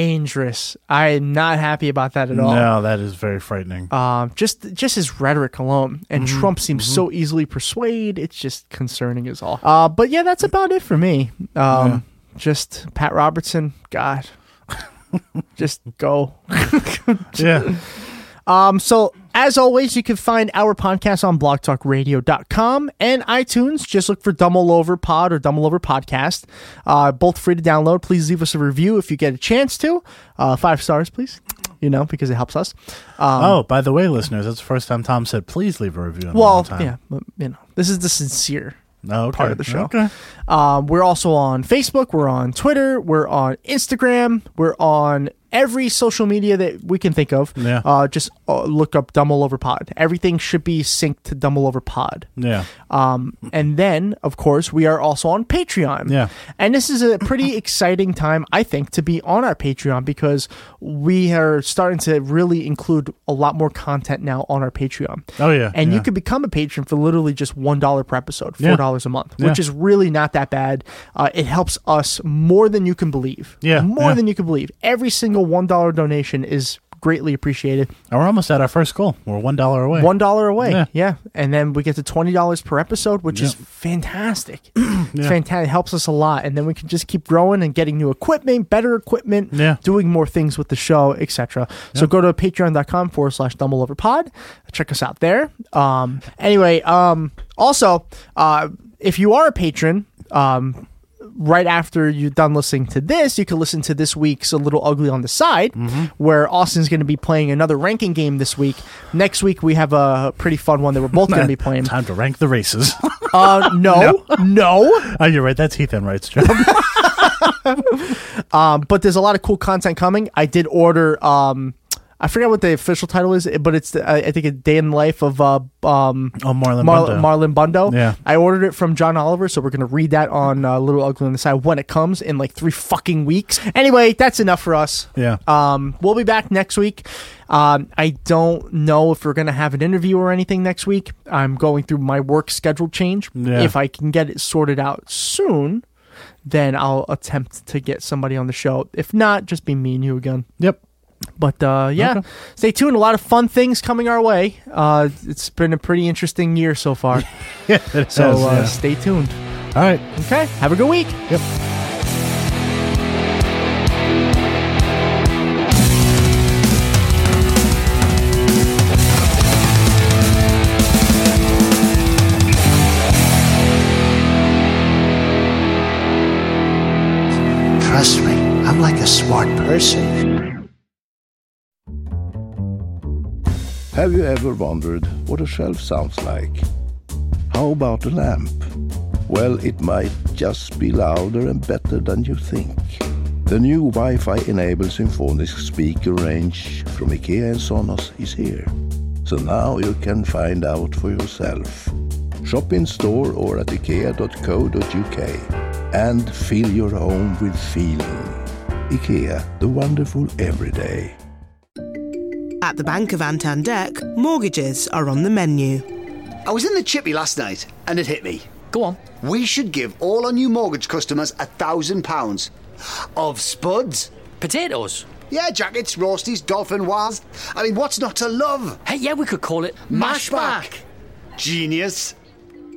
S3: dangerous. I am not happy about that at all.
S4: No, that is very frightening.
S3: Um, just just his rhetoric alone, and Trump seems so easily persuaded. It's just concerning as all. Uh, but yeah, that's about it for me. Um, just Pat Robertson. God, just go.
S4: yeah.
S3: Um, so as always, you can find our podcast on blogtalkradio.com and iTunes. Just look for Dumb All Over Pod or Dumb All Over Podcast. Uh, both free to download. Please leave us a review if you get a chance to. Uh, five stars, please. You know, because it helps us. <laughs> Um,
S4: oh, by the way, listeners, that's the first time Tom said, "Please leave a review." In a long
S3: well,
S4: time.
S3: yeah, but, you know, this is the sincere
S4: Oh, okay.
S3: part of the show.
S4: Okay.
S3: Um, we're also on Facebook. We're on Twitter. We're on Instagram. We're on every social media that we can think of.
S4: Yeah.
S3: Uh, just uh, look up Dumb All Over Pod. Everything should be synced to Dumb All Over Pod.
S4: Yeah.
S3: Um, and then, of course, we are also on Patreon.
S4: Yeah.
S3: And this is a pretty <laughs> exciting time, I think, to be on our Patreon because we are starting to really include a lot more content now on our Patreon.
S4: Oh, yeah,
S3: And you
S4: yeah.
S3: could become a patron for literally just $1 per episode,
S4: Yeah.
S3: $4 a month,
S4: Yeah.
S3: which is really not that bad. Uh, it helps us more than you can believe.
S4: Yeah,
S3: More
S4: yeah.
S3: than you can believe. Every single $1 donation is greatly appreciated.
S4: And we're almost at our first goal. We're one dollar away.
S3: One dollar away.
S4: Yeah.
S3: Yeah. And then we get to twenty dollars per episode, which is
S4: Yeah.
S3: fantastic.
S4: <clears throat>
S3: It's fantastic. It helps us a lot. And then we can just keep growing and getting new equipment, better equipment,
S4: Yeah.
S3: doing more things with the show, etc. So go to patreon.com forward slash dumbleoverpod. Check us out there. Um anyway, um also uh if you are a patron, um right after you're done listening to this, you can listen to this week's A Little Ugly on the Side, where Austin's going to be playing another ranking game this week. Next week, we have a pretty fun one that we're both going <laughs> to be playing.
S4: Time to rank the races. <laughs>
S3: Uh, no, no.
S4: oh, you're right. That's Heath Enright's job. <laughs>
S3: Um, but there's a lot of cool content coming. I did order. Um, I forget what the official title is, but it's the, I I think a day in the life of uh, um,
S4: Oh, Marlon
S3: Mar-
S4: Brando.
S3: Marlon Bundo.
S4: Yeah.
S3: I ordered it from John Oliver, so we're gonna read that on uh, Little Ugly on the Side when it comes in like three fucking weeks. Anyway, that's enough for us.
S4: Yeah.
S3: Um, we'll be back next week. Um, I don't know if we're gonna have an interview or anything next week. I'm going through my work schedule change.
S4: Yeah.
S3: If I can get it sorted out soon, then I'll attempt to get somebody on the show. If not, just be me and you again.
S4: Yep.
S3: But uh, yeah,
S4: Okay.
S3: stay tuned. A lot of fun things coming our way. Uh, it's been a pretty interesting year so far.
S4: <laughs> yeah. it
S3: so
S4: is,
S3: uh,
S4: yeah.
S3: stay tuned.
S4: All right.
S3: Okay. Have a good week.
S4: Yep.
S2: Trust me, I'm like a smart person.
S13: Have you ever wondered what a shelf sounds like? How about a lamp? Well, it might just be louder and better than you think. The new Wi-Fi enabled symphonic speaker range from IKEA and Sonos is here. So now you can find out for yourself. Shop in store or at ikea.co.uk and fill your home with feeling. IKEA, the wonderful everyday.
S14: At the Bank of Antandek, mortgages are on the menu.
S15: I was in the chippy last night and it hit me. Go on. We should give all our new mortgage customers a thousand pounds of spuds. Potatoes. Yeah, jackets, roasties, dolphin wars. I mean, what's not to love? Hey, yeah, we could call it Mashback. Genius.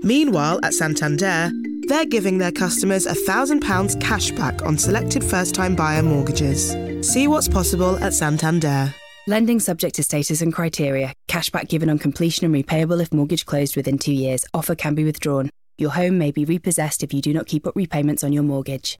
S14: Meanwhile, at Santander, they're giving their customers £1,000 cash back on selected first time buyer mortgages. See what's possible at Santander.
S16: Lending subject to status and criteria. Cashback given on completion and repayable if mortgage closed within two years. Offer can be withdrawn. Your home may be repossessed if you do not keep up repayments on your mortgage.